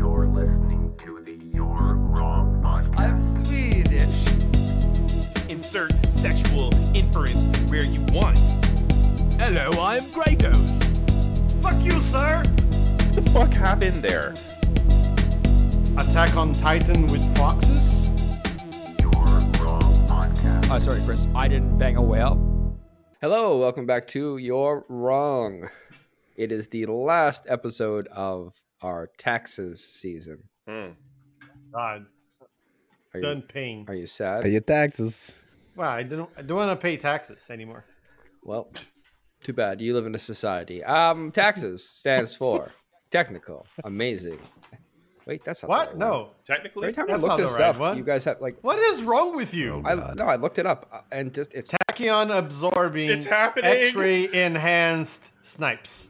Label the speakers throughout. Speaker 1: listening to the You're Wrong podcast.
Speaker 2: I'm Swedish.
Speaker 3: insert sexual inference where you want.
Speaker 2: Hello, I'm Gregos.
Speaker 3: Fuck you, sir! The fuck happened there?
Speaker 4: Attack on Titan with foxes?
Speaker 1: You're Wrong podcast.
Speaker 2: Oh, sorry, Chris. I didn't bang a whale. Hello, welcome back to You're Wrong. It is the last episode of our taxes season.
Speaker 4: God,
Speaker 2: Are you,
Speaker 4: done paying.
Speaker 2: are you sad?
Speaker 5: Pay your taxes.
Speaker 4: Well, I don't. I don't want to pay taxes anymore.
Speaker 2: well, too bad. You live in a society. Um, taxes stands for technical, amazing. Wait, that's not the
Speaker 4: What?
Speaker 2: right one.
Speaker 4: No.
Speaker 3: Technically,
Speaker 2: Every time
Speaker 4: That's
Speaker 2: I
Speaker 4: not
Speaker 2: look
Speaker 4: the
Speaker 2: this
Speaker 4: right
Speaker 2: up,
Speaker 4: one.
Speaker 2: you guys have like.
Speaker 4: What is wrong with you?
Speaker 2: I, no, I looked it up uh, and just it's
Speaker 4: Tachyon absorbing.
Speaker 3: It's happening.
Speaker 4: X-ray enhanced snipes.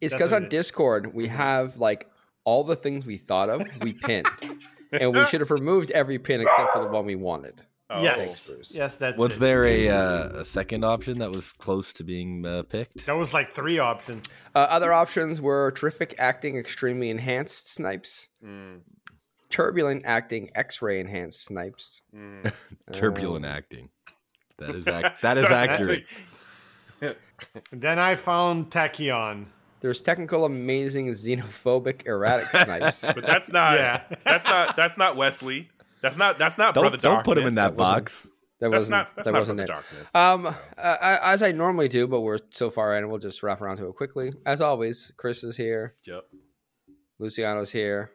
Speaker 2: It's
Speaker 4: That's
Speaker 2: because
Speaker 4: what
Speaker 2: on
Speaker 4: it is. Mm-hmm.
Speaker 2: Discord we have like all the things we thought of, we pinned, and we should have removed every pin except for the one we wanted.
Speaker 3: Oh.
Speaker 4: yes. yes, that's
Speaker 5: Was
Speaker 4: it.
Speaker 5: there a, uh, a second option that was close to being uh, picked?
Speaker 4: That was like three options.
Speaker 2: Uh, other options were terrific acting, extremely enhanced snipes,
Speaker 3: Hmm.
Speaker 2: turbulent acting, X-ray enhanced snipes.
Speaker 5: Turbulent acting. That is ac- that is
Speaker 3: Uh, Sorry,
Speaker 5: accurate.
Speaker 4: And then I found Tachyon.
Speaker 2: There's technical, amazing, xenophobic, erratic snipes.
Speaker 3: But that's not.
Speaker 4: Yeah.
Speaker 3: that's not. That's not Wesley. That's not. That's not
Speaker 5: Don't
Speaker 3: brother.
Speaker 5: don't put him in
Speaker 3: Darkness.
Speaker 5: that box.
Speaker 2: That
Speaker 3: That's
Speaker 2: wasn't.
Speaker 3: not. That's
Speaker 2: that
Speaker 3: not
Speaker 2: wasn't
Speaker 3: brother
Speaker 2: it.
Speaker 3: darkness.
Speaker 2: Um, uh, as I normally do, but we're so far in, we'll just wrap around to it quickly. As always, Chris is here,
Speaker 3: Yep.
Speaker 2: Luciano's here,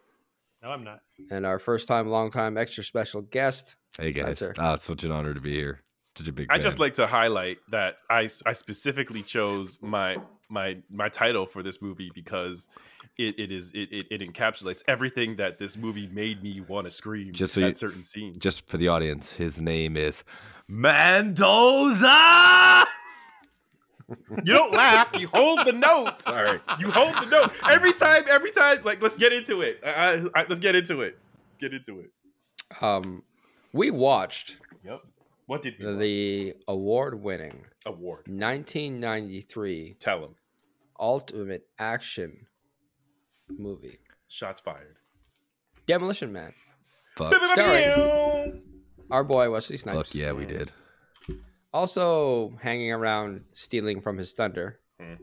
Speaker 4: No, I'm not.
Speaker 2: and our first time, long time, extra special guest,
Speaker 5: Hey
Speaker 2: That's
Speaker 5: guys,
Speaker 2: her.
Speaker 5: Ah, it's such an honor to be here. Such a big.
Speaker 3: I
Speaker 5: fan.
Speaker 3: just like to highlight that I I specifically chose my my my title for this movie because it, it is it, it, it encapsulates everything that this movie made me want to scream
Speaker 5: Just so
Speaker 3: at
Speaker 5: you-
Speaker 3: certain scenes.
Speaker 5: just for the audience. His name is Mendoza.
Speaker 3: You don't laugh. You hold the note.
Speaker 5: Sorry.
Speaker 3: You hold the note every time. Every time. Like let's get into it. I, I, I, let's get into it. Let's get into it.
Speaker 2: um, we watched
Speaker 3: Yep. What did we win?
Speaker 2: the award-winning
Speaker 3: award?
Speaker 2: 1993
Speaker 3: Tell him.
Speaker 2: ultimate action movie
Speaker 3: Shots fired.
Speaker 2: demolition man
Speaker 5: Fuck,
Speaker 2: Starring- our boy wesley snipes
Speaker 5: fuck yeah, we did.
Speaker 2: also hanging around stealing from his thunder
Speaker 3: Mhm.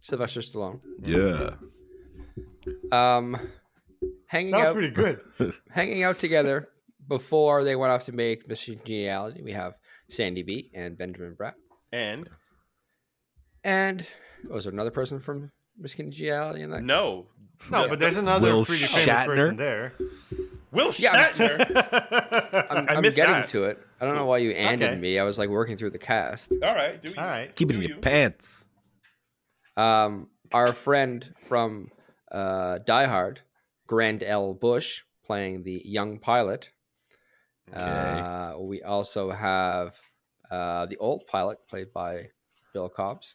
Speaker 2: sylvester stallone
Speaker 5: Yeah.
Speaker 2: um hanging
Speaker 4: That was
Speaker 2: out
Speaker 4: pretty good.
Speaker 2: hanging out together before they went off to make mission geniality we have sandy b and benjamin bratt
Speaker 3: And
Speaker 2: and was there another person from miss congeniality in that
Speaker 3: no,
Speaker 4: No, but there's another
Speaker 5: Will
Speaker 4: pretty famous
Speaker 5: Shatner?
Speaker 4: person there.
Speaker 3: Will
Speaker 2: Yeah.
Speaker 3: Shatner.
Speaker 2: I'm,
Speaker 3: I
Speaker 2: I'm
Speaker 3: missed
Speaker 2: getting
Speaker 3: that.
Speaker 2: to it. I don't know why you anded
Speaker 4: Okay.
Speaker 2: me. I was like working through the cast.
Speaker 3: All right. Do you?
Speaker 4: All right.
Speaker 5: Keep it
Speaker 3: Do
Speaker 5: in your
Speaker 3: you?
Speaker 5: pants.
Speaker 2: Um, our friend from uh, Die Hard, Grand L. Bush, playing the young pilot. Uh, we also have uh, the old pilot, played by Bill Cobbs,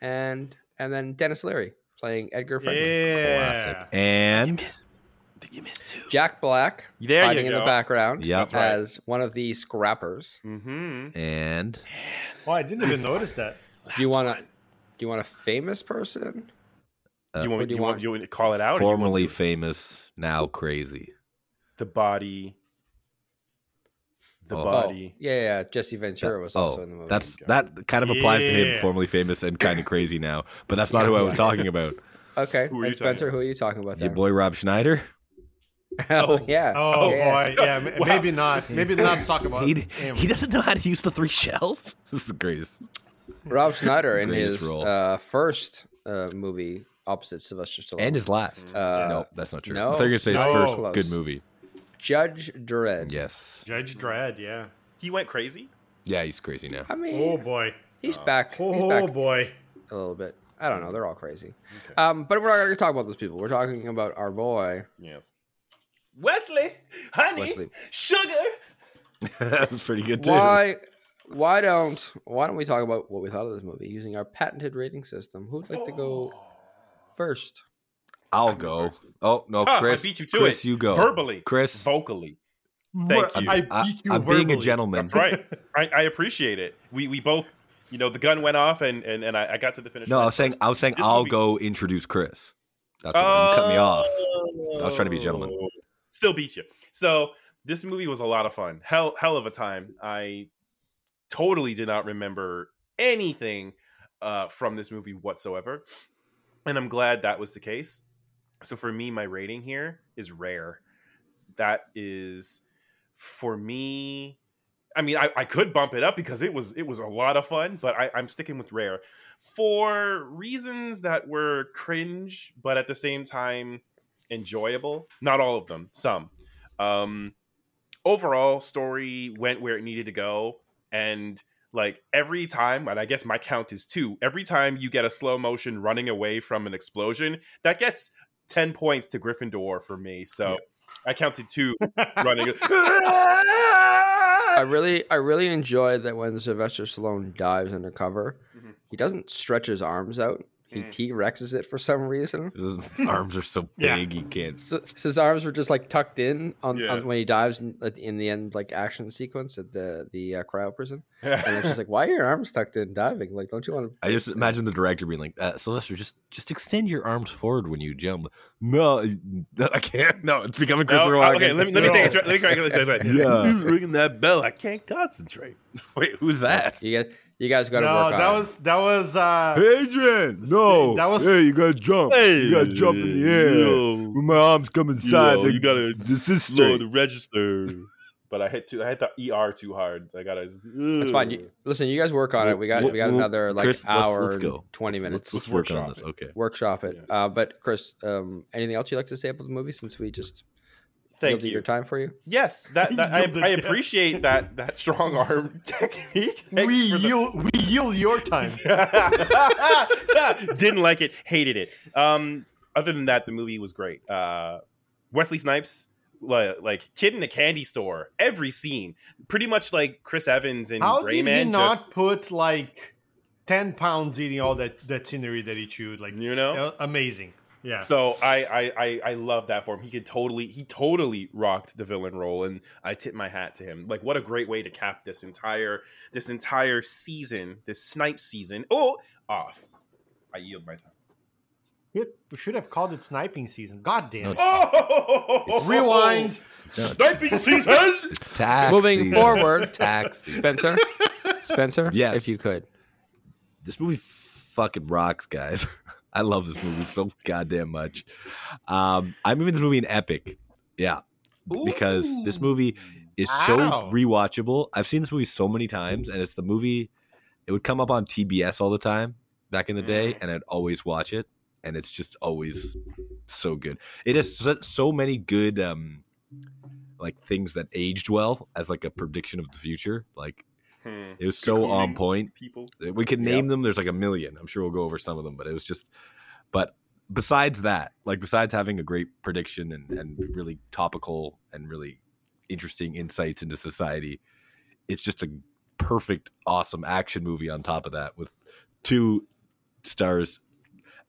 Speaker 2: and and then Dennis Leary playing Edgar Franklin.
Speaker 4: Yeah.
Speaker 5: Classic. And
Speaker 3: missed. I think you missed two.
Speaker 2: Jack Black
Speaker 3: There you
Speaker 2: fighting in the
Speaker 3: go.
Speaker 2: background
Speaker 5: Yep. That's
Speaker 3: right.
Speaker 2: as one of the scrappers.
Speaker 3: Mm-hmm.
Speaker 5: and
Speaker 4: Well, I didn't even notice that.
Speaker 2: do you want to? Do you want a famous person?
Speaker 3: do you
Speaker 2: what
Speaker 3: want?
Speaker 2: do
Speaker 3: Do
Speaker 2: you
Speaker 3: you want?
Speaker 2: want?
Speaker 3: You want to call it out? or you want
Speaker 5: formerly famous, now crazy.
Speaker 3: the body. The
Speaker 5: Oh.
Speaker 3: body.
Speaker 2: Oh, yeah, yeah, Jesse Ventura was
Speaker 3: oh,
Speaker 2: also in the movie.
Speaker 5: That's that kind of applies to
Speaker 4: Yeah.
Speaker 5: him, formerly famous and kind of crazy now. But that's not who I was talking about.
Speaker 2: okay.
Speaker 3: Who are
Speaker 2: and
Speaker 3: you talking
Speaker 2: Spencer, who are you talking about?
Speaker 5: Your
Speaker 2: There?
Speaker 5: boy Rob Schneider.
Speaker 2: oh,
Speaker 3: Oh.
Speaker 2: yeah.
Speaker 4: Oh
Speaker 2: yeah.
Speaker 4: boy, yeah, m-
Speaker 3: Wow.
Speaker 4: maybe not. Maybe not to talk about
Speaker 5: He
Speaker 4: him.
Speaker 5: he doesn't know how to use the three shells. This is the greatest.
Speaker 2: Rob Schneider in
Speaker 5: Greatest
Speaker 2: his
Speaker 5: role.
Speaker 2: uh, first uh, movie opposite Sylvester Stallone
Speaker 5: And his last.
Speaker 2: Uh,
Speaker 5: no, that's not true.
Speaker 2: no.
Speaker 5: They're gonna say his
Speaker 4: No.
Speaker 5: first
Speaker 2: Close.
Speaker 5: good movie.
Speaker 2: Judge Dredd.
Speaker 5: Yes.
Speaker 4: Judge Dredd, yeah.
Speaker 3: He went crazy.
Speaker 5: Yeah, he's crazy now.
Speaker 2: I mean,
Speaker 4: Oh boy.
Speaker 2: he's back. he's
Speaker 4: Oh
Speaker 2: back
Speaker 4: boy.
Speaker 2: a little bit. I don't know. They're all crazy. Um, but we're not going to talk about those people. We're talking about our boy.
Speaker 3: Yes. Wesley, honey,
Speaker 2: Wesley.
Speaker 3: sugar.
Speaker 5: that's pretty good too.
Speaker 2: Why? Why don't Why don't we talk about what we thought of this movie using our patented rating system? Who'd like to go
Speaker 4: Oh.
Speaker 3: Oh.
Speaker 2: first?
Speaker 5: I'll go. Oh no,
Speaker 3: Tough.
Speaker 5: Chris.
Speaker 3: I beat you to
Speaker 5: Chris,
Speaker 3: it.
Speaker 5: you go.
Speaker 3: Verbally.
Speaker 5: Chris.
Speaker 3: Vocally. Thank you.
Speaker 4: I
Speaker 5: I,
Speaker 4: beat you
Speaker 5: am being a
Speaker 4: verbally.
Speaker 5: gentleman.
Speaker 3: That's right. I, I appreciate it. We we both, you know, the gun went off and and, and I, I got to the finish.
Speaker 5: No,
Speaker 3: line
Speaker 5: I was saying
Speaker 3: first.
Speaker 5: I was saying
Speaker 3: This
Speaker 5: I'll
Speaker 3: movie-
Speaker 5: go introduce Chris. That's what you cut me off.
Speaker 3: Oh.
Speaker 5: I was trying to be a gentleman.
Speaker 3: Still beat you. So this movie was a lot of fun. Hell, hell of a time. I totally did not remember anything uh, from this movie whatsoever, and I'm glad that was the case. So for me, my rating here is rare. That is for me. I mean, I, I could bump it up because it was it was a lot of fun, but I, I'm sticking with rare for reasons that were cringe, but at the same time enjoyable. Not all of them, some. Um, overall, story went where it needed to go, and like every time, and I guess my count is two. Every time you get a slow motion running away from an explosion, that gets ten points to Gryffindor for me. So I counted two running.
Speaker 2: I really, I really enjoy that when Sylvester Stallone dives undercover,
Speaker 4: Mm-hmm.
Speaker 3: Mhm.
Speaker 2: he doesn't stretch his arms out. He
Speaker 3: Mm.
Speaker 2: T Rexes it for some reason.
Speaker 5: His arms are so
Speaker 4: Yeah.
Speaker 5: big, you can't.
Speaker 2: So, so his arms were just like tucked in on,
Speaker 3: Yeah.
Speaker 2: on when he dives in, at- in the end, like action sequence at the the uh, cryo prison. And it's just like, why are your arms tucked in diving? Like, don't you want to?
Speaker 5: I just imagine the director being like, uh, "Sylvester, just just extend your arms forward when you jump." No, I can't. No, it's becoming
Speaker 3: No,
Speaker 5: Christopher
Speaker 3: uh,
Speaker 5: Walken.
Speaker 3: okay, let me, let me
Speaker 4: No.
Speaker 3: take a try. Let me try. Let me try.
Speaker 5: Yeah.
Speaker 3: Who's ringing that bell? I can't concentrate.
Speaker 5: Wait, who's that?
Speaker 2: You guys, you guys got to
Speaker 4: no,
Speaker 2: work on.
Speaker 4: that
Speaker 2: it.
Speaker 4: was that was uh
Speaker 5: Adrian, no,
Speaker 4: that was-
Speaker 5: hey, you gotta jump. You gotta jump in the air.
Speaker 3: Yo,
Speaker 5: With my arms come inside,
Speaker 3: Yo,
Speaker 5: the,
Speaker 3: you gotta
Speaker 5: This is
Speaker 3: lower
Speaker 5: straight.
Speaker 3: the register. But I hit too. I hit the ER too hard. I gotta.
Speaker 2: That's fine. You, listen, you guys work on it. We got we got
Speaker 5: Well,
Speaker 2: another like
Speaker 5: Chris, let's-
Speaker 2: hour,
Speaker 5: let's
Speaker 2: and
Speaker 5: go.
Speaker 2: twenty
Speaker 5: Let's-
Speaker 2: minutes.
Speaker 5: Let's, let's work on
Speaker 3: workshop
Speaker 5: this.
Speaker 3: it.
Speaker 5: Okay.
Speaker 2: workshop it. Uh, but Chris, um, anything else you'd like to say about the movie since we just
Speaker 3: Thank
Speaker 2: yielded
Speaker 3: you.
Speaker 2: your time for you?
Speaker 3: Yes, that, that I,
Speaker 4: Yielded,
Speaker 3: I
Speaker 4: yeah.
Speaker 3: appreciate that that strong arm technique. Thanks
Speaker 4: we
Speaker 3: for the-
Speaker 4: yield we yield your time.
Speaker 3: Didn't like it, hated it. Um, other than that, the movie was great. Uh, Wesley Snipes, like, like kid in a candy store, every scene, pretty much like Chris Evans in
Speaker 4: How
Speaker 3: Gray
Speaker 4: did
Speaker 3: Man.
Speaker 4: he not
Speaker 3: just,
Speaker 4: put like ten pounds eating all that that scenery that he chewed? Like
Speaker 3: you know,
Speaker 4: uh, amazing. Yeah.
Speaker 3: So I, I I I love that for him. He could totally he totally rocked the villain role, and I tip my hat to him. Like what a great way to cap this entire this entire season, this snipe season. Oh, off. I yield my time.
Speaker 4: Good. we should have called it sniping season. God damn. it.
Speaker 3: Oh,
Speaker 4: Rewind.
Speaker 3: Sniping season.
Speaker 5: It's tax.
Speaker 2: Moving
Speaker 5: season.
Speaker 2: forward,
Speaker 5: Tax. season.
Speaker 2: Spencer. Spencer,
Speaker 5: Yes.
Speaker 2: if you could.
Speaker 5: this movie fucking rocks, guys. I love this movie so goddamn much. Um, I'm giving this movie an epic. Yeah. Because this movie is
Speaker 4: Wow.
Speaker 5: so rewatchable. I've seen this movie so many times, and it's the movie, it would come up on TBS all the time back in the day, and I'd always watch it, and it's just always so good. It has so- so many good, um, like, things that aged well as, like, a prediction of the future. Like,
Speaker 3: Hmm,
Speaker 5: it was so on
Speaker 3: Cocooning.
Speaker 5: point.
Speaker 3: people.
Speaker 5: We could name them. There's like a million. I'm sure we'll go over some of them, but it was just. But besides that, like besides having a great prediction and and really topical and really interesting insights into society, it's just a perfect, awesome action movie. On top of that, with two stars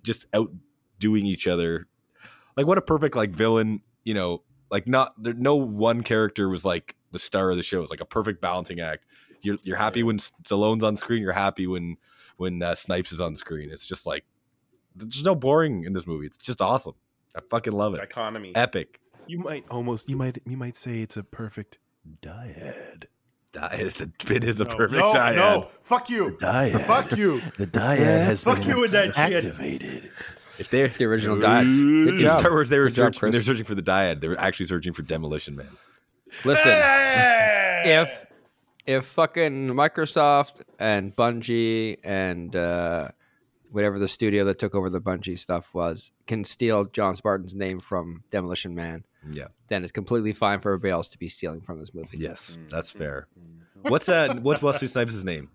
Speaker 5: just outdoing each other, like what a perfect like villain. You know, like not there. No one character was like the star of the show. It's like a perfect balancing act you're you're happy when Stallone's on screen. You're happy when when uh, Snipes is on screen. It's just like there's no boring in this movie. It's just awesome. I fucking love it.
Speaker 3: Economy.
Speaker 5: Epic.
Speaker 3: You might almost you might you might say it's a perfect dyad.
Speaker 5: It's a, it is a
Speaker 4: No,
Speaker 5: perfect
Speaker 4: no,
Speaker 5: dyad.
Speaker 4: no. Fuck you.
Speaker 6: Dyad.
Speaker 4: Fuck you.
Speaker 6: The dyad has
Speaker 4: Fuck
Speaker 6: been
Speaker 4: you with that shit.
Speaker 6: activated.
Speaker 5: If they're
Speaker 2: It's the original diet. Good
Speaker 5: in
Speaker 2: job.
Speaker 5: Star Wars, they were
Speaker 2: Good job,
Speaker 5: searching, when they were
Speaker 2: Chris.
Speaker 5: searching for the dyad. They were actually searching for Demolition Man.
Speaker 2: Listen, if if fucking Microsoft and Bungie and uh, whatever the studio that took over the Bungie stuff was can steal John Spartan's name from Demolition Man,
Speaker 5: Yeah.
Speaker 2: then it's completely fine for everybody else to be stealing from this movie.
Speaker 5: Yes, that's fair. What's uh, what's Wesley Snipes' name?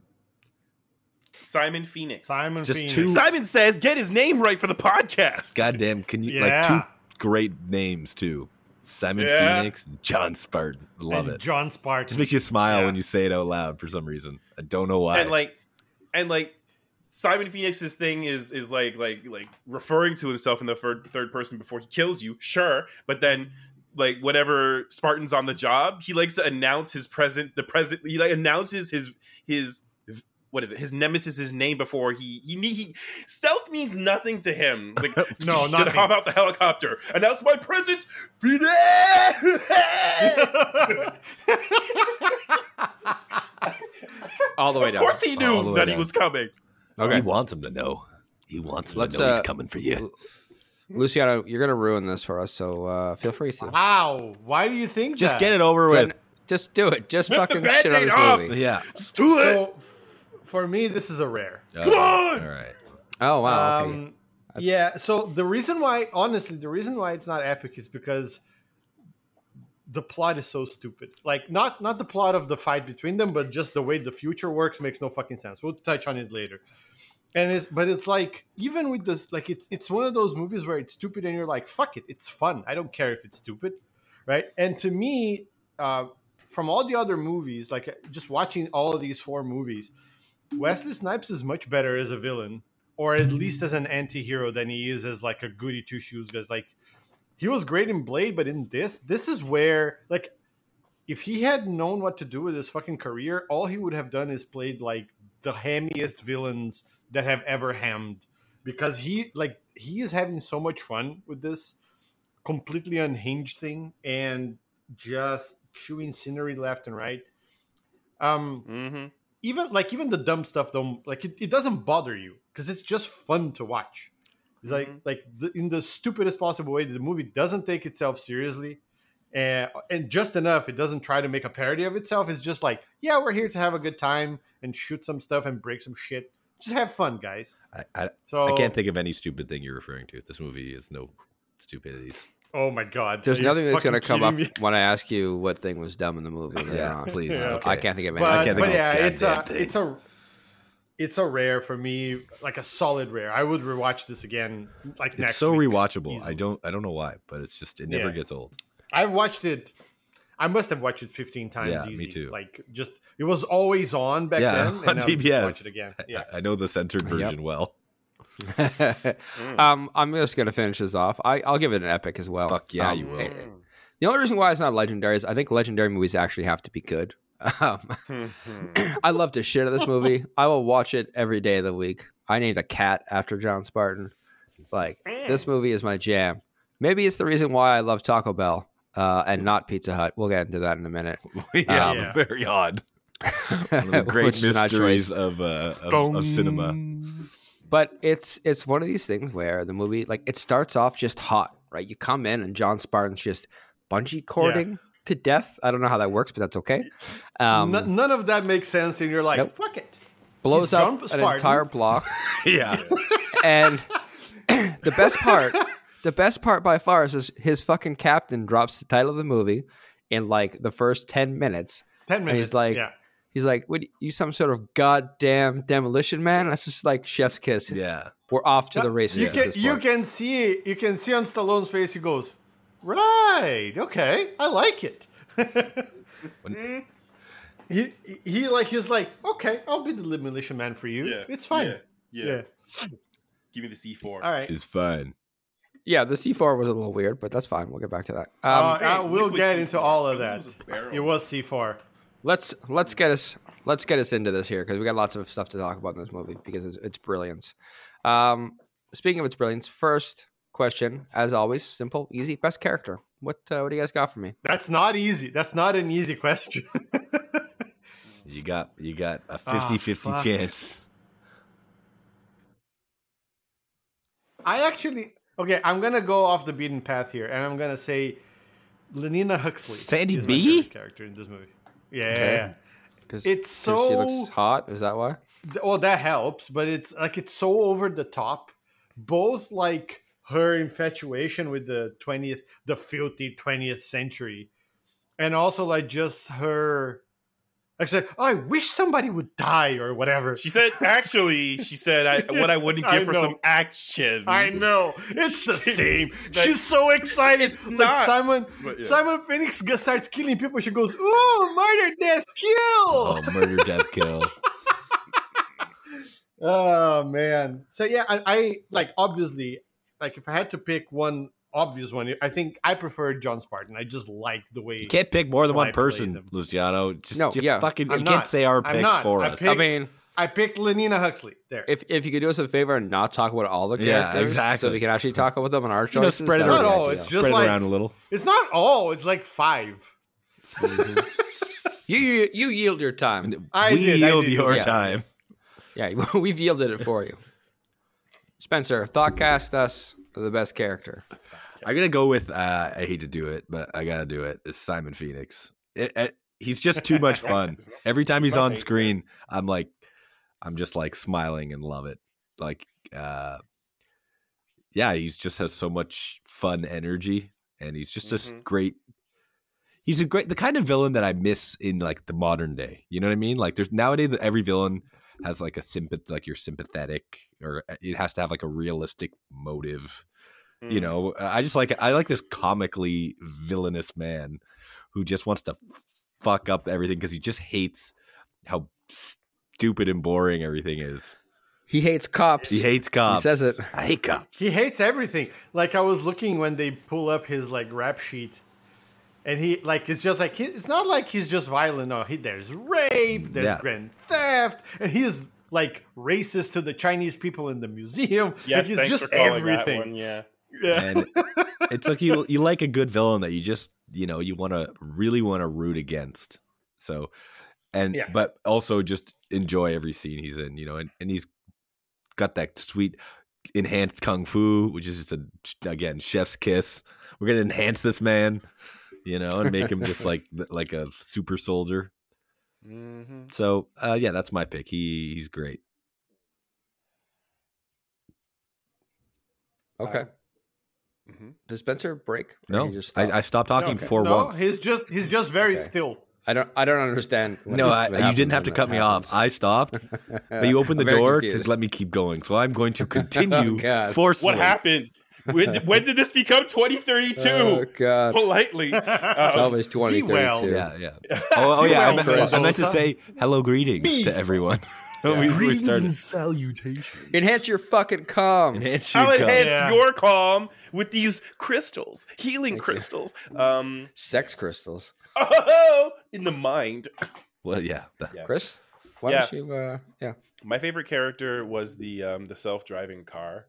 Speaker 3: Simon Phoenix.
Speaker 4: Simon
Speaker 5: Just
Speaker 4: Phoenix.
Speaker 5: two-
Speaker 3: Simon says, "Get his name right for the podcast."
Speaker 5: Goddamn, can you
Speaker 4: Yeah.
Speaker 5: like two great names too? Simon
Speaker 3: Yeah.
Speaker 5: Phoenix, John Spartan. Love
Speaker 4: and
Speaker 5: it.
Speaker 4: John
Speaker 5: just
Speaker 4: Spartan.
Speaker 5: makes you smile
Speaker 3: Yeah.
Speaker 5: when you say it out loud for some reason. I don't know why.
Speaker 3: and like and like Simon Phoenix's thing is is like like like referring to himself in the third third person before he kills you, sure, but then like whenever Spartan's on the job, he likes to announce his present the present he like announces his his what is it? His nemesis is named before he he, ne- he stealth means nothing to him. Like
Speaker 4: No,
Speaker 3: "Shit,
Speaker 4: nothing.
Speaker 3: How about the helicopter? Announce my presence. Be there!
Speaker 2: all the way
Speaker 3: of
Speaker 2: down.
Speaker 3: course he
Speaker 5: All the
Speaker 3: knew
Speaker 5: way
Speaker 3: that he
Speaker 5: down.
Speaker 3: was coming.
Speaker 5: He
Speaker 2: Okay,
Speaker 5: wants him to know. He wants him
Speaker 2: Let's,
Speaker 5: to know
Speaker 2: uh,
Speaker 5: he's coming for you.
Speaker 2: Luciano, you're gonna ruin this for us, so uh, feel free to
Speaker 4: Wow. Why do you think
Speaker 5: Just
Speaker 4: that?
Speaker 5: get it over
Speaker 2: Then
Speaker 5: with.
Speaker 2: just do it. Just
Speaker 3: Rip the
Speaker 2: fucking shit on
Speaker 3: Band-Aid
Speaker 2: this
Speaker 3: off!
Speaker 2: movie.
Speaker 5: Yeah.
Speaker 3: Let's do it.
Speaker 4: So, f- for me, this is a rare.
Speaker 5: Come
Speaker 3: on!
Speaker 5: All right.
Speaker 2: Oh wow. Okay.
Speaker 4: Um, yeah. So the reason why, honestly, the reason why it's not epic is because the plot is so stupid. Like, not not the plot of the fight between them, but just the way the future works makes no fucking sense. We'll touch on it later. And it's but it's like even with this, like it's it's one of those movies where it's stupid and you're like, fuck it, it's fun. I don't care if it's stupid, right? And to me, uh, from all the other movies, like just watching all of these four movies, Wesley Snipes is much better as a villain or at least as an anti-hero than he is as like a goody two shoes because like he was great in blade but in this this is where like if he had known what to do with his fucking career all he would have done is played like the hammiest villains that have ever hammed because he like he is having so much fun with this completely unhinged thing and just chewing scenery left and right um
Speaker 3: Mm-hmm.
Speaker 4: even like even the dumb stuff don't like it, it doesn't bother you because it's just fun to watch it's like
Speaker 3: Mhm.
Speaker 4: like the, in the stupidest possible way the movie doesn't take itself seriously and and just enough it doesn't try to make a parody of itself it's just like yeah we're here to have a good time and shoot some stuff and break some shit just have fun guys
Speaker 5: I, I,
Speaker 4: so
Speaker 5: I can't think of any stupid thing you're referring to. This movie is no stupidities.
Speaker 4: oh my god
Speaker 2: There's
Speaker 4: are you
Speaker 2: nothing that's
Speaker 4: fucking
Speaker 2: gonna come
Speaker 4: kidding
Speaker 2: up
Speaker 4: me?
Speaker 2: when I ask you what thing was dumb in the movie. later
Speaker 5: Yeah,
Speaker 2: on.
Speaker 5: please.
Speaker 4: Yeah.
Speaker 5: Okay.
Speaker 2: I can't think of any.
Speaker 4: but,
Speaker 2: I can't
Speaker 4: but
Speaker 2: think
Speaker 4: yeah,
Speaker 5: goddamn
Speaker 4: it's a
Speaker 5: thing.
Speaker 4: it's a it's a rare for me, like a solid rare. I would rewatch this again, like
Speaker 5: It's
Speaker 4: next.
Speaker 5: so
Speaker 4: week,
Speaker 5: rewatchable. I
Speaker 4: easily.
Speaker 5: don't. I don't know why, but it's just it never
Speaker 4: Yeah.
Speaker 5: gets old.
Speaker 4: I've watched it. I must have watched it fifteen times.
Speaker 5: Yeah, me
Speaker 4: easy.
Speaker 5: too.
Speaker 4: Like just it was always on back
Speaker 5: Yeah,
Speaker 4: then.
Speaker 5: on
Speaker 4: and I would
Speaker 5: TBS.
Speaker 4: Watch it again. Yeah.
Speaker 5: I, I know the censored
Speaker 2: Yep.
Speaker 5: version well.
Speaker 2: of.
Speaker 4: Mm.
Speaker 2: um, I'm just gonna finish this off. I, I'll give it an epic as well.
Speaker 5: Fuck yeah,
Speaker 2: Um,
Speaker 5: you will.
Speaker 2: eh, eh. the only reason why it's not legendary is I think legendary movies actually have to be good. Um, I love to shit at this movie. I will watch it every day of the week. I named a cat after John Spartan. Like this
Speaker 5: Hmm.
Speaker 2: movie is my jam. Maybe it's the reason why I love Taco Bell uh, and not Pizza Hut. We'll get into that in a minute.
Speaker 5: yeah,
Speaker 2: Um,
Speaker 4: Yeah.
Speaker 5: very odd. One of the great
Speaker 2: Which is not choice.
Speaker 5: mysteries of, uh, of, of cinema.
Speaker 2: but it's it's one of these things where the movie like it starts off just hot, right? You come in and John Spartan's just bungee cording to death. I don't know how that works, but that's okay. Um,
Speaker 4: N- none of that makes sense, and you're like,
Speaker 2: Nope.
Speaker 4: fuck it.
Speaker 2: blows
Speaker 4: he's
Speaker 2: up
Speaker 4: John
Speaker 2: an
Speaker 4: Spartan.
Speaker 2: entire block,
Speaker 5: yeah,
Speaker 2: and the best part, the best part by far is his, his fucking captain drops the title of the movie in like the first ten minutes.
Speaker 4: Ten
Speaker 2: And
Speaker 4: minutes.
Speaker 2: he's like-
Speaker 4: yeah.
Speaker 2: He's like, "What? You some sort of goddamn demolition man?" That's just like chef's kiss.
Speaker 5: yeah.
Speaker 2: We're off to the races.
Speaker 4: You
Speaker 2: at
Speaker 4: can
Speaker 2: this
Speaker 4: you
Speaker 2: point.
Speaker 4: can see you can see on Stallone's face. He goes, right, okay, I like it. he he like he's like, okay, I'll be the demolition man for you.
Speaker 3: Yeah,
Speaker 4: It's fine.
Speaker 3: Yeah, yeah.
Speaker 4: yeah.
Speaker 3: Give me the C four.
Speaker 4: All right.
Speaker 5: It's fun.
Speaker 2: Yeah, the C four was a little weird, but that's fine. We'll get back to that. Um,
Speaker 4: Uh, uh,
Speaker 3: Hey,
Speaker 4: we'll
Speaker 3: liquid
Speaker 4: get
Speaker 3: C4.
Speaker 4: into all of
Speaker 3: This
Speaker 4: that.
Speaker 3: was a barrel.
Speaker 4: It was C4.
Speaker 2: let's let's get us let's get us into this here because we got lots of stuff to talk about in this movie because it's, it's brilliance. Um, speaking of its brilliance, first question, as always, simple, easy, best character. What uh, what do you guys got for me?
Speaker 4: That's not easy. That's not an easy question.
Speaker 5: You got you got a
Speaker 4: Ah,
Speaker 5: 50-50
Speaker 4: fuck.
Speaker 5: chance.
Speaker 4: I actually okay. I'm gonna go off the beaten path here, and I'm gonna say Lenina Huxley.
Speaker 5: Sandy
Speaker 4: is my
Speaker 5: B?
Speaker 4: favorite character in this movie. Yeah,
Speaker 2: Because
Speaker 4: It's
Speaker 2: she
Speaker 4: so-
Speaker 2: looks hot. Is that why?
Speaker 4: Th- well that helps but it's like it's so over the top both like her infatuation with the 20th the filthy 20th century and also like just her like she's like, oh, i wish somebody would die or whatever
Speaker 3: She said, actually, she said, I, what I wouldn't
Speaker 4: I
Speaker 3: give for
Speaker 4: know.
Speaker 3: some action.
Speaker 4: I know it's the
Speaker 3: She-
Speaker 4: same.
Speaker 3: like,
Speaker 4: She's so excited.
Speaker 3: it's
Speaker 4: Like
Speaker 3: not,
Speaker 4: Simon,
Speaker 3: but yeah.
Speaker 4: Simon Phoenix g- starts killing people. She goes, "Ooh, murder, death, kill!"
Speaker 5: Oh,
Speaker 4: Oh,
Speaker 5: murder, death, kill.
Speaker 4: Oh, man. So yeah, I, I like obviously like if I had to pick one obvious one, I think I prefer John Spartan. I just like the way.
Speaker 5: You can't pick more than one
Speaker 4: Sly plays
Speaker 5: person,
Speaker 4: him.
Speaker 5: Luciano. Just,
Speaker 2: No,
Speaker 5: you
Speaker 2: yeah.
Speaker 5: fucking
Speaker 4: I'm
Speaker 5: you
Speaker 4: not.
Speaker 5: can't say our
Speaker 4: I'm
Speaker 5: picks
Speaker 4: not.
Speaker 5: for
Speaker 4: I
Speaker 5: us.
Speaker 4: picked-
Speaker 2: I mean,
Speaker 4: I picked Lenina Huxley. There.
Speaker 2: If if you could do us a favor and not talk about all the
Speaker 5: Yeah,
Speaker 2: characters, so
Speaker 5: exactly.
Speaker 2: we can actually talk about them on our
Speaker 5: You know,
Speaker 2: choices,
Speaker 5: spread it
Speaker 2: that would
Speaker 4: out.
Speaker 2: be
Speaker 4: Not all,
Speaker 2: ideal.
Speaker 4: it's Just
Speaker 5: Spread it
Speaker 4: like-
Speaker 5: around a little.
Speaker 4: It's not all. It's like five.
Speaker 2: you, you you yield your time.
Speaker 4: I
Speaker 5: we
Speaker 4: did, I
Speaker 5: yield
Speaker 4: did.
Speaker 5: your
Speaker 2: Yeah.
Speaker 5: time.
Speaker 2: Yeah, we've yielded it for you. Spencer, thought cast us the best character.
Speaker 5: I'm gonna go with. Uh, I hate to do it, but I gotta do it. It's Simon Phoenix. It, it- he's just too much fun. Every time he's on screen, I'm like, I'm just like smiling and love it. Like, uh, yeah, he's just has so much fun energy, and he's just a
Speaker 2: Mm-hmm.
Speaker 3: Mhm.
Speaker 5: great. He's a great the kind of villain that I miss in like the modern day. You know what I mean? Like, there's nowadays every villain has like a sympath like you're sympathetic or uh, it has to have like a realistic motive
Speaker 2: Mm.
Speaker 5: you know i just like i like this comically villainous man who just wants to fuck up everything because he just hates how stupid and boring everything is
Speaker 2: He hates cops.
Speaker 5: he hates cops
Speaker 2: says it.
Speaker 5: i hate cops
Speaker 4: He hates everything. Like I was looking when they pull up his like rap sheet, and he like it's just like he, it's not like he's just violent. No, he there's rape, there's
Speaker 5: Yeah.
Speaker 4: grand theft, and he is like racist to the Chinese people in the museum.
Speaker 3: Yes,
Speaker 4: like,
Speaker 3: thanks
Speaker 4: he's just
Speaker 3: for calling
Speaker 4: everything.
Speaker 3: that one. Yeah.
Speaker 4: Yeah.
Speaker 5: and it's like you you like a good villain that you just you know you want to really want to root against so and
Speaker 4: Yeah.
Speaker 5: but also just enjoy every scene he's in you know and, and he's got that sweet enhanced kung fu which is just a again chef's kiss we're gonna enhance this man you know and make him just like like a super soldier
Speaker 3: Mm-hmm.
Speaker 5: so uh yeah that's my pick he he's great
Speaker 2: Okay.
Speaker 3: Uh-huh. Mm-hmm.
Speaker 2: Does Spencer break? Or
Speaker 5: no
Speaker 2: he just
Speaker 5: I,
Speaker 2: stopped?
Speaker 5: I stopped talking
Speaker 3: Okay.
Speaker 5: for
Speaker 4: no,
Speaker 5: once
Speaker 4: he's just he's just very
Speaker 2: Okay.
Speaker 4: still.
Speaker 2: I don't I don't understand. what-
Speaker 5: no,
Speaker 2: what
Speaker 5: I, you
Speaker 2: happens
Speaker 5: didn't have
Speaker 2: when
Speaker 5: to
Speaker 2: that
Speaker 5: cut me off. I
Speaker 2: happens.
Speaker 5: stopped. But you opened the
Speaker 2: I'm very
Speaker 5: door
Speaker 2: confused.
Speaker 5: to let me keep going. So I'm going to continue
Speaker 2: Oh, God.
Speaker 5: forcefully.
Speaker 3: What happened? When did, when did this become 2032?
Speaker 2: Oh god.
Speaker 5: Oh,
Speaker 3: Politely.
Speaker 2: It's
Speaker 3: Um,
Speaker 2: always twenty
Speaker 4: well.
Speaker 2: thirty two.
Speaker 5: Yeah, yeah. Oh, oh
Speaker 4: You
Speaker 5: yeah. I
Speaker 4: were
Speaker 5: meant,
Speaker 4: also
Speaker 5: I meant to
Speaker 4: Rosa.
Speaker 5: say hello greetings to everyone. we, we started.
Speaker 4: salutations.
Speaker 2: Enhance your fucking calm.
Speaker 5: Enhance your
Speaker 3: I'll
Speaker 5: cup.
Speaker 3: enhance
Speaker 4: Yeah.
Speaker 3: your calm with these crystals, healing
Speaker 2: Thank you.
Speaker 3: crystals. Um,
Speaker 2: Sex crystals.
Speaker 3: oh, in the mind.
Speaker 5: Well, yeah. the-
Speaker 3: Yeah.
Speaker 2: Chris? Why don't you uh yeah.
Speaker 3: My favorite character was the um, the self driving car.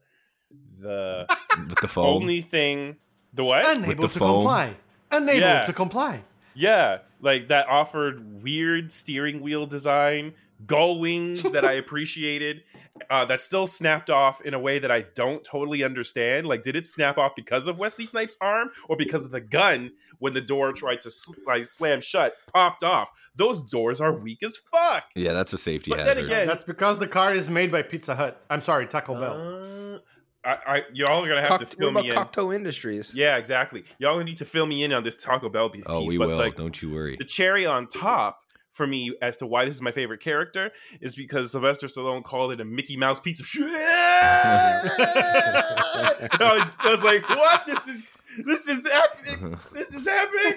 Speaker 3: The
Speaker 5: With the phone.
Speaker 3: only thing, the what?
Speaker 4: Unable
Speaker 5: With the
Speaker 4: to
Speaker 5: phone.
Speaker 4: comply. Unable
Speaker 3: Yeah.
Speaker 4: to comply.
Speaker 3: Yeah, like that offered weird steering wheel design, gull wings that I appreciated, uh, that still snapped off in a way that I don't totally understand. Like, did it snap off because of Wesley Snipes' arm or because of the gun when the door tried to sl- like slam shut, popped off? Those doors are weak as fuck.
Speaker 5: yeah, that's a safety
Speaker 3: But
Speaker 5: hazard.
Speaker 3: then again,
Speaker 4: That's because the car is made by Pizza Hut. I'm sorry, Taco Bell.
Speaker 3: Uh, I, I, y'all are gonna have
Speaker 2: Cock-
Speaker 3: to
Speaker 2: Oh, what
Speaker 3: fill
Speaker 2: about
Speaker 3: me in.
Speaker 2: Cocteau Industries?
Speaker 3: Yeah, exactly. Y'all gonna need to fill me in on this Taco Bell piece.
Speaker 5: oh, we
Speaker 3: but
Speaker 5: will.
Speaker 3: like,
Speaker 5: don't you worry.
Speaker 3: the cherry on top for me as to why this is my favorite character is because Sylvester Stallone called it a Mickey Mouse piece of shit. I was like, "What? This is this is epic! This is epic!"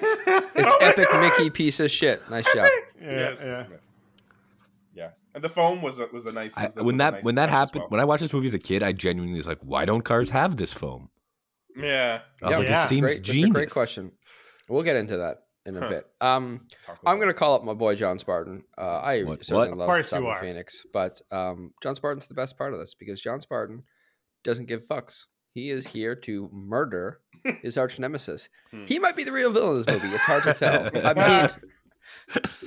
Speaker 2: It's
Speaker 3: Oh my
Speaker 2: epic
Speaker 3: God.
Speaker 2: Mickey piece of shit. Nice job.
Speaker 4: Yeah,
Speaker 3: yes,
Speaker 4: yeah.
Speaker 3: yes. yeah. And the phone was a- was the nice
Speaker 5: I,
Speaker 3: was the-
Speaker 5: when
Speaker 3: was the
Speaker 5: that
Speaker 3: nice
Speaker 5: when that
Speaker 3: touch as
Speaker 5: happened,
Speaker 3: well.
Speaker 5: when I watched this movie as a kid, I genuinely was like, "Why don't cars have this foam?"
Speaker 3: yeah.
Speaker 5: I was
Speaker 2: Yeah,
Speaker 5: like,
Speaker 4: yeah.
Speaker 5: "It seems
Speaker 2: Great.
Speaker 5: genius."
Speaker 2: That's a great question. We'll get into that in a
Speaker 3: Huh.
Speaker 2: bit. Um
Speaker 3: Taco Bell.
Speaker 2: I'm going to call up my boy John Spartan. Uh, I
Speaker 5: What-
Speaker 2: certainly
Speaker 5: what?
Speaker 2: love
Speaker 4: Of course you
Speaker 2: Simon
Speaker 4: are.
Speaker 2: Phoenix, but um, John Spartan's the best part of this because John Spartan doesn't give fucks. He is here to murder his arch nemesis.
Speaker 3: Hmm.
Speaker 2: He might be the real villain in this movie. It's hard to tell. I mean,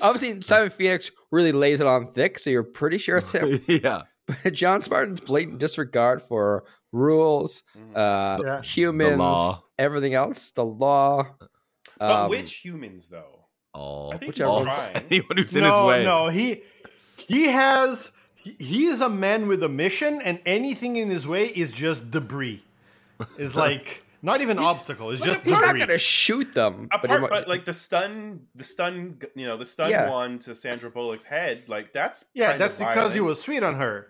Speaker 2: obviously Simon Phoenix really lays it on thick, so you're pretty sure it's him.
Speaker 5: yeah,
Speaker 2: But John Spartan's blatant disregard for rules, uh,
Speaker 4: Yeah.
Speaker 2: humans,
Speaker 5: law.
Speaker 2: everything else, the law.
Speaker 5: Uh,
Speaker 3: But
Speaker 2: um,
Speaker 3: which humans though?
Speaker 5: all
Speaker 3: I think
Speaker 2: which
Speaker 3: he's
Speaker 2: are-
Speaker 3: trying.
Speaker 5: anyone who's in his
Speaker 4: no,
Speaker 5: way.
Speaker 4: no, he he has he- he is a man with a mission, and anything in his way is just debris. Is like not even obstacle. It's just
Speaker 2: He's not
Speaker 4: debris.
Speaker 2: going to shoot them. but he
Speaker 3: Apart,
Speaker 2: might-
Speaker 3: but, like the stun, the stun, gu- you know, the stun
Speaker 2: Yeah.
Speaker 3: one to Sandra Bullock's head, like that's
Speaker 4: yeah,
Speaker 3: kinda
Speaker 4: that's because he
Speaker 3: violent.
Speaker 4: was sweet on her.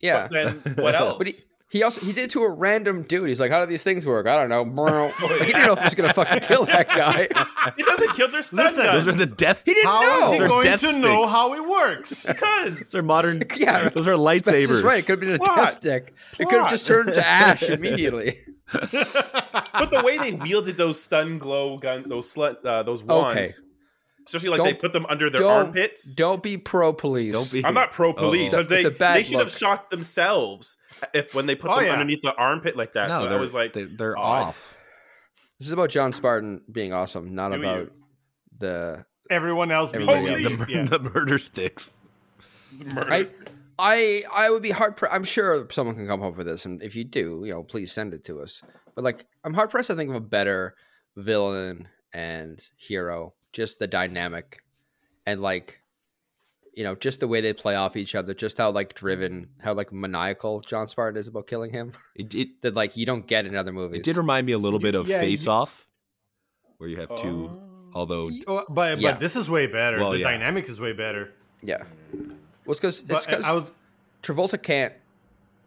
Speaker 2: yeah.
Speaker 3: But then what else?
Speaker 2: But he, he also he did it to a random dude. He's like, how do these things work? I don't know.
Speaker 3: Oh,
Speaker 2: Like, he didn't know if he was gonna fucking kill that guy.
Speaker 3: It doesn't kill their stun
Speaker 4: Listen,
Speaker 5: Those
Speaker 3: guns.
Speaker 5: are the death.
Speaker 2: He didn't
Speaker 4: How is
Speaker 2: know.
Speaker 4: he
Speaker 5: They're
Speaker 4: going
Speaker 5: death
Speaker 4: to
Speaker 5: sticks.
Speaker 4: know how it works?
Speaker 3: because
Speaker 5: They're modern.
Speaker 2: Yeah.
Speaker 5: those are
Speaker 2: Spencer's
Speaker 5: lightsabers.
Speaker 2: right. It could have been a
Speaker 3: Plot.
Speaker 2: death stick. It could have
Speaker 3: Plot.
Speaker 2: just turned to ash immediately.
Speaker 3: but the way they wielded those stun glow gun, those slut, uh, those wands.
Speaker 2: Okay.
Speaker 3: Especially like they
Speaker 2: Don't-
Speaker 3: put them under their
Speaker 2: don't-
Speaker 3: armpits.
Speaker 2: Don't be pro police.
Speaker 5: Don't be.
Speaker 3: I'm not pro police.
Speaker 5: Oh.
Speaker 3: I'm saying
Speaker 2: It's a bad
Speaker 3: they should have
Speaker 2: look.
Speaker 3: shot themselves if when they put
Speaker 4: Oh,
Speaker 3: them
Speaker 4: yeah.
Speaker 3: underneath the armpit like that. so I
Speaker 5: they're-
Speaker 3: was like,
Speaker 5: they, they're
Speaker 3: odd.
Speaker 5: off.
Speaker 2: This is about John Spartan being awesome, not
Speaker 3: Do
Speaker 2: about
Speaker 3: you?
Speaker 2: the.
Speaker 4: Everyone else being
Speaker 2: Everybody
Speaker 4: idiots.
Speaker 5: The,
Speaker 3: Police,
Speaker 5: mur-
Speaker 3: yeah.
Speaker 5: the murder sticks.
Speaker 3: murder.
Speaker 2: Right? I I would be hard. Pre- I'm sure someone can come up with this, and if you do, you know, please send it to us. But like, I'm hard pressed to think of a better villain and hero. Just the dynamic, and like, you know, just the way they play off each other. Just how like driven, how like maniacal John Spartan is about killing him.
Speaker 5: It, it,
Speaker 2: That like you don't get in other movies.
Speaker 5: it did remind me a little bit of
Speaker 4: Yeah, you-
Speaker 5: Face Off, where you have two.
Speaker 3: Oh.
Speaker 5: Although
Speaker 4: Oh, but
Speaker 2: Yeah.
Speaker 4: but this is way better.
Speaker 5: Well,
Speaker 4: the
Speaker 5: yeah.
Speaker 4: dynamic is way better.
Speaker 2: yeah. Well, it's because
Speaker 4: But uh, I was
Speaker 2: Travolta can't.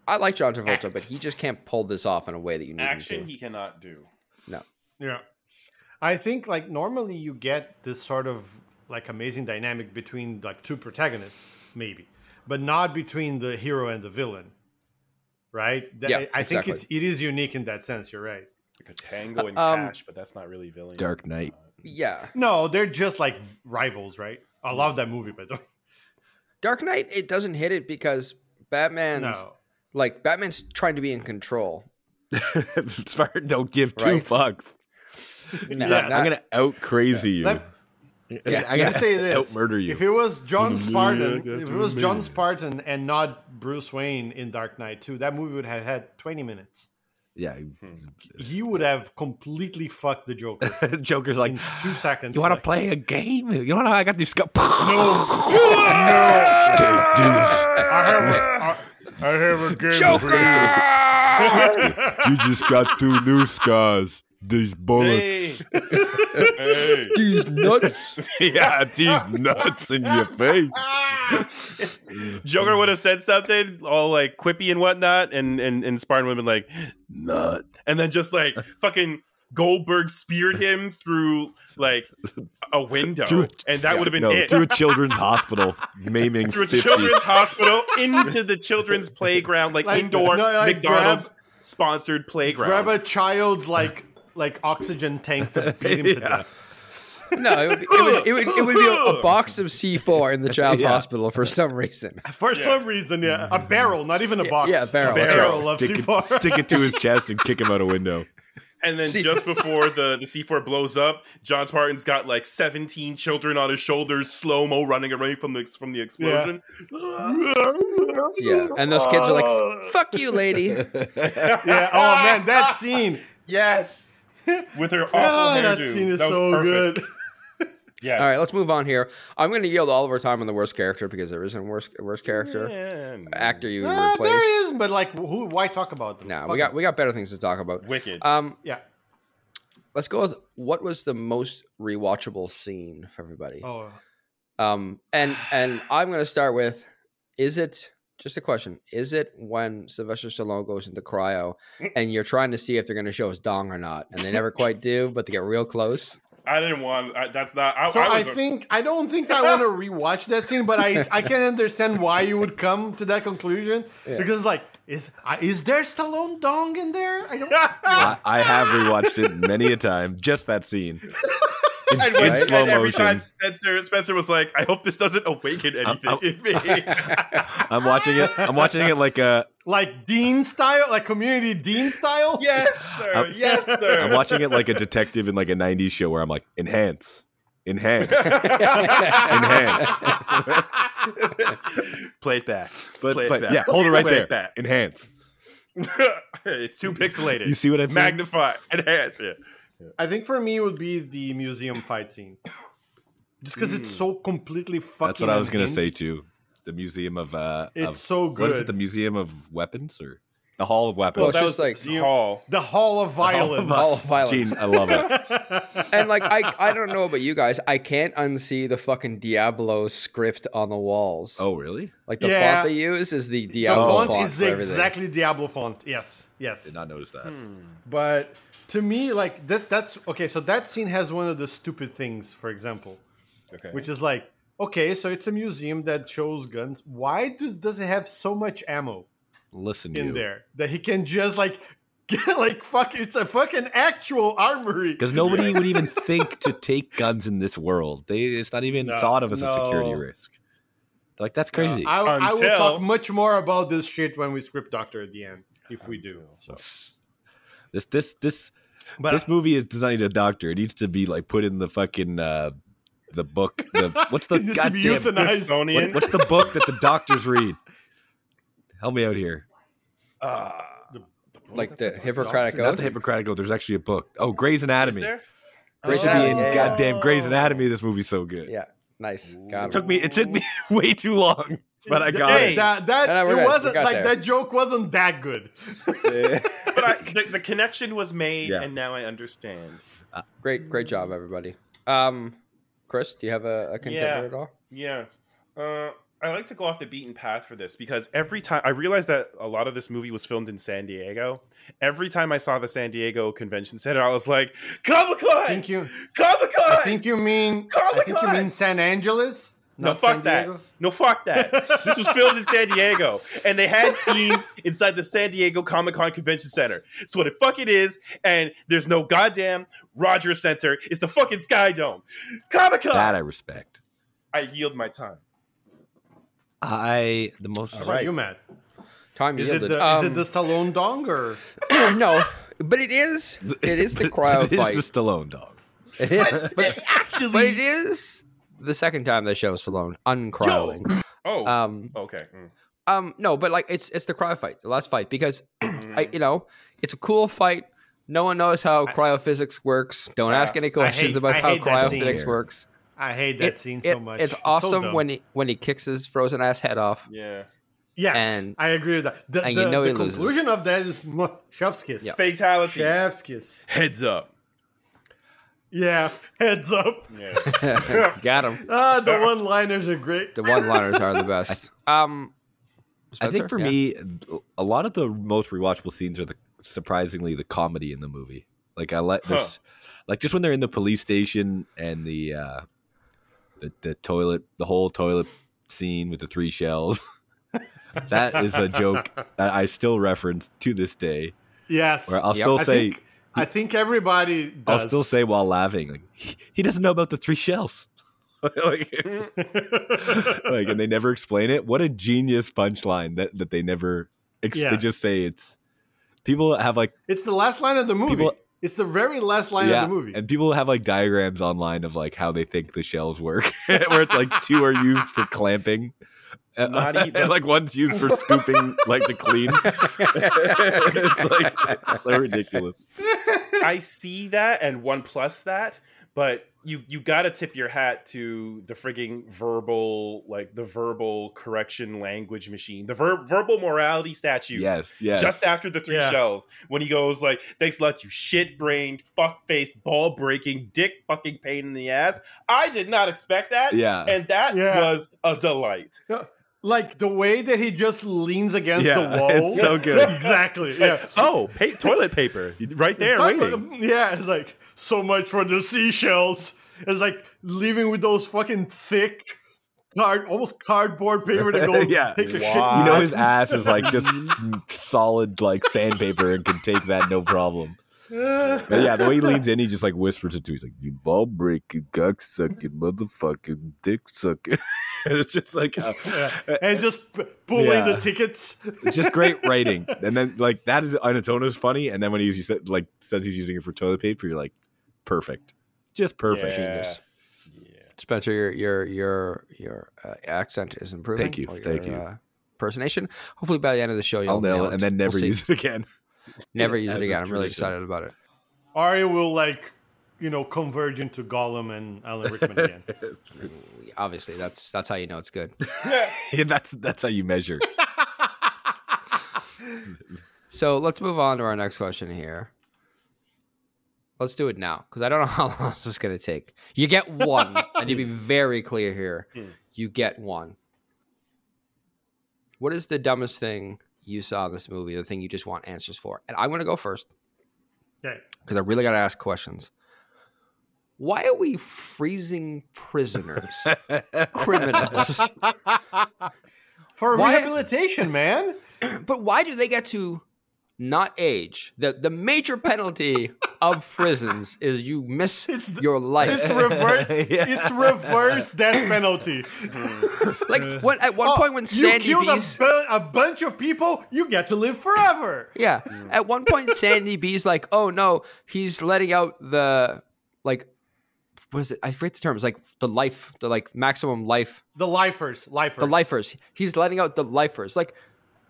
Speaker 2: I like John Travolta,
Speaker 4: Act.
Speaker 2: but he just can't pull this off in a way that you need
Speaker 3: Action
Speaker 2: him to.
Speaker 3: he cannot do.
Speaker 4: yeah. I think like normally you get this sort of like amazing dynamic between like two protagonists maybe, but not between the hero and the villain. Right? That-
Speaker 2: Yeah,
Speaker 4: I, I think
Speaker 2: exactly.
Speaker 4: it's it is unique in that sense, you're right.
Speaker 3: Like a tango and
Speaker 2: Um,
Speaker 3: cash, but that's not really villain.
Speaker 5: Dark Knight.
Speaker 2: Yeah,
Speaker 4: No, they're just like rivals, right? I love that movie, but
Speaker 2: Dark Knight it doesn't hit it because Batman's
Speaker 4: no.
Speaker 2: like Batman's trying to be in control.
Speaker 5: Spartan don't give two
Speaker 2: Right.
Speaker 5: fucks.
Speaker 2: No,
Speaker 4: Yes.
Speaker 5: I'm gonna out crazy you.
Speaker 4: Let-
Speaker 2: Yeah.
Speaker 5: I
Speaker 4: I gotta
Speaker 5: gotta
Speaker 4: say this:
Speaker 5: out-murder you.
Speaker 4: If it was John Spartan, if it was John Spartan and not Bruce Wayne in Dark Knight Two, that movie would have had twenty minutes.
Speaker 5: yeah.
Speaker 3: Hmm.
Speaker 4: He would have completely fucked the Joker
Speaker 5: Joker's like,
Speaker 4: in two seconds.
Speaker 5: you want to
Speaker 4: Hmm. like,
Speaker 5: play a game? You want to? I got these. Sc- no.
Speaker 4: I have a, I, I have a game. Joker.
Speaker 5: You just got two new scars. These
Speaker 3: Hey. hey.
Speaker 2: These nuts.
Speaker 5: yeah, these nuts in your face.
Speaker 3: Joker would have said something all like quippy and whatnot, and and, and Spartan would have been like, nut. And then just like fucking Goldberg speared him through like a window.
Speaker 5: Through a-
Speaker 3: and that would have been
Speaker 5: no,
Speaker 3: it.
Speaker 5: through a children's hospital, maiming
Speaker 3: through a
Speaker 5: 50.
Speaker 3: children's hospital into the children's playground, like,
Speaker 4: Like,
Speaker 3: indoor
Speaker 4: no, like,
Speaker 3: McDonald's
Speaker 4: grab-
Speaker 3: sponsored playground.
Speaker 4: Grab a child's like like oxygen tank to beat him to
Speaker 5: Yeah.
Speaker 4: death.
Speaker 2: No, it would, be- it would, it would, it would be a, a box of C4 in the child's
Speaker 5: Yeah.
Speaker 2: hospital for some reason.
Speaker 4: For some reason, yeah, a barrel, not even a box.
Speaker 2: yeah, a barrel,
Speaker 4: A
Speaker 2: that's
Speaker 4: barrel of
Speaker 5: stick,
Speaker 4: C4.
Speaker 5: it, stick it to his chest and kick him out a window.
Speaker 3: and then
Speaker 2: See-
Speaker 3: just before the, the C4 blows up, John Spartan's got like 17 children on his shoulders, slow mo running away from the from the explosion.
Speaker 2: Yeah, and those kids are like, "Fuck you, lady."
Speaker 4: yeah. Oh man, that scene.
Speaker 3: Yes. With her awful
Speaker 4: Oh,
Speaker 3: hairdo.
Speaker 4: that scene is
Speaker 3: That was
Speaker 4: so
Speaker 3: perfect.
Speaker 4: good.
Speaker 3: Yes.
Speaker 2: All right, let's move on here. I'm going to yield all of our time on the worst character because there isn't a worst worst character
Speaker 3: And
Speaker 2: actor you would
Speaker 4: Ah,
Speaker 2: replace.
Speaker 4: there is, but like, who? Why talk about them?
Speaker 2: No,
Speaker 4: Fuck
Speaker 2: we got
Speaker 4: them.
Speaker 2: we got better things to talk about.
Speaker 5: Uh,
Speaker 3: Wicked.
Speaker 2: Um,
Speaker 4: Yeah.
Speaker 2: let's go with what was the most rewatchable scene for everybody.
Speaker 4: Oh,
Speaker 2: Um, and and I'm gonna start with, is it just a question? Is it when Sylvester Stallone goes into cryo and you're trying to see if they're gonna show his dong or not, and they never quite do, but they get real close?
Speaker 3: I didn't want. I, that's not. I,
Speaker 4: so
Speaker 3: I
Speaker 4: I,
Speaker 3: was a-
Speaker 4: think I don't think I want to rewatch that scene, but I I can understand why you would come to that conclusion because like is uh, is there Stallone dong in there? I don't.
Speaker 5: I, I have rewatched it many a time, just that scene. In,
Speaker 3: And,
Speaker 5: in
Speaker 3: when, and
Speaker 5: slow
Speaker 3: every
Speaker 5: motion.
Speaker 3: time Spencer Spencer was like, "I hope this doesn't awaken anything
Speaker 5: I'm-
Speaker 3: in me."
Speaker 5: I'm watching it. I'm watching it like a.
Speaker 4: Like Dean style, like community Dean style.
Speaker 3: yes, sir.
Speaker 5: I'm-
Speaker 3: yes, sir.
Speaker 5: I'm watching it like a detective in like a '90s show where I'm like, enhance, enhance, enhance.
Speaker 3: Play it back.
Speaker 5: But,
Speaker 3: Play it
Speaker 5: but
Speaker 3: back.
Speaker 5: yeah, hold it right
Speaker 3: Play
Speaker 5: there.
Speaker 3: It back.
Speaker 5: Enhance.
Speaker 3: it's too pixelated.
Speaker 5: You see what I'm saying?
Speaker 3: Magnify. Enhance it.
Speaker 4: I think for me it would be the museum fight scene, just because it's so completely fucking.
Speaker 5: That's what I was gonna say
Speaker 4: unhinged.
Speaker 5: too. The museum of uh,
Speaker 4: It's
Speaker 5: of-
Speaker 4: so
Speaker 5: What is it?
Speaker 4: good.
Speaker 5: The museum of weapons or the hall of weapons?
Speaker 2: Well, that was like
Speaker 3: Paul.
Speaker 4: The Hall of Violence.
Speaker 2: Hall of Violence.
Speaker 5: Gene, I love it.
Speaker 2: and like I I don't know about you guys, I can't unsee the fucking Diablo script on the walls.
Speaker 5: Oh, really?
Speaker 2: Like the
Speaker 4: Yeah.
Speaker 2: font they use is the
Speaker 4: The
Speaker 2: Diablo
Speaker 4: font, is
Speaker 2: for everything.
Speaker 4: exactly Diablo font. Yes, yes.
Speaker 5: Did not notice that.
Speaker 4: Hmm. But to me, like that, that's okay. So that scene has one of the stupid things, for example,
Speaker 3: Okay.
Speaker 4: which is like, okay, so it's a museum that shows guns. Why do, does it have so much ammo
Speaker 5: Listen,
Speaker 4: in
Speaker 5: you.
Speaker 4: there that he can just like like fuck, it's a fucking actual armory.
Speaker 5: Because nobody would even think to take guns in this world. They, it's not even
Speaker 3: No.
Speaker 5: thought of as a security
Speaker 4: No.
Speaker 5: risk. They're like, that's crazy.
Speaker 4: I, I will
Speaker 3: Until-
Speaker 4: talk much more about this shit when we script doctor at the end, if we do. So,
Speaker 5: this this this
Speaker 4: but
Speaker 5: this movie is designed to doctor. It needs to be like put in the fucking uh, the book. The, what's the
Speaker 4: It needs to be
Speaker 5: goddamn
Speaker 4: euthanized.
Speaker 5: what,
Speaker 3: Smithsonian.
Speaker 5: what's the book that the doctors read? Help me out here.
Speaker 3: Uh,
Speaker 2: like the Hippocratic
Speaker 5: Not
Speaker 2: Oath.
Speaker 5: the Hippocratic Oath. There's actually a book. Oh, Grey's
Speaker 3: is
Speaker 5: Anatomy.
Speaker 3: there? Oh.
Speaker 5: They
Speaker 4: Oh,
Speaker 5: should be in goddamn Grey's Anatomy. This movie's so good.
Speaker 2: yeah, nice.
Speaker 5: It
Speaker 2: Got
Speaker 5: took
Speaker 2: it.
Speaker 5: me. It took me way too long, but I got
Speaker 4: hey,
Speaker 5: it.
Speaker 4: that that
Speaker 2: No, no, we're
Speaker 4: it
Speaker 2: good. We
Speaker 4: wasn't
Speaker 2: got
Speaker 4: like
Speaker 2: there.
Speaker 4: that joke wasn't that good.
Speaker 3: But I, the, the connection was made,
Speaker 5: Yeah.
Speaker 3: and now I understand.
Speaker 2: Great, great job, everybody. Um, Chris, do you have a, a contender
Speaker 3: Yeah.
Speaker 2: at all?
Speaker 3: Yeah. Uh, I like to go off the beaten path for this because every time I realized that a lot of this movie was filmed in San Diego. Every time I saw the San Diego Convention Center, I was like, Comic
Speaker 4: I
Speaker 3: Con!
Speaker 4: think you.
Speaker 3: Comic
Speaker 4: I
Speaker 3: Con!
Speaker 4: think you mean.
Speaker 2: Oh
Speaker 4: I think you
Speaker 3: Comic-Con!
Speaker 4: mean San Angeles.
Speaker 3: No,
Speaker 4: not San
Speaker 3: fuck that.
Speaker 4: Diego?
Speaker 3: No, fuck that. this was filmed in San Diego, and they had scenes inside the San Diego Comic Con Convention Center. It's what it fucking is, and there's no goddamn Rogers Center. It's the fucking Sky Dome. Comic
Speaker 5: That
Speaker 3: Con!
Speaker 5: I respect.
Speaker 3: I yield my time.
Speaker 5: I the most.
Speaker 2: right.
Speaker 4: What about you, Matt?
Speaker 2: Time
Speaker 4: Is it
Speaker 2: yielded.
Speaker 4: the is
Speaker 2: um,
Speaker 4: it the Stallone dong or?
Speaker 2: no, but it is. It is the cryo
Speaker 5: It is
Speaker 2: fight.
Speaker 5: the Stallone dog.
Speaker 2: It is, but, actually, but it is the second time they show Stallone uncryling.
Speaker 3: Oh,
Speaker 2: Um,
Speaker 3: okay. Mm.
Speaker 2: um, no, but like it's it's the cryo fight, the last fight, because
Speaker 3: Mm.
Speaker 2: I,
Speaker 4: Mm.
Speaker 2: you know it's a cool fight. No one knows how cryophysics works. Don't ask any questions
Speaker 4: hate-
Speaker 2: about
Speaker 4: I
Speaker 2: how
Speaker 4: hate that scene.
Speaker 2: cryophysics works.
Speaker 4: I hate that
Speaker 2: It-
Speaker 4: scene
Speaker 2: it-
Speaker 4: so much.
Speaker 2: It's
Speaker 4: so
Speaker 2: awesome
Speaker 4: dumb.
Speaker 2: when he when he kicks his frozen ass head off.
Speaker 3: Yeah.
Speaker 4: Yes,
Speaker 2: and-
Speaker 4: I agree with that. The,
Speaker 2: and you
Speaker 4: the-
Speaker 2: know
Speaker 4: the
Speaker 2: he loses.
Speaker 4: conclusion of that is mwah, chef's kiss.
Speaker 2: Yeah.
Speaker 3: Fatality.
Speaker 4: Chef's kiss.
Speaker 3: Heads up.
Speaker 4: Yeah, heads up.
Speaker 3: Yeah.
Speaker 2: Got him.
Speaker 4: Ah, the one liners are great.
Speaker 2: The one liners are the best. Um,
Speaker 5: I think
Speaker 2: Spencer?
Speaker 5: for
Speaker 2: Yeah.
Speaker 5: me, a lot of the most rewatchable scenes are the surprisingly the comedy in the movie. Like I like
Speaker 3: Huh.
Speaker 5: this, like just when they're in the police station and the uh the, the toilet, the whole toilet scene with the three shells. that is a joke that I still reference to this day.
Speaker 4: Yes,
Speaker 5: Where I'll
Speaker 2: Yep.
Speaker 5: still
Speaker 4: I
Speaker 5: say,
Speaker 4: think I think everybody.
Speaker 5: I'll
Speaker 4: Does.
Speaker 5: still say while laughing, like he, he doesn't know about the three shells. like, like, and they never explain it. What a genius punchline that that they never. Ex-
Speaker 4: Yeah.
Speaker 5: They just say it's people have like
Speaker 4: it's the last line of the movie.
Speaker 5: People-
Speaker 4: it's the very last line
Speaker 5: yeah,
Speaker 4: of the movie.
Speaker 5: and people have like diagrams online of like how they think the shells work, where it's like two are used for clamping. uh, and-
Speaker 3: Not even-
Speaker 5: and like one's used for scooping, like to clean. it's like it's so ridiculous.
Speaker 3: I see that and one plus that, but you you gotta tip your hat to the frigging verbal like the verbal correction language machine, the ver- verbal morality statues.
Speaker 5: Yes, yes.
Speaker 3: Just after the three
Speaker 4: Yeah.
Speaker 3: shells, when he goes like, "Thanks a lot, you shit-brained, fuck-faced, ball-breaking, dick-fucking pain in the ass." I did not expect that,
Speaker 5: yeah.
Speaker 3: and that
Speaker 4: Yeah.
Speaker 3: was a delight.
Speaker 4: like the way that he just leans against
Speaker 5: Yeah,
Speaker 4: the wall.
Speaker 5: it's so good.
Speaker 4: exactly.
Speaker 3: It's like,
Speaker 4: yeah.
Speaker 3: oh, pa- toilet paper, right there,
Speaker 4: Talk
Speaker 3: waiting.
Speaker 4: about- yeah, it's like so much for the seashells. It's like living with those fucking thick, card, almost cardboard paper to go
Speaker 5: Yeah.
Speaker 4: take a
Speaker 3: Wow.
Speaker 5: You
Speaker 4: shit.
Speaker 5: know his ass is like just solid like sandpaper and can take that no problem. But yeah, the way he leans in, he just like whispers it to. you. He's like, "You ball breaking, cock sucking, motherfucking dick sucking." and it's just like uh,
Speaker 4: and just p- pulling
Speaker 5: Yeah.
Speaker 4: the tickets.
Speaker 5: just great writing. And then like that is on its own is funny. And then when he's he like says he's using it for toilet paper, you're like, perfect, just perfect.
Speaker 3: Yeah.
Speaker 2: Spencer, your your your your uh, accent is improving.
Speaker 5: Thank you,
Speaker 2: or your,
Speaker 5: thank you.
Speaker 2: Uh, impersonation. Hopefully, by the end of the show, you'll
Speaker 5: I'll nail it and then
Speaker 2: We'll
Speaker 5: never
Speaker 2: see.
Speaker 5: use it again.
Speaker 2: never use
Speaker 5: as
Speaker 2: it
Speaker 5: is
Speaker 2: again. I'm really
Speaker 5: tradition.
Speaker 2: excited about it.
Speaker 4: Arya will like, you know, converge into Gollum and Alan Rickman again.
Speaker 2: Obviously, that's that's how you know it's good.
Speaker 5: Yeah, that's that's how you measure.
Speaker 2: So let's move on to our next question here. Let's do it now because I don't know how long this is going to take. You get one. I need to be very clear here.
Speaker 5: Hmm.
Speaker 2: You get one. What is the dumbest thing you saw in this movie? The thing you just want answers for? And I'm going to go first.
Speaker 4: Okay.
Speaker 2: because I really got to ask questions. Why are we freezing prisoners, criminals?
Speaker 4: For
Speaker 2: Why-
Speaker 4: rehabilitation, man.
Speaker 2: But why do they get to not age. The the major penalty of prisons is you miss
Speaker 4: It's the-
Speaker 2: your life.
Speaker 4: It's reverse.
Speaker 5: Yeah. Hmm.
Speaker 4: It's reverse death penalty.
Speaker 2: like when at one
Speaker 4: Oh,
Speaker 2: point when
Speaker 4: you
Speaker 2: Sandy
Speaker 4: killed a,
Speaker 2: B's
Speaker 4: bu- a bunch of people, you get to live forever.
Speaker 2: Yeah. At one point, Sandy B's like, "Oh no, he's letting out the like, what is it? I forget the term. It's like the life, the like maximum life,
Speaker 4: The lifers, lifers,
Speaker 2: the lifers. He's letting out the lifers. Like,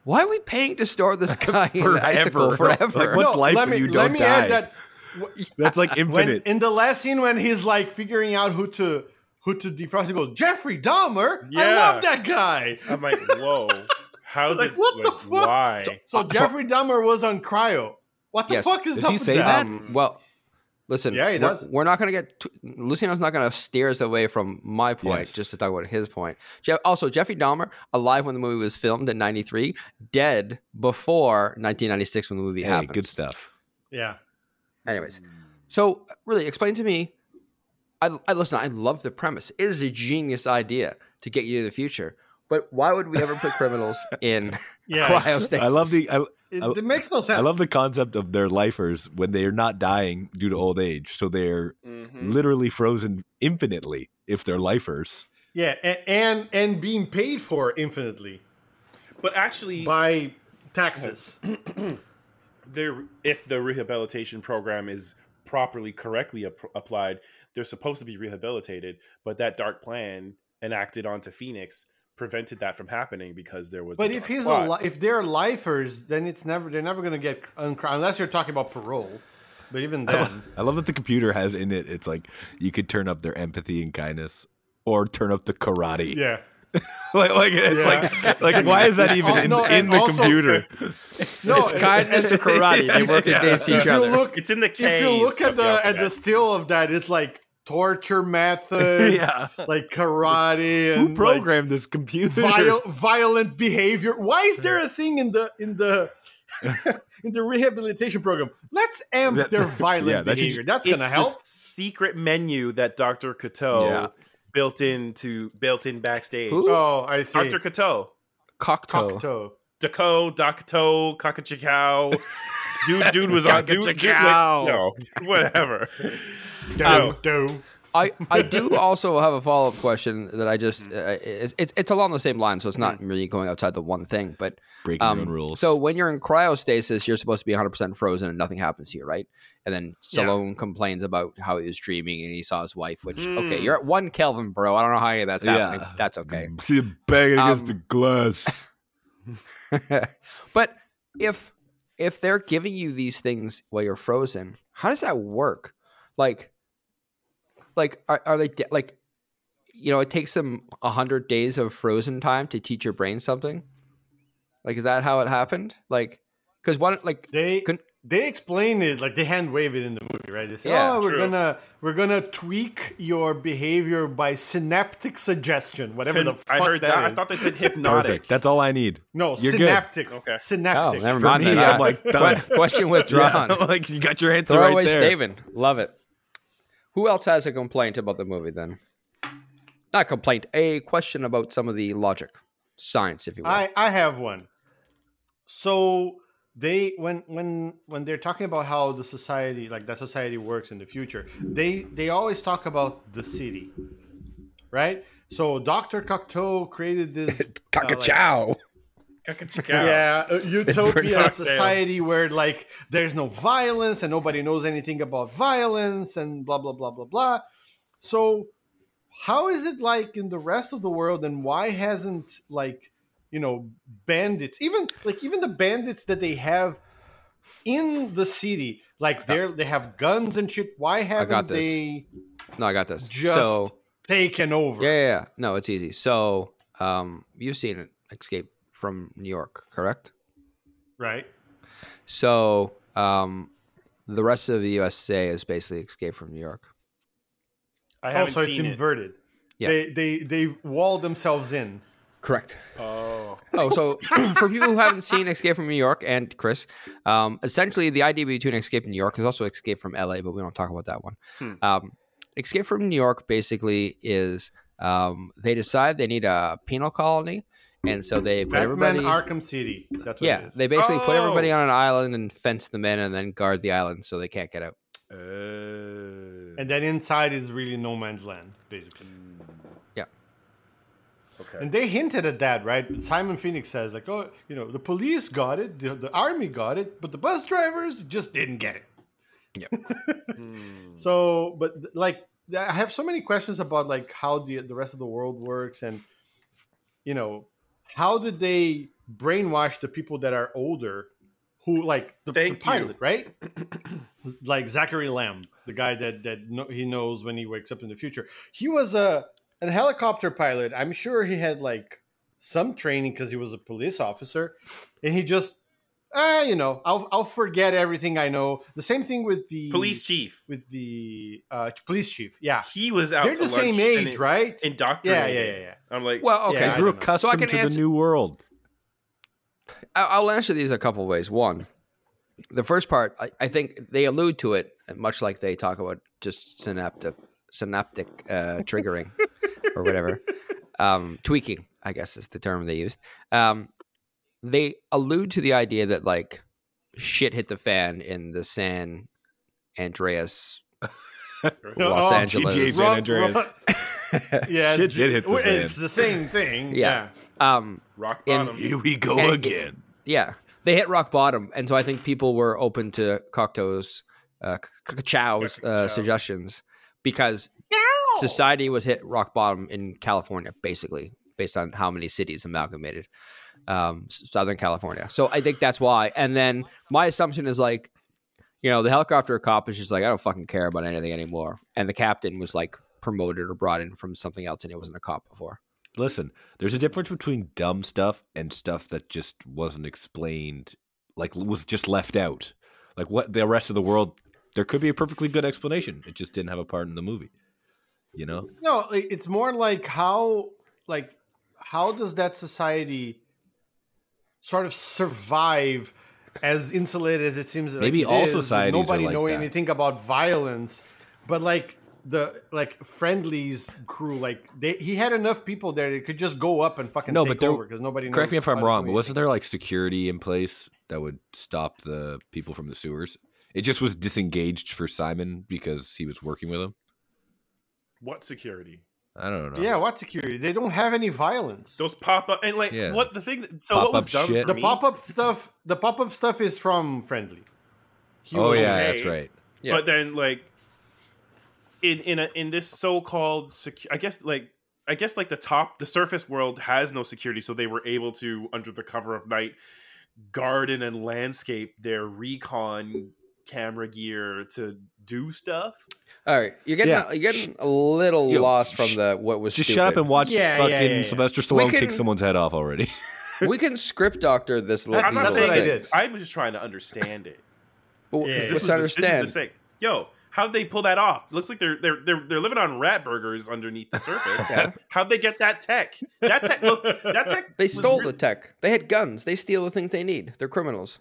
Speaker 2: why are we paying to store this guy in an icicle
Speaker 5: Forever.
Speaker 2: forever?
Speaker 5: Like, what- What's life
Speaker 4: let
Speaker 5: when
Speaker 4: me,
Speaker 5: you
Speaker 4: Let
Speaker 5: don't
Speaker 4: me
Speaker 5: die?
Speaker 4: add that
Speaker 5: That's like
Speaker 4: when
Speaker 5: infinite.
Speaker 4: in the last scene when he's like figuring out who to who to defrost, he goes Jeffrey Dahmer. I
Speaker 3: Yeah.
Speaker 4: love that guy.
Speaker 5: Uh,
Speaker 3: I'm like, whoa. How
Speaker 4: Like,
Speaker 3: did
Speaker 4: what the
Speaker 3: like,
Speaker 4: fuck?
Speaker 3: why?
Speaker 4: So Jeffrey Dahmer was on cryo. What the
Speaker 2: Yes.
Speaker 4: fuck is
Speaker 5: Does
Speaker 4: up
Speaker 5: he
Speaker 4: with
Speaker 5: say
Speaker 4: that?
Speaker 2: Um, well, listen,
Speaker 4: Yeah, he
Speaker 2: we're,
Speaker 4: does.
Speaker 2: we're not going to get too, Luciano's not going to steer us away from my point
Speaker 5: Yes.
Speaker 2: just to talk about his point. Jeff, also, Jeffrey Dahmer, alive when the movie was filmed in '93, dead before 1996 when the movie
Speaker 5: hey,
Speaker 2: happened.
Speaker 5: good stuff.
Speaker 4: Yeah.
Speaker 2: Anyways, so really explain to me. I, I listen. I love the premise. It is a genius idea to get you to the future. But why would we ever put criminals in
Speaker 4: Yeah.
Speaker 2: cryostasis?
Speaker 5: I love the I,
Speaker 4: It,
Speaker 5: I-
Speaker 4: it makes no sense.
Speaker 5: I love the concept of their lifers when they are not dying due to old age, so they're
Speaker 4: Hmm.
Speaker 3: Mhm.
Speaker 5: literally frozen infinitely if they're lifers.
Speaker 4: yeah, a- and and being paid for infinitely
Speaker 3: But actually,
Speaker 4: by taxes.
Speaker 3: there if the rehabilitation program is properly correctly ap- applied they're supposed to be rehabilitated but that dark plan enacted onto phoenix prevented that from happening because there was a
Speaker 4: But if
Speaker 3: dark
Speaker 4: he's
Speaker 3: plot.
Speaker 4: a li- if they're lifers, then it's never they're never gonna get uncrowned unless you're talking about parole. But even then,
Speaker 5: I love that the computer has in it. It's like you could turn up their empathy and kindness, or turn up the karate.
Speaker 4: yeah.
Speaker 5: like, like it's
Speaker 4: Yeah.
Speaker 5: like, like why is that even
Speaker 4: Oh,
Speaker 5: in,
Speaker 4: no,
Speaker 5: in
Speaker 4: and
Speaker 5: the
Speaker 4: also-
Speaker 5: computer?
Speaker 4: No,
Speaker 2: It's kindness and karate. They work against each
Speaker 4: if you
Speaker 2: other.
Speaker 4: look,
Speaker 3: it's in the case
Speaker 4: if you look at the at the still of that, it's like torture methods,
Speaker 5: yeah,
Speaker 4: like karate and
Speaker 5: who programmed this computer?
Speaker 4: like, viol- violent behavior. Why is there a thing in the in the in the rehabilitation program? Let's amp
Speaker 5: That-
Speaker 4: their violent
Speaker 5: yeah, that should-
Speaker 4: behavior. That's
Speaker 3: it's
Speaker 4: gonna help.
Speaker 3: the secret menu that dr coteau
Speaker 5: Yeah.
Speaker 3: built into built in backstage
Speaker 2: Who?
Speaker 4: Oh, I see.
Speaker 3: dr coteau
Speaker 5: Oh.
Speaker 2: Cocteau.
Speaker 4: Cocteau.
Speaker 3: Daco, Dacato, Kakachicow. Dude, dude was on. Dude, dude,
Speaker 5: Kakachicow.
Speaker 3: no, whatever.
Speaker 4: Do, do.
Speaker 2: I, I do also have a follow up question that I just uh, it's, it's it's along the same line, so it's not
Speaker 4: Mm.
Speaker 2: really going outside the one thing. But
Speaker 5: Breaking your
Speaker 2: um,
Speaker 5: own rules.
Speaker 2: so when you're in cryostasis, you're supposed to be 100 percent frozen and nothing happens to you, right? And then
Speaker 4: Yeah.
Speaker 2: Stallone complains about how he was dreaming and he saw his wife. Which okay,
Speaker 3: Mm.
Speaker 2: you're at one Kelvin, bro. I don't know how any of that's happening.
Speaker 5: Yeah.
Speaker 2: but That's okay.
Speaker 5: see you banging against
Speaker 2: Um,
Speaker 5: the glass.
Speaker 2: but if if they're giving you these things while you're frozen, how does that work? Like, like are, are they de- like, you know, it takes them a hundred days of frozen time to teach your brain something. Like, is that how it happened? Like, because one like
Speaker 4: They
Speaker 2: Couldn't-
Speaker 4: they explain it like they hand wave it in the movie, right? They say,
Speaker 2: Yeah,
Speaker 4: "Oh, we're
Speaker 3: true.
Speaker 4: gonna we're gonna tweak your behavior by synaptic suggestion, whatever the fuck
Speaker 3: I heard that. I
Speaker 4: is.
Speaker 3: thought they said hypnotic.
Speaker 5: Perfect. That's all I need.
Speaker 4: no,
Speaker 5: You're good.
Speaker 4: synaptic.
Speaker 3: Okay.
Speaker 2: oh,
Speaker 4: synaptic.
Speaker 2: never
Speaker 5: For
Speaker 2: mind.
Speaker 5: me,
Speaker 2: then.
Speaker 5: I'm
Speaker 2: I-
Speaker 5: like done.
Speaker 2: question withdrawn.
Speaker 5: Yeah, like you got your answer right
Speaker 2: Throwaway
Speaker 5: there.
Speaker 2: statement. Love it. Who else has a complaint about the movie then? Not complaint, a question about some of the logic, science, if you will.
Speaker 4: I I have one. So they when when when they're talking about how the society like that society works in the future, they they always talk about the city, right? So Doctor Cocteau created this uh, like,
Speaker 5: Chow.
Speaker 3: Kakachicow.
Speaker 4: Yeah, a utopia
Speaker 3: Cocktail.
Speaker 4: society where like there's no violence and nobody knows anything about violence and blah blah blah blah blah. So how is it like in the rest of the world and why hasn't like you know bandits even like even the bandits that they have in the city like they're they have guns and shit why
Speaker 2: got
Speaker 4: haven't
Speaker 2: this.
Speaker 4: they
Speaker 2: no, I got this.
Speaker 4: just
Speaker 2: so,
Speaker 4: taken over
Speaker 2: yeah, yeah, yeah. No, it's easy. So, um, you've seen it, Escape from New York, correct?
Speaker 4: right
Speaker 2: So, um, the rest of the USA is basically Escape from New York.
Speaker 3: I haven't
Speaker 4: also it's
Speaker 3: seen it.
Speaker 4: inverted
Speaker 2: Yeah.
Speaker 4: they they they wall themselves in
Speaker 2: Correct.
Speaker 3: oh,
Speaker 2: Oh, so for people who haven't seen Escape from New York and Chris, um, essentially the idea between Escape from New York is also Escape from LA, but we don't talk about that one.
Speaker 3: Hmm.
Speaker 2: Um, Escape from New York basically is um, they decide they need a penal colony and so they put
Speaker 4: Batman
Speaker 2: everybody.
Speaker 4: Arkham City. That's what it
Speaker 2: yeah,
Speaker 4: is.
Speaker 2: they basically put everybody
Speaker 3: Oh!
Speaker 2: on an island and fence them in, and then guard the island so they can't get out.
Speaker 3: Uh,
Speaker 4: and then inside is really no man's land, basically.
Speaker 3: okay.
Speaker 4: And they hinted at that, right? Simon Phoenix says, like, oh, you know, the police got it, the, the army got it, but the bus drivers just didn't get it.
Speaker 3: Hmm.
Speaker 4: So, but like, I have so many questions about like how the the rest of the world works, and you know, how did they brainwash the people that are older, who like the, the
Speaker 3: Thank you.
Speaker 4: pilot, right? like Zachary Lamb, the guy that that no, he knows when he wakes up in the future. He was a an helicopter pilot. I'm sure he had like some training because he was a police officer, and he just. Ah, you know, I'll I'll forget everything I know. The same thing with the
Speaker 3: Police chief.
Speaker 4: with the uh, police chief. Yeah,
Speaker 3: He was out.
Speaker 4: they're
Speaker 3: to
Speaker 4: the
Speaker 3: lunch
Speaker 4: same
Speaker 3: and
Speaker 4: age,
Speaker 3: it-
Speaker 4: right? Yeah,
Speaker 3: Indoctrinated.
Speaker 4: yeah, yeah, yeah.
Speaker 3: I'm like,
Speaker 2: Well, okay,
Speaker 4: Yeah, I
Speaker 5: grew
Speaker 4: don't know. So I
Speaker 5: accustomed
Speaker 2: can
Speaker 5: to
Speaker 2: answer-
Speaker 5: the new world.
Speaker 2: I- I'll answer these a couple ways. One, the first part, I, I think they allude to it, much like they talk about just synaptic, synaptic uh, triggering or whatever, um, tweaking. I guess is the term they used. Um, they allude to the idea that like shit hit the fan in the San Andreas, Los
Speaker 4: Oh,
Speaker 2: Angeles.
Speaker 5: GTA San Andreas.
Speaker 4: yeah,
Speaker 5: Shit did hit the
Speaker 4: well,
Speaker 5: fan.
Speaker 4: It's the same thing.
Speaker 2: Yeah.
Speaker 4: Yeah.
Speaker 2: Um,
Speaker 3: rock
Speaker 2: in-
Speaker 3: bottom.
Speaker 5: Here we go
Speaker 2: And-
Speaker 5: again.
Speaker 2: yeah, they hit rock bottom, and so I think people were open to Cocteau's, uh, c- c- Chow's
Speaker 3: Yeah,
Speaker 2: uh,
Speaker 3: Chow.
Speaker 2: suggestions because society was hit rock bottom in California, basically based on how many cities amalgamated um, s- Southern California. So I think that's why. And then my assumption is like, you know, the helicopter cop is just like, I don't fucking care about anything anymore, and the captain was like promoted or brought in from something else, and it wasn't a cop before.
Speaker 5: Listen, there's a difference between dumb stuff and stuff that just wasn't explained, like was just left out. Like what the rest of the world, there could be a perfectly good explanation. It just didn't have a part in the movie. You know?
Speaker 4: No, like, it's more like how like how does that society sort of survive as insulated as it seems? like
Speaker 5: Maybe
Speaker 4: it
Speaker 5: all
Speaker 4: is, with
Speaker 5: societies are
Speaker 4: Nobody
Speaker 5: like
Speaker 4: knowing
Speaker 5: that.
Speaker 4: anything about violence, but like the like friendlies crew like they he had enough people there that could just go up and fucking
Speaker 5: No,
Speaker 4: take
Speaker 5: but there-
Speaker 4: over because nobody
Speaker 5: Correct me
Speaker 4: knows
Speaker 5: if I'm
Speaker 4: how to
Speaker 5: wrong,
Speaker 4: do
Speaker 5: but
Speaker 4: anything.
Speaker 5: wasn't there like security in place that would stop the people from the sewers? It just was disengaged for Simon because he was working with him.
Speaker 3: What security?
Speaker 5: I don't know.
Speaker 4: Yeah, what security? They don't have any violence.
Speaker 3: Those pop up and like
Speaker 5: Yeah.
Speaker 3: what the thing. that- So
Speaker 5: Pop-up
Speaker 3: what was done?
Speaker 5: shit.
Speaker 3: For
Speaker 4: the
Speaker 3: me-
Speaker 4: pop up stuff. The pop up stuff is from Friendly. He
Speaker 5: Oh
Speaker 4: was-
Speaker 5: yeah,
Speaker 3: okay.
Speaker 5: that's right.
Speaker 2: Yeah.
Speaker 3: But then like in in a, in this so-called secu- I guess like I guess like the top the surface world has no security so they were able to under the cover of night garden and landscape their recon camera gear to do stuff.
Speaker 2: All right, you're getting
Speaker 5: Yeah.
Speaker 2: a, you're getting a little
Speaker 5: Yo,
Speaker 2: lost from
Speaker 5: sh-
Speaker 2: the what was
Speaker 5: Just
Speaker 2: stupid.
Speaker 5: shut up and watch
Speaker 4: Yeah, yeah,
Speaker 5: fucking
Speaker 4: yeah, yeah.
Speaker 5: Sylvester
Speaker 2: We
Speaker 5: Stallone kick
Speaker 2: can-
Speaker 5: someone' head off already.
Speaker 2: we can script doctor this little
Speaker 3: I'm not
Speaker 4: That's
Speaker 2: these
Speaker 3: saying
Speaker 4: what I
Speaker 2: little
Speaker 4: did.
Speaker 2: things.
Speaker 3: I was just trying to understand it.
Speaker 2: But
Speaker 4: Yeah,
Speaker 2: let's
Speaker 4: yeah.
Speaker 3: This was,
Speaker 2: understand.
Speaker 3: This is the thing. Yo, how'd they pull that off? Looks like they're they're they're, they're living on rat burgers underneath the surface.
Speaker 2: Yeah.
Speaker 3: How'd they get that tech? That tech look that tech
Speaker 2: they
Speaker 3: was
Speaker 2: stole
Speaker 3: really-
Speaker 2: the tech. They had guns. They steal the things they need. They're criminals.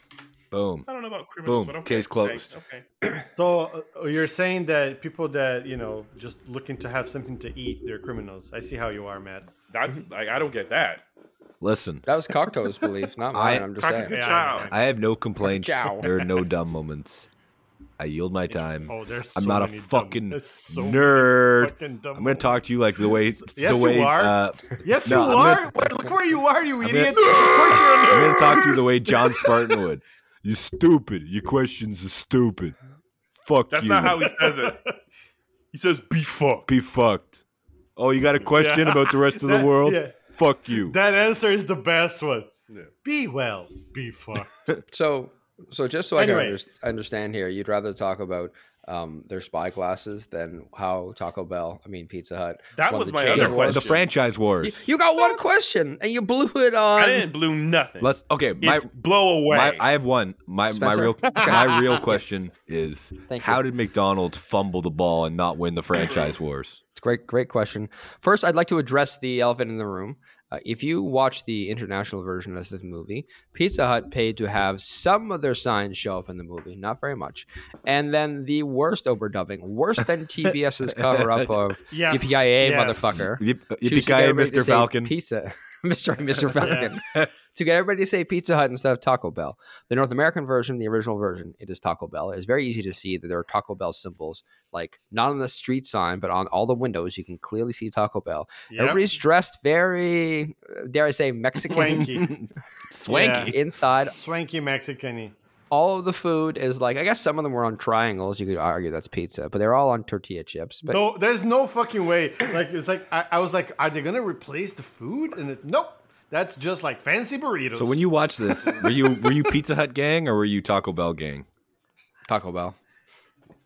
Speaker 5: Boom.
Speaker 3: I don't know about criminals,
Speaker 5: Boom.
Speaker 3: but okay.
Speaker 5: Case closed.
Speaker 3: thanks, Okay.
Speaker 4: So uh, you're saying that people that you know just looking to have something to eat, they're criminals. I see how you are, Matt.
Speaker 3: That's like I don't get that.
Speaker 5: Listen,
Speaker 2: That was Cocteau's belief, not mine.
Speaker 5: I-
Speaker 2: I'm just
Speaker 3: Cock
Speaker 2: saying.
Speaker 4: Yeah,
Speaker 3: child.
Speaker 5: I have no complaints.
Speaker 2: Ciao.
Speaker 5: There are no dumb moments. I yield my time.
Speaker 4: Oh, there's.
Speaker 5: I'm
Speaker 4: so
Speaker 5: not a
Speaker 4: many dumb-
Speaker 5: fucking
Speaker 4: there's so many
Speaker 5: nerd.
Speaker 4: fucking dumb
Speaker 5: I'm going to talk to you like the way
Speaker 4: Oh, Yes,
Speaker 5: the
Speaker 4: you
Speaker 5: way
Speaker 4: are.
Speaker 5: uh,
Speaker 4: Yes,
Speaker 5: No,
Speaker 4: you
Speaker 5: I'm
Speaker 4: are.
Speaker 5: gonna-
Speaker 4: Wait, look where you are, you
Speaker 5: gonna-
Speaker 4: idiot. Of course you're a nerd.
Speaker 5: I'm going to talk to you the way John Spartan would. You stupid. Your questions are stupid. Fuck
Speaker 3: That's
Speaker 5: you.
Speaker 3: not how he says it. He says be fucked.
Speaker 5: be fucked. Oh, you got a question about the rest of the
Speaker 4: That-
Speaker 5: world?
Speaker 4: yeah.
Speaker 5: Fuck you.
Speaker 4: That answer is the best one.
Speaker 3: Yeah.
Speaker 4: Be well. Be fucked.
Speaker 2: So, so just so I can
Speaker 4: Anyway.
Speaker 2: under- understand here, you'd rather talk about um, their spy glasses than how Taco Bell, I mean Pizza Hut.
Speaker 3: That
Speaker 2: won
Speaker 3: was
Speaker 2: the
Speaker 3: my
Speaker 2: chicken
Speaker 3: other
Speaker 2: war.
Speaker 5: Well, the
Speaker 3: question.
Speaker 5: franchise
Speaker 2: You,
Speaker 5: wars.
Speaker 2: you got one question and you blew it
Speaker 3: I
Speaker 2: on.
Speaker 3: didn't blew nothing.
Speaker 5: Let's okay. My,
Speaker 3: it's blow away.
Speaker 5: my I have one. My
Speaker 2: Spencer?
Speaker 5: my real my real question is
Speaker 2: Thank
Speaker 5: how
Speaker 2: you.
Speaker 5: did McDonald's fumble the ball and not win the franchise wars?
Speaker 2: It's a great, great question. First, I'd like to address the elephant in the room. Uh, if you watch the international version of this movie, Pizza Hut paid to have some of their signs show up in the movie, not very much. And then the worst overdubbing, worse than TBS's cover up of E
Speaker 4: Yes.
Speaker 2: EPIA
Speaker 4: yes.
Speaker 2: motherfucker.
Speaker 5: Yip-
Speaker 2: Choosing
Speaker 5: uh, Yippee-ki-yay,
Speaker 2: everybody to
Speaker 5: Mr.
Speaker 2: say
Speaker 5: Falcon.
Speaker 2: Pizza. Mr. Mr. Falcon. to get everybody to say Pizza Hut instead of Taco Bell. The North American version, the original version, it is Taco Bell. It's very easy to see that there are Taco Bell symbols, like not on the street sign, but on all the windows. You can clearly see Taco Bell.
Speaker 4: Yep.
Speaker 2: Everybody's dressed very, uh, dare I say, Mexican
Speaker 4: Swanky,
Speaker 5: Swanky.
Speaker 2: inside.
Speaker 4: swanky Mexican.
Speaker 2: All of the food is like, I guess some of them were on triangles. You could argue that's pizza, but they're all on tortilla chips. But
Speaker 4: No, there's no fucking way. Like it's like I, I was like, are they gonna replace the food? And it, nope, that's just like fancy burritos.
Speaker 5: So when you watch this, were you were you Pizza Hut gang or were you Taco Bell gang?
Speaker 2: Taco Bell.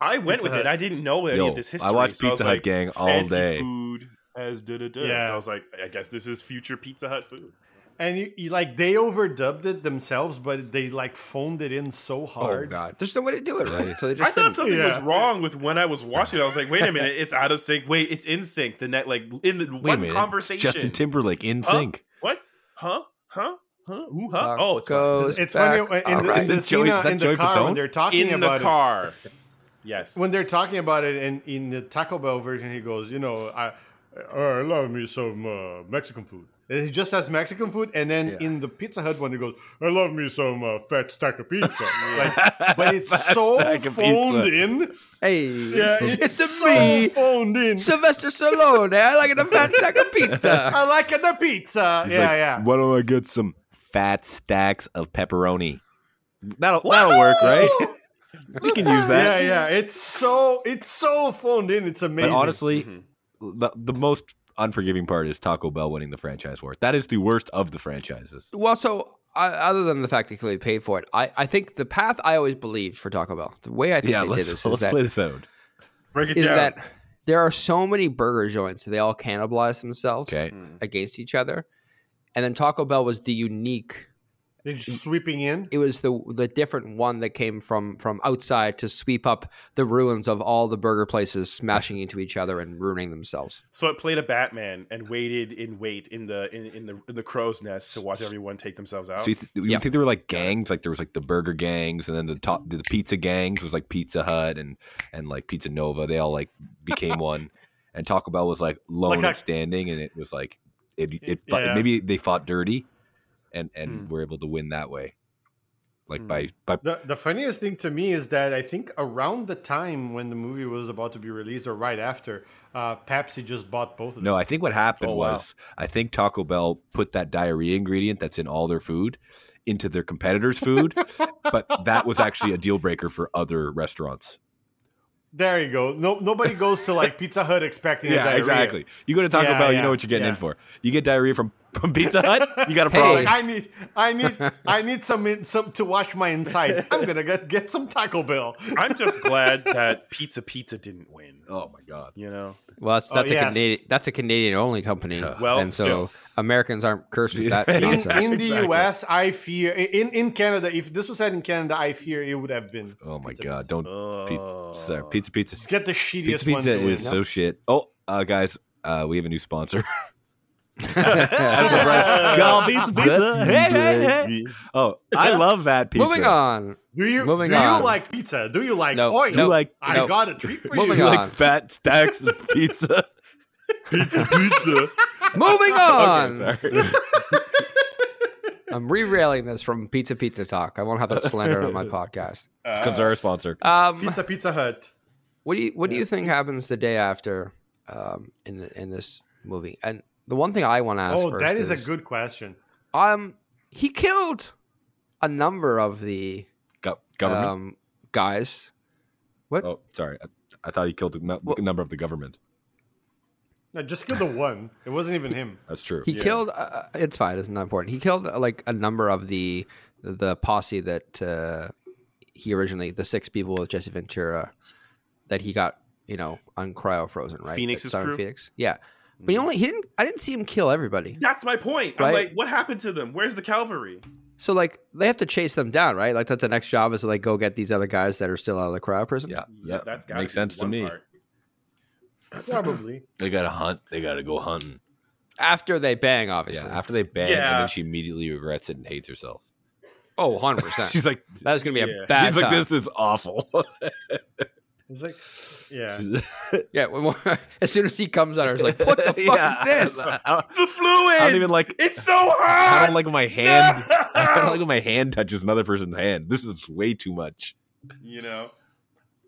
Speaker 3: I went with
Speaker 4: Pizza
Speaker 3: it.
Speaker 4: Hut.
Speaker 3: I didn't know any
Speaker 5: Yo,
Speaker 3: of this
Speaker 5: I
Speaker 3: history.
Speaker 5: watched
Speaker 3: so was
Speaker 5: Pizza Hut
Speaker 3: like,
Speaker 5: Gang all
Speaker 3: fancy
Speaker 5: day.
Speaker 3: Food as da da da.
Speaker 4: Yeah.
Speaker 3: So I was like, I guess this is future Pizza Hut food.
Speaker 4: and you, you like they overdubbed it themselves, but they like phoned it in so
Speaker 2: Oh
Speaker 4: hard.
Speaker 2: God, there's no way to do it right. So they
Speaker 3: I
Speaker 2: just
Speaker 3: thought
Speaker 2: didn't.
Speaker 3: something was
Speaker 4: Yeah.
Speaker 3: wrong with when I was watching. it. I was like, wait a minute, it's out of sync. Wait, it's in sync. The net, like in the
Speaker 5: Wait a
Speaker 3: one
Speaker 5: minute,
Speaker 3: conversation.
Speaker 5: Justin Timberlake in
Speaker 3: Huh?
Speaker 5: sync.
Speaker 3: What? Huh? Huh? Huh? Ooh, huh? Oh, it's fine.
Speaker 2: Goes
Speaker 4: It's
Speaker 2: back.
Speaker 4: funny in,
Speaker 2: All
Speaker 4: the, in
Speaker 2: right.
Speaker 4: the
Speaker 5: Joey-
Speaker 4: scene, uh,
Speaker 5: is that
Speaker 4: in the
Speaker 5: Joey
Speaker 4: car when
Speaker 5: Fatone?
Speaker 4: they're talking
Speaker 3: in the
Speaker 4: about it.
Speaker 3: car. Yes.
Speaker 4: When they're talking about it, and in the Taco Bell version, he goes, you know, I, I love me some uh, Mexican food. And he just says Mexican food, and then
Speaker 2: Yeah.
Speaker 4: in the Pizza Hut one, he goes, I love me some uh, fat stack of pizza. like, but it's so
Speaker 5: stack of
Speaker 4: phoned
Speaker 5: pizza.
Speaker 4: in.
Speaker 2: Hey,
Speaker 4: Yeah,
Speaker 2: it's,
Speaker 4: it's,
Speaker 2: a
Speaker 4: so
Speaker 2: me,
Speaker 4: phoned in.
Speaker 2: Sylvester Stallone. eh? I like it a fat sack of pizza.
Speaker 4: I like the pizza.
Speaker 5: uh, He's
Speaker 4: yeah,
Speaker 5: like,
Speaker 4: yeah.
Speaker 5: Why don't I get some fat stacks of pepperoni? That'll that'll work, right? we can use
Speaker 4: Yeah,
Speaker 5: that.
Speaker 4: yeah. It's so it's so phoned in. It's
Speaker 5: But
Speaker 4: amazing. Mm-hmm.
Speaker 5: honestly,
Speaker 3: Mhm.
Speaker 5: the, the most unforgiving part is Taco Bell winning the franchise war. That is the worst of the franchises.
Speaker 2: well, so I, other than the fact they clearly paid for it, I, I think the path I always believed for Taco Bell, the way I think
Speaker 5: Yeah,
Speaker 2: they did
Speaker 5: let's,
Speaker 2: this
Speaker 5: let's
Speaker 2: is that
Speaker 5: play this out.
Speaker 3: Break it
Speaker 2: is
Speaker 3: down.
Speaker 2: that there are so many burger joints they all cannibalize themselves
Speaker 5: Okay.
Speaker 2: against each other, and then Taco Bell was the unique.
Speaker 4: they're just sweeping in.
Speaker 2: It was the the different one that came from from outside to sweep up the ruins of all the burger places, smashing into each other and ruining themselves.
Speaker 3: So it played a Batman and waited in wait in the in, in the in the crow's nest to watch everyone take themselves
Speaker 4: Oh,
Speaker 3: out.
Speaker 5: So you, th- you
Speaker 2: Yeah.
Speaker 5: think there were like gangs? Like there was like the burger gangs, and then the top the pizza gangs was like Pizza Hut and and like Pizza Nova. They all like became one, and Taco Bell was like lone
Speaker 4: Like a-
Speaker 5: and standing, and it was like it it fu-
Speaker 4: Yeah.
Speaker 5: maybe they fought dirty, and and
Speaker 3: Hmm.
Speaker 5: were able to win that way, like
Speaker 3: Hmm.
Speaker 5: by by
Speaker 4: The, the funniest thing to me is that I think around the time when the movie was about to be released, or right after, uh, Pepsi just bought both of them.
Speaker 5: No, I think what happened
Speaker 3: Oh, wow.
Speaker 5: was I think Taco Bell put that diarrhea ingredient that's in all their food into their competitors' food, but that was actually a deal breaker for other restaurants.
Speaker 4: There you go. No, nobody goes to like Pizza Hut expecting a diarrhea.
Speaker 5: exactly. You go to Taco
Speaker 4: Yeah,
Speaker 5: Bell, you
Speaker 4: yeah,
Speaker 5: know what you're getting in
Speaker 4: yeah.
Speaker 5: for. You get diarrhea from from Pizza Hut, you got a
Speaker 2: Hey.
Speaker 5: problem.
Speaker 4: Like, I need, I need, I need some, in, some to wash my insides. I'm gonna get get some Taco Bell.
Speaker 3: I'm just glad that Pizza Pizza didn't win.
Speaker 5: Oh my god.
Speaker 3: You know,
Speaker 2: Well, that's,
Speaker 4: Oh,
Speaker 2: that's a
Speaker 4: yes.
Speaker 2: Canadian that's a Canadian only company.
Speaker 3: Well,
Speaker 2: and so
Speaker 3: still.
Speaker 2: Americans aren't cursed with that.
Speaker 5: Yeah.
Speaker 4: In,
Speaker 2: nonsense.
Speaker 4: in the
Speaker 5: Exactly.
Speaker 4: U.S., I fear. In in Canada, if this was said in Canada, I fear it would have been.
Speaker 5: Oh my god. Don't pizza
Speaker 3: Oh.
Speaker 5: pizza pizza.
Speaker 4: Just get the shittiest
Speaker 5: Pizza
Speaker 4: one.
Speaker 5: pizza
Speaker 4: to
Speaker 5: is
Speaker 4: win.
Speaker 5: so shit. Oh, uh, guys, uh, we have a new sponsor. Call Pizza Pizza. Hey, hey, hey. Oh, I love that pizza.
Speaker 2: Moving on.
Speaker 4: Do you
Speaker 2: Moving
Speaker 4: do
Speaker 2: on.
Speaker 4: you like pizza? Do you like
Speaker 2: No,
Speaker 4: oil?
Speaker 5: Do you
Speaker 2: no.
Speaker 5: like
Speaker 4: I
Speaker 2: No.
Speaker 4: got a treat for
Speaker 2: Moving
Speaker 5: do
Speaker 4: you.
Speaker 5: you
Speaker 2: on.
Speaker 5: like fat stacks of pizza?
Speaker 3: Pizza Pizza.
Speaker 2: Moving on.
Speaker 5: Sorry.
Speaker 2: I'm rerailing this from Pizza Pizza Talk. I won't have that slander on my podcast.
Speaker 5: Because they're our sponsor.
Speaker 2: Um,
Speaker 4: Pizza Pizza Hut.
Speaker 2: what do you What do you think happens the day after um, in the, in this movie? And the one thing I want to ask
Speaker 4: Oh,
Speaker 2: first
Speaker 4: that is,
Speaker 2: is
Speaker 4: a good question.
Speaker 2: um he killed a number of the
Speaker 5: Go- government.
Speaker 2: um, guys.
Speaker 5: oh, sorry. I, I thought he killed a nu-
Speaker 2: Well-
Speaker 5: number of the government.
Speaker 4: No, just kill the one. It wasn't even him.
Speaker 5: That's true.
Speaker 2: He killed. Uh, it's fine. It's not important. He killed uh, like a number of the the posse that uh, he originally the six people with Jesse Ventura that he got you know on cryo frozen right.
Speaker 3: Phoenix's
Speaker 2: That started
Speaker 3: crew? Mm-hmm.
Speaker 2: Phoenix. Yeah, but he only he didn't. I didn't see him kill everybody.
Speaker 3: Uh, That's my point. I'm
Speaker 2: Right?
Speaker 3: like, what happened to them? Where's the cavalry?
Speaker 2: So like they have to chase them down, right? Like that's the next job is to like go get these other guys that are still out of the cryo prison.
Speaker 5: Yeah,
Speaker 3: Yeah, that's gotta
Speaker 5: makes
Speaker 3: be
Speaker 5: sense to
Speaker 3: one
Speaker 5: me.
Speaker 3: part.
Speaker 4: Probably.
Speaker 5: They gotta hunt. They gotta go hunting.
Speaker 2: After they bang,
Speaker 5: Yeah.
Speaker 2: obviously.
Speaker 5: After they bang, and
Speaker 3: Yeah.
Speaker 5: then she immediately regrets it and hates herself.
Speaker 2: oh, 100 percent.
Speaker 5: She's like,
Speaker 2: That was gonna be
Speaker 3: Yeah.
Speaker 2: a bad
Speaker 5: she's like,
Speaker 2: time.
Speaker 5: this is awful.
Speaker 4: It's like, yeah.
Speaker 2: Yeah, when- when- as soon as he comes on, I was like, "What the fuck
Speaker 5: Yeah.
Speaker 2: is this?"
Speaker 5: I, don't-
Speaker 3: The fluid.
Speaker 5: I don't even like.
Speaker 3: It's so hard.
Speaker 5: I don't like when my hand. I don't like when my hand touches another person's hand. This is way too much.
Speaker 3: you know,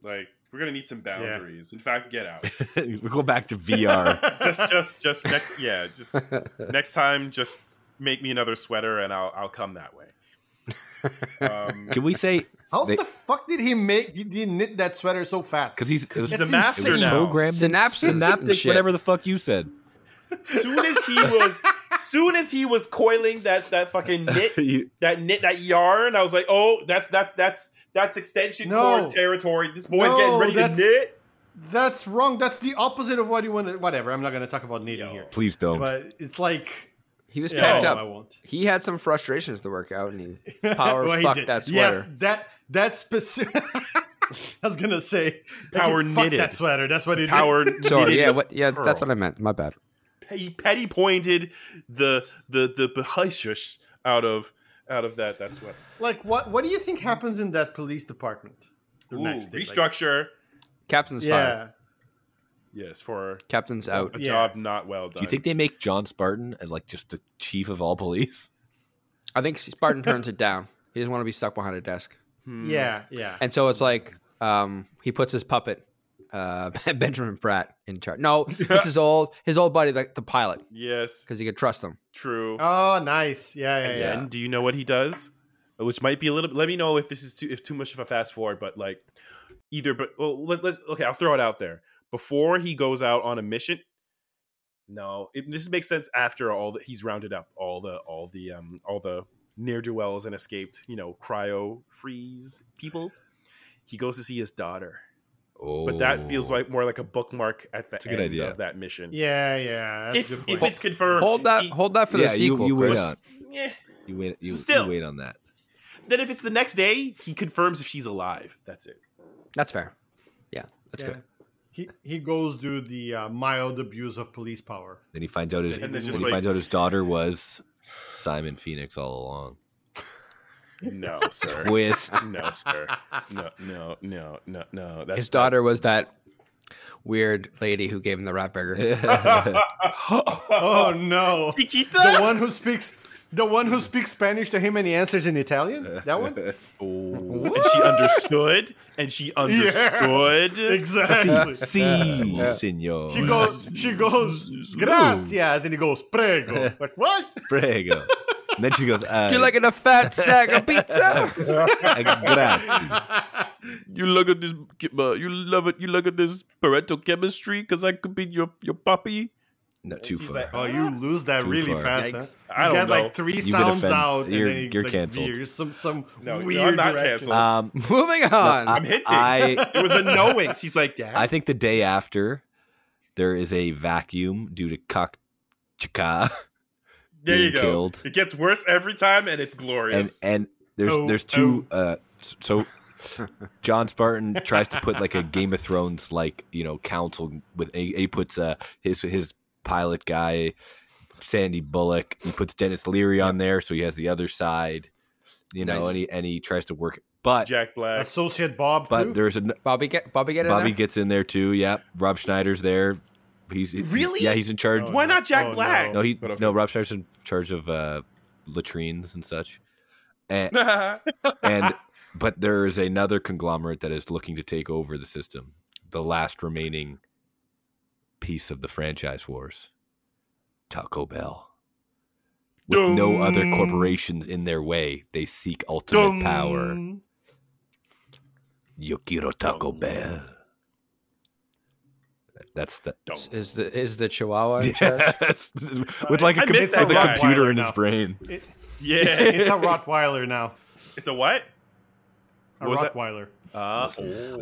Speaker 3: like we're gonna need some boundaries. In fact, get out.
Speaker 5: we go back to VR.
Speaker 3: just, just, just next. Yeah, just next time. Just make me another sweater, and I'll I'll come that way. Um,
Speaker 5: Can we say
Speaker 4: How
Speaker 5: They-
Speaker 4: the fuck did he make? Did he knit that sweater so fast?
Speaker 5: because he's, it was
Speaker 3: he's a
Speaker 4: That's
Speaker 3: master
Speaker 4: insane.
Speaker 3: now.
Speaker 5: programmed
Speaker 2: Synapses and
Speaker 5: synaptic,
Speaker 2: shit.
Speaker 5: whatever the fuck you said.
Speaker 3: Soon as he was, soon as he was coiling that that fucking knit
Speaker 5: You-
Speaker 3: that knit that yarn, I was like, oh, that's that's that's that's extension
Speaker 4: No.
Speaker 3: cord territory. This boy's
Speaker 4: No,
Speaker 3: getting ready to
Speaker 4: that's-
Speaker 3: knit.
Speaker 4: That's wrong. That's the opposite of what you want. to Whatever. I'm not gonna talk about knitting
Speaker 3: Yo.
Speaker 4: here.
Speaker 5: please
Speaker 2: Oh.
Speaker 5: don't.
Speaker 4: But it's like,
Speaker 2: He was
Speaker 4: yeah, Oh,
Speaker 2: packed
Speaker 4: no,
Speaker 2: up.
Speaker 4: I won't.
Speaker 2: He had some frustrations to work out, and he power
Speaker 4: Well, he
Speaker 2: fucked
Speaker 4: did.
Speaker 2: that
Speaker 4: Yes,
Speaker 2: sweater.
Speaker 4: that that specific. I was gonna say like,
Speaker 3: Power
Speaker 4: he fucked
Speaker 3: knitted.
Speaker 4: that sweater. That's what he
Speaker 3: Power.
Speaker 2: Sorry,
Speaker 3: knitted
Speaker 2: yeah,
Speaker 3: the
Speaker 2: what, yeah, that's
Speaker 3: pearl.
Speaker 2: what I meant. My bad.
Speaker 3: he petty pointed the the the behishush out of out of that that sweater.
Speaker 4: did. Like what? What do you think happens in that police department? The
Speaker 3: Ooh,
Speaker 4: next day, like-
Speaker 3: restructure.
Speaker 2: Captain's fired.
Speaker 4: yeah.
Speaker 3: yes, for
Speaker 2: Captain's
Speaker 3: a
Speaker 2: out.
Speaker 4: Yeah.
Speaker 3: job not well done.
Speaker 5: Do you think they make John Spartan and like just the chief of all police?
Speaker 2: I think Spartan turns it down. He doesn't want to be stuck behind a desk. Mm.
Speaker 3: Hmm.
Speaker 4: Yeah. Yeah.
Speaker 2: And so it's like um, he puts his puppet, uh, Benjamin Pratt, in charge. No, it's his old his old buddy, like the pilot,
Speaker 3: Yes,
Speaker 2: because he could trust him.
Speaker 3: true.
Speaker 4: Oh, nice. Yeah. Yeah.
Speaker 3: and
Speaker 4: yeah.
Speaker 3: then, do you know what he does? Which might be a little. Let me know if this is too if too much of a fast forward, but like either. But well, let, let's okay. I'll throw it out there before he goes out on a mission. No, it, this makes sense after all that he's rounded up all the all the um all the near duels and escaped you know cryo freeze peoples. He goes to see his daughter,
Speaker 5: Oh,
Speaker 3: but that feels like more like a bookmark at the
Speaker 5: a
Speaker 3: end
Speaker 5: good idea.
Speaker 3: of that mission.
Speaker 4: Yeah, yeah. That's
Speaker 3: if
Speaker 4: a good
Speaker 3: if
Speaker 4: point.
Speaker 3: it's confirmed,
Speaker 2: Hold that,
Speaker 3: he-
Speaker 2: hold that for
Speaker 5: yeah.
Speaker 2: the
Speaker 5: you-
Speaker 2: sequel.
Speaker 5: you, wait
Speaker 2: Chris.
Speaker 5: on.
Speaker 3: yeah.
Speaker 5: You wait. You,
Speaker 3: still-
Speaker 5: you wait on that.
Speaker 3: Then if it's the next day, he confirms if she's alive. That's it.
Speaker 2: That's fair. Yeah, that's
Speaker 4: Yeah.
Speaker 2: good.
Speaker 4: He he goes to the uh, mild abuse of police power.
Speaker 5: Then he finds out his.
Speaker 4: And then
Speaker 5: Then
Speaker 4: just
Speaker 5: he
Speaker 3: like-
Speaker 5: finds out his daughter was Simon Phoenix all along.
Speaker 3: No, sir.
Speaker 5: Twist.
Speaker 3: no, sir. No, no, no, no, no. That's
Speaker 2: His daughter was that weird lady who gave him the rat burger.
Speaker 4: Oh no! the
Speaker 3: Chiquita.
Speaker 4: one who speaks the one who speaks Spanish to him and he answers in Italian. That one
Speaker 3: and she understood. And she understood.
Speaker 4: exactly.
Speaker 5: See, senor.
Speaker 4: She goes. She goes. Gracias, and he goes prego. Like what?
Speaker 5: Prego. And then she goes. Uh,
Speaker 2: Do you like it a fat stack of pizza?
Speaker 5: grazie.
Speaker 3: You look at this. Uh, you love it. You look at this parental chemistry because I could be your your puppy.
Speaker 5: No, too
Speaker 3: She's
Speaker 5: far.
Speaker 3: like,
Speaker 4: Oh, you lose that
Speaker 5: Too
Speaker 4: really
Speaker 5: far.
Speaker 4: fast. Huh?
Speaker 2: Yikes.
Speaker 3: I
Speaker 4: You
Speaker 3: don't
Speaker 4: got
Speaker 3: know.
Speaker 4: like three
Speaker 5: would
Speaker 4: sounds
Speaker 5: offend-
Speaker 4: out,
Speaker 5: you're-
Speaker 4: and then
Speaker 5: you're
Speaker 4: like,
Speaker 5: canceled.
Speaker 4: veers some some
Speaker 3: No, no,
Speaker 4: weird.
Speaker 3: I'm not
Speaker 4: direction.
Speaker 3: canceled.
Speaker 5: um,
Speaker 2: Moving on.
Speaker 5: I-
Speaker 3: I'm hinting.
Speaker 5: I-
Speaker 3: It was a knowing. She's like, Dad.
Speaker 5: I think the day after, there is a vacuum due to cock chaka,
Speaker 3: there you
Speaker 5: being
Speaker 3: go.
Speaker 5: killed.
Speaker 3: It gets worse every time, and it's
Speaker 5: and
Speaker 3: glorious.
Speaker 5: and there's
Speaker 4: Oh,
Speaker 5: there's two. Uh, s- so John Spartan tries to put like a Game of Thrones like you know council with he, he puts uh his his pilot guy Sandy Bullock. He puts Dennis Leary on there, so he has the other side. You know,
Speaker 2: Nice.
Speaker 5: and he and he tries to work it, but
Speaker 3: Jack Black.
Speaker 4: Associate Bob
Speaker 5: but
Speaker 4: too.
Speaker 5: there's an,
Speaker 2: Bobby get Bobby get in
Speaker 5: Bobby
Speaker 2: there?
Speaker 5: gets in there too. Yeah, Rob Schneider's there. He's he's-
Speaker 3: Really?
Speaker 5: yeah. He's in charge.
Speaker 3: Why not Jack
Speaker 4: Oh, no.
Speaker 3: Black?
Speaker 5: No, he
Speaker 3: But okay.
Speaker 5: no. Rob Schneider's in charge of uh, latrines and such. And, and but there is another conglomerate that is looking to take over the system, the last remaining piece of the franchise wars, Taco Bell. With no other
Speaker 4: Dum.
Speaker 5: corporations in their way, they seek ultimate power.
Speaker 4: Dum.
Speaker 5: Yo quiero Taco
Speaker 3: Dum.
Speaker 5: Bell. That's the
Speaker 2: Is the is the Chihuahua in charge?
Speaker 5: Yes. with like a,
Speaker 3: I
Speaker 5: com-
Speaker 3: missed that
Speaker 5: with a
Speaker 3: line.
Speaker 5: computer in
Speaker 4: Now.
Speaker 5: his brain.
Speaker 3: yeah.
Speaker 4: It's a Rottweiler now.
Speaker 3: It's a what?
Speaker 4: A
Speaker 3: Was that-
Speaker 4: Rottweiler.
Speaker 3: Uh,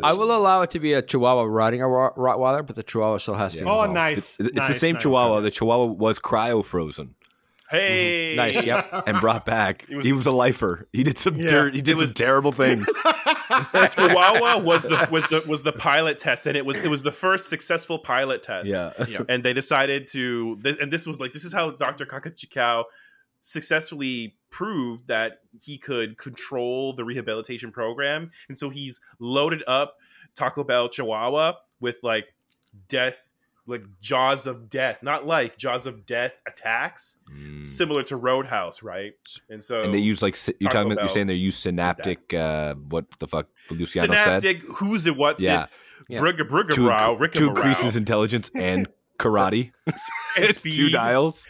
Speaker 2: I will allow it to be a Chihuahua riding a Rot- Rottweiler, but the Chihuahua still has to be.
Speaker 5: Yeah.
Speaker 4: Oh,
Speaker 2: involved.
Speaker 4: nice.
Speaker 5: It's
Speaker 4: nice,
Speaker 5: the same
Speaker 4: nice.
Speaker 5: Chihuahua. The Chihuahua was cryo frozen
Speaker 3: hey.
Speaker 2: Nice. Yep.
Speaker 5: and brought back.
Speaker 3: was-
Speaker 5: he was a lifer. He did some
Speaker 4: Yeah.
Speaker 5: dirt. He did some terrible things.
Speaker 3: Chihuahua was the was the was the pilot test, and it was it was the first successful pilot test.
Speaker 5: yeah.
Speaker 3: And they decided to, th- and this was like this is how Doctor Kakachikau successfully proved that he could control the rehabilitation program, and so he's loaded up Taco Bell Chihuahua with like death, like jaws of death, not life, jaws of death attacks,
Speaker 5: Mm.
Speaker 3: similar to Roadhouse, right? And so
Speaker 5: And they use like sy- you're
Speaker 3: Taco
Speaker 5: talking about, you're
Speaker 3: Bell
Speaker 5: saying they use synaptic. Uh, what the fuck? Luciano said
Speaker 3: synaptic who's it what's
Speaker 5: Yeah.
Speaker 3: it's
Speaker 2: Yeah.
Speaker 3: brugga brugga
Speaker 5: to,
Speaker 3: brow,
Speaker 5: inc- to increase
Speaker 3: rickamorow,
Speaker 5: his intelligence and karate.
Speaker 3: and
Speaker 5: It's two
Speaker 3: speed
Speaker 5: dials.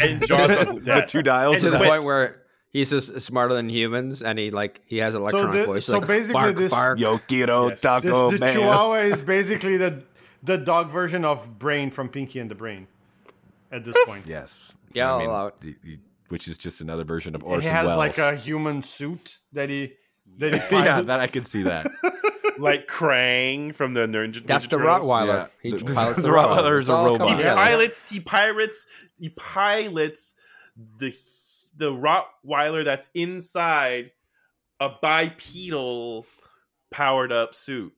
Speaker 3: and jaws of
Speaker 5: the
Speaker 3: death.
Speaker 5: two dials.
Speaker 3: And
Speaker 2: to
Speaker 5: are
Speaker 2: the
Speaker 5: that.
Speaker 3: quit.
Speaker 2: point where he's just smarter than humans, and he like he has electronic
Speaker 4: the-
Speaker 2: voice.
Speaker 4: so
Speaker 2: like,
Speaker 4: basically
Speaker 2: bark,
Speaker 4: this-
Speaker 2: bark.
Speaker 5: Yo quiero
Speaker 3: Yes.
Speaker 5: taco
Speaker 4: This, the
Speaker 5: Oh, man.
Speaker 4: Chihuahua is basically the the dog version of Brain from Pinky and the Brain. At this point,
Speaker 5: Yes.
Speaker 2: Yeah, I'll allow it.
Speaker 5: the- the- which is just another version of
Speaker 4: And
Speaker 5: Orson
Speaker 4: he has
Speaker 5: Welles.
Speaker 4: like a human suit that he that he
Speaker 5: yeah,
Speaker 4: pilots.
Speaker 5: that I can see that.
Speaker 3: like Krang from the Ninja.
Speaker 2: That's
Speaker 3: Ninja
Speaker 2: the
Speaker 3: Turtles.
Speaker 2: Rottweiler.
Speaker 5: Yeah.
Speaker 2: He
Speaker 5: The- the-
Speaker 2: pilots the,
Speaker 5: the
Speaker 2: Rottweiler. Oh,
Speaker 5: Rottweiler is a
Speaker 2: It's all
Speaker 5: robot.
Speaker 2: coming
Speaker 3: He
Speaker 4: Yeah.
Speaker 2: together.
Speaker 3: pilots. He pirates. He pilots the the Rottweiler that's inside a bipedal powered up suit.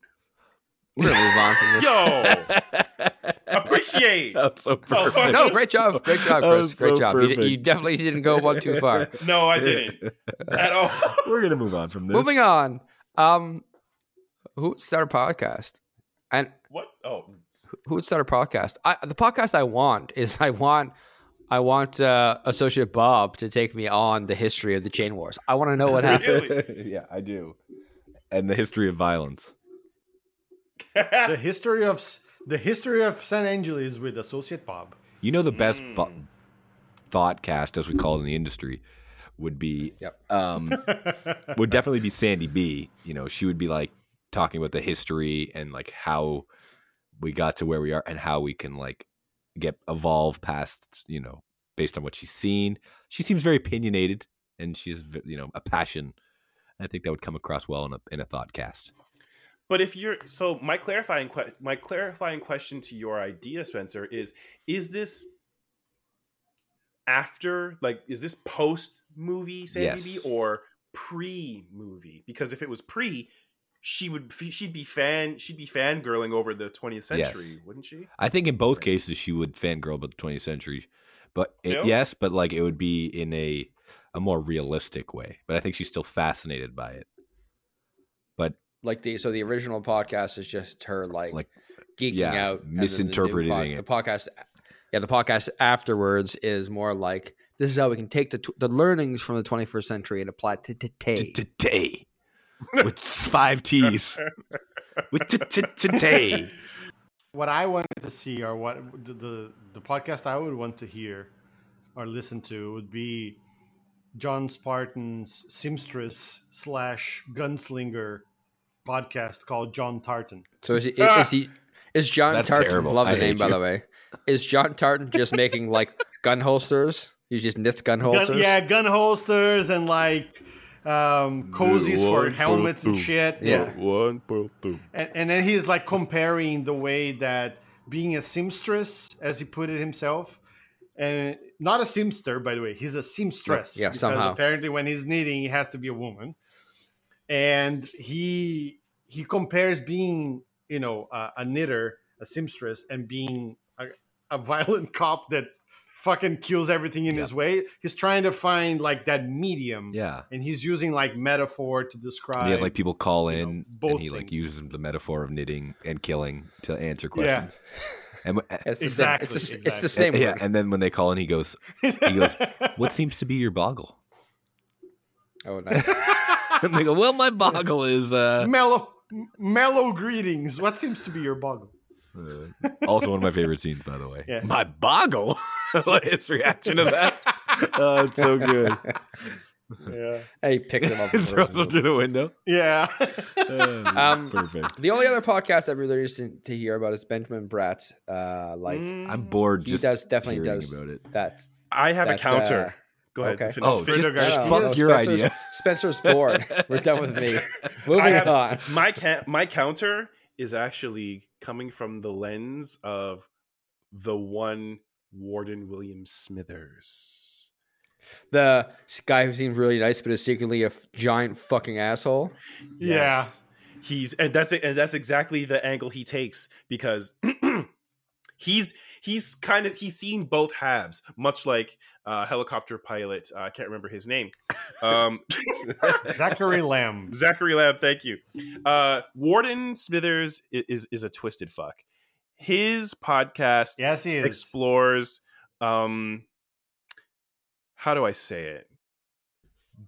Speaker 2: We're gonna move on from this.
Speaker 3: Yo,
Speaker 2: Oh.
Speaker 3: appreciate.
Speaker 5: That's so perfect.
Speaker 3: fuck.
Speaker 2: No, great job, great job,
Speaker 5: That was
Speaker 2: Chris. Great
Speaker 5: so
Speaker 2: job. You,
Speaker 5: perfect.
Speaker 2: you definitely didn't go one too far.
Speaker 3: No, I didn't at all.
Speaker 5: We're gonna move on from this.
Speaker 2: Moving on. Um, who would start a podcast? And
Speaker 3: What? Oh,
Speaker 2: who would start a podcast? I, the podcast I want is I want I want uh, associate Bob to take me on the history of the chain wars. I want to know what happened.
Speaker 3: Really?
Speaker 5: yeah, I do. And the history of violence.
Speaker 3: Ah!
Speaker 4: the history of s- the history of San Angeles with Associate Bob.
Speaker 5: You know, the best bo- thought cast, as we call it in the industry, would be
Speaker 2: Yep.
Speaker 5: um, would definitely be Sandy B. You know, she would be like talking about the history and like how we got to where we are and how we can like get evolve past you know based on what she's seen. She seems very opinionated and she's v- you know a passion. I think that would come across well in a in a thought cast.
Speaker 3: But if you're so, my clarifying que- my clarifying question to your idea, Spencer, is: Is this after, like, is this post movie Sandy B
Speaker 5: Yes.
Speaker 3: or pre movie? Because if it was pre, she would f- she'd be fan she'd be fangirling over the 20th
Speaker 5: Yes.
Speaker 3: century, wouldn't she?
Speaker 5: I think in both
Speaker 3: Right.
Speaker 5: cases she would fangirl about the 20th century, but it-
Speaker 3: Still?
Speaker 5: yes, but like it would be in a a more realistic way. But I think she's still fascinated by it.
Speaker 2: like the so the original podcast is just her like,
Speaker 5: Like,
Speaker 2: geeking
Speaker 5: yeah,
Speaker 2: out and then the new
Speaker 5: misinterpreting
Speaker 2: pod-
Speaker 5: it.
Speaker 2: the podcast yeah the podcast afterwards is more like this is how we can take the, tw- the learnings from the 21st century and apply it to today
Speaker 5: Today, with five T's, with today.
Speaker 4: What I wanted to see, or what the, the the podcast I would want to hear or listen to, would be John Spartan's seamstress slash gunslinger podcast called John Tartan.
Speaker 2: so is he is,
Speaker 3: Ah!
Speaker 2: he is john
Speaker 5: That's
Speaker 2: tartan
Speaker 5: terrible.
Speaker 2: love
Speaker 5: I
Speaker 2: the name
Speaker 5: hate
Speaker 2: by
Speaker 5: you.
Speaker 2: the way is john tartan just making like gun holsters he just knits gun holsters
Speaker 4: Gun, yeah, gun holsters and like um, cozies for helmets and shit.
Speaker 2: Yeah.
Speaker 5: One, boom, boom.
Speaker 4: And, and then he's like comparing the way that being a seamstress, as he put it himself, and not a seamster, by the way, he's a seamstress.
Speaker 2: Yeah, yeah,
Speaker 4: because
Speaker 2: somehow.
Speaker 4: apparently when he's knitting, he has to be a woman. And he he compares being, you know, a, a knitter, a seamstress, and being a, a violent cop that fucking kills everything in his way. He's trying to find like that medium.
Speaker 5: Yeah,
Speaker 4: And he's using like metaphor to describe.
Speaker 5: and he has like people call
Speaker 4: you know,
Speaker 5: in, and
Speaker 4: both
Speaker 5: he like
Speaker 4: things.
Speaker 5: uses the metaphor of knitting and killing to answer
Speaker 4: Yeah.
Speaker 5: questions. And w- eh,
Speaker 2: it's
Speaker 4: Exactly,
Speaker 2: the same, it's, the- it's the
Speaker 4: exactly.
Speaker 2: same
Speaker 5: yeah,
Speaker 2: word.
Speaker 5: and then when they call in, he goes, he goes, "What seems to be your boggle?"
Speaker 2: oh nice.
Speaker 5: and they go, "Well, my boggle is uh,
Speaker 4: mellow m- mellow greetings what seems to be your boggle
Speaker 5: Uh, also, one of my favorite scenes, by the way.
Speaker 4: Yes.
Speaker 5: My boggle. Like, His reaction to that. Oh, it's so good.
Speaker 4: yeah
Speaker 2: hey he picks him up and
Speaker 5: Throws
Speaker 2: throws him
Speaker 5: him through the window.
Speaker 4: yeah
Speaker 5: Oh,
Speaker 2: Um,
Speaker 5: perfect.
Speaker 2: The only other podcast I'm really interested to hear about is Benjamin Bratt's. Uh, like
Speaker 3: Mm.
Speaker 5: I'm bored.
Speaker 2: he
Speaker 5: just
Speaker 2: does definitely
Speaker 5: hearing
Speaker 2: does
Speaker 5: about it.
Speaker 2: that.
Speaker 3: I have a
Speaker 2: That's,
Speaker 3: counter.
Speaker 2: uh,
Speaker 3: Go ahead.
Speaker 2: okay.
Speaker 3: finish.
Speaker 5: Oh,
Speaker 4: Fredo
Speaker 5: just,
Speaker 4: Garcia.
Speaker 5: just fuck your
Speaker 2: Spencer's-
Speaker 5: idea.
Speaker 2: Spencer's bored. We're done with me.
Speaker 3: I
Speaker 2: Moving
Speaker 3: have-
Speaker 2: on.
Speaker 3: my ca- my counter is actually coming from the lens of the one Warden William Smithers.
Speaker 2: The guy who seems really nice but is secretly a f- giant fucking asshole.
Speaker 3: Yeah. He's and that's it, and that's exactly the angle he takes because he's he's kind of he's seen both halves, much like uh, helicopter pilot. uh, I can't remember his name. Um,
Speaker 4: Zachary Lamb.
Speaker 3: Zachary Lab, thank you. Uh, Warden Smithers is, is is a twisted fuck. His podcast
Speaker 4: Yes, he is.
Speaker 3: explores um how do i say it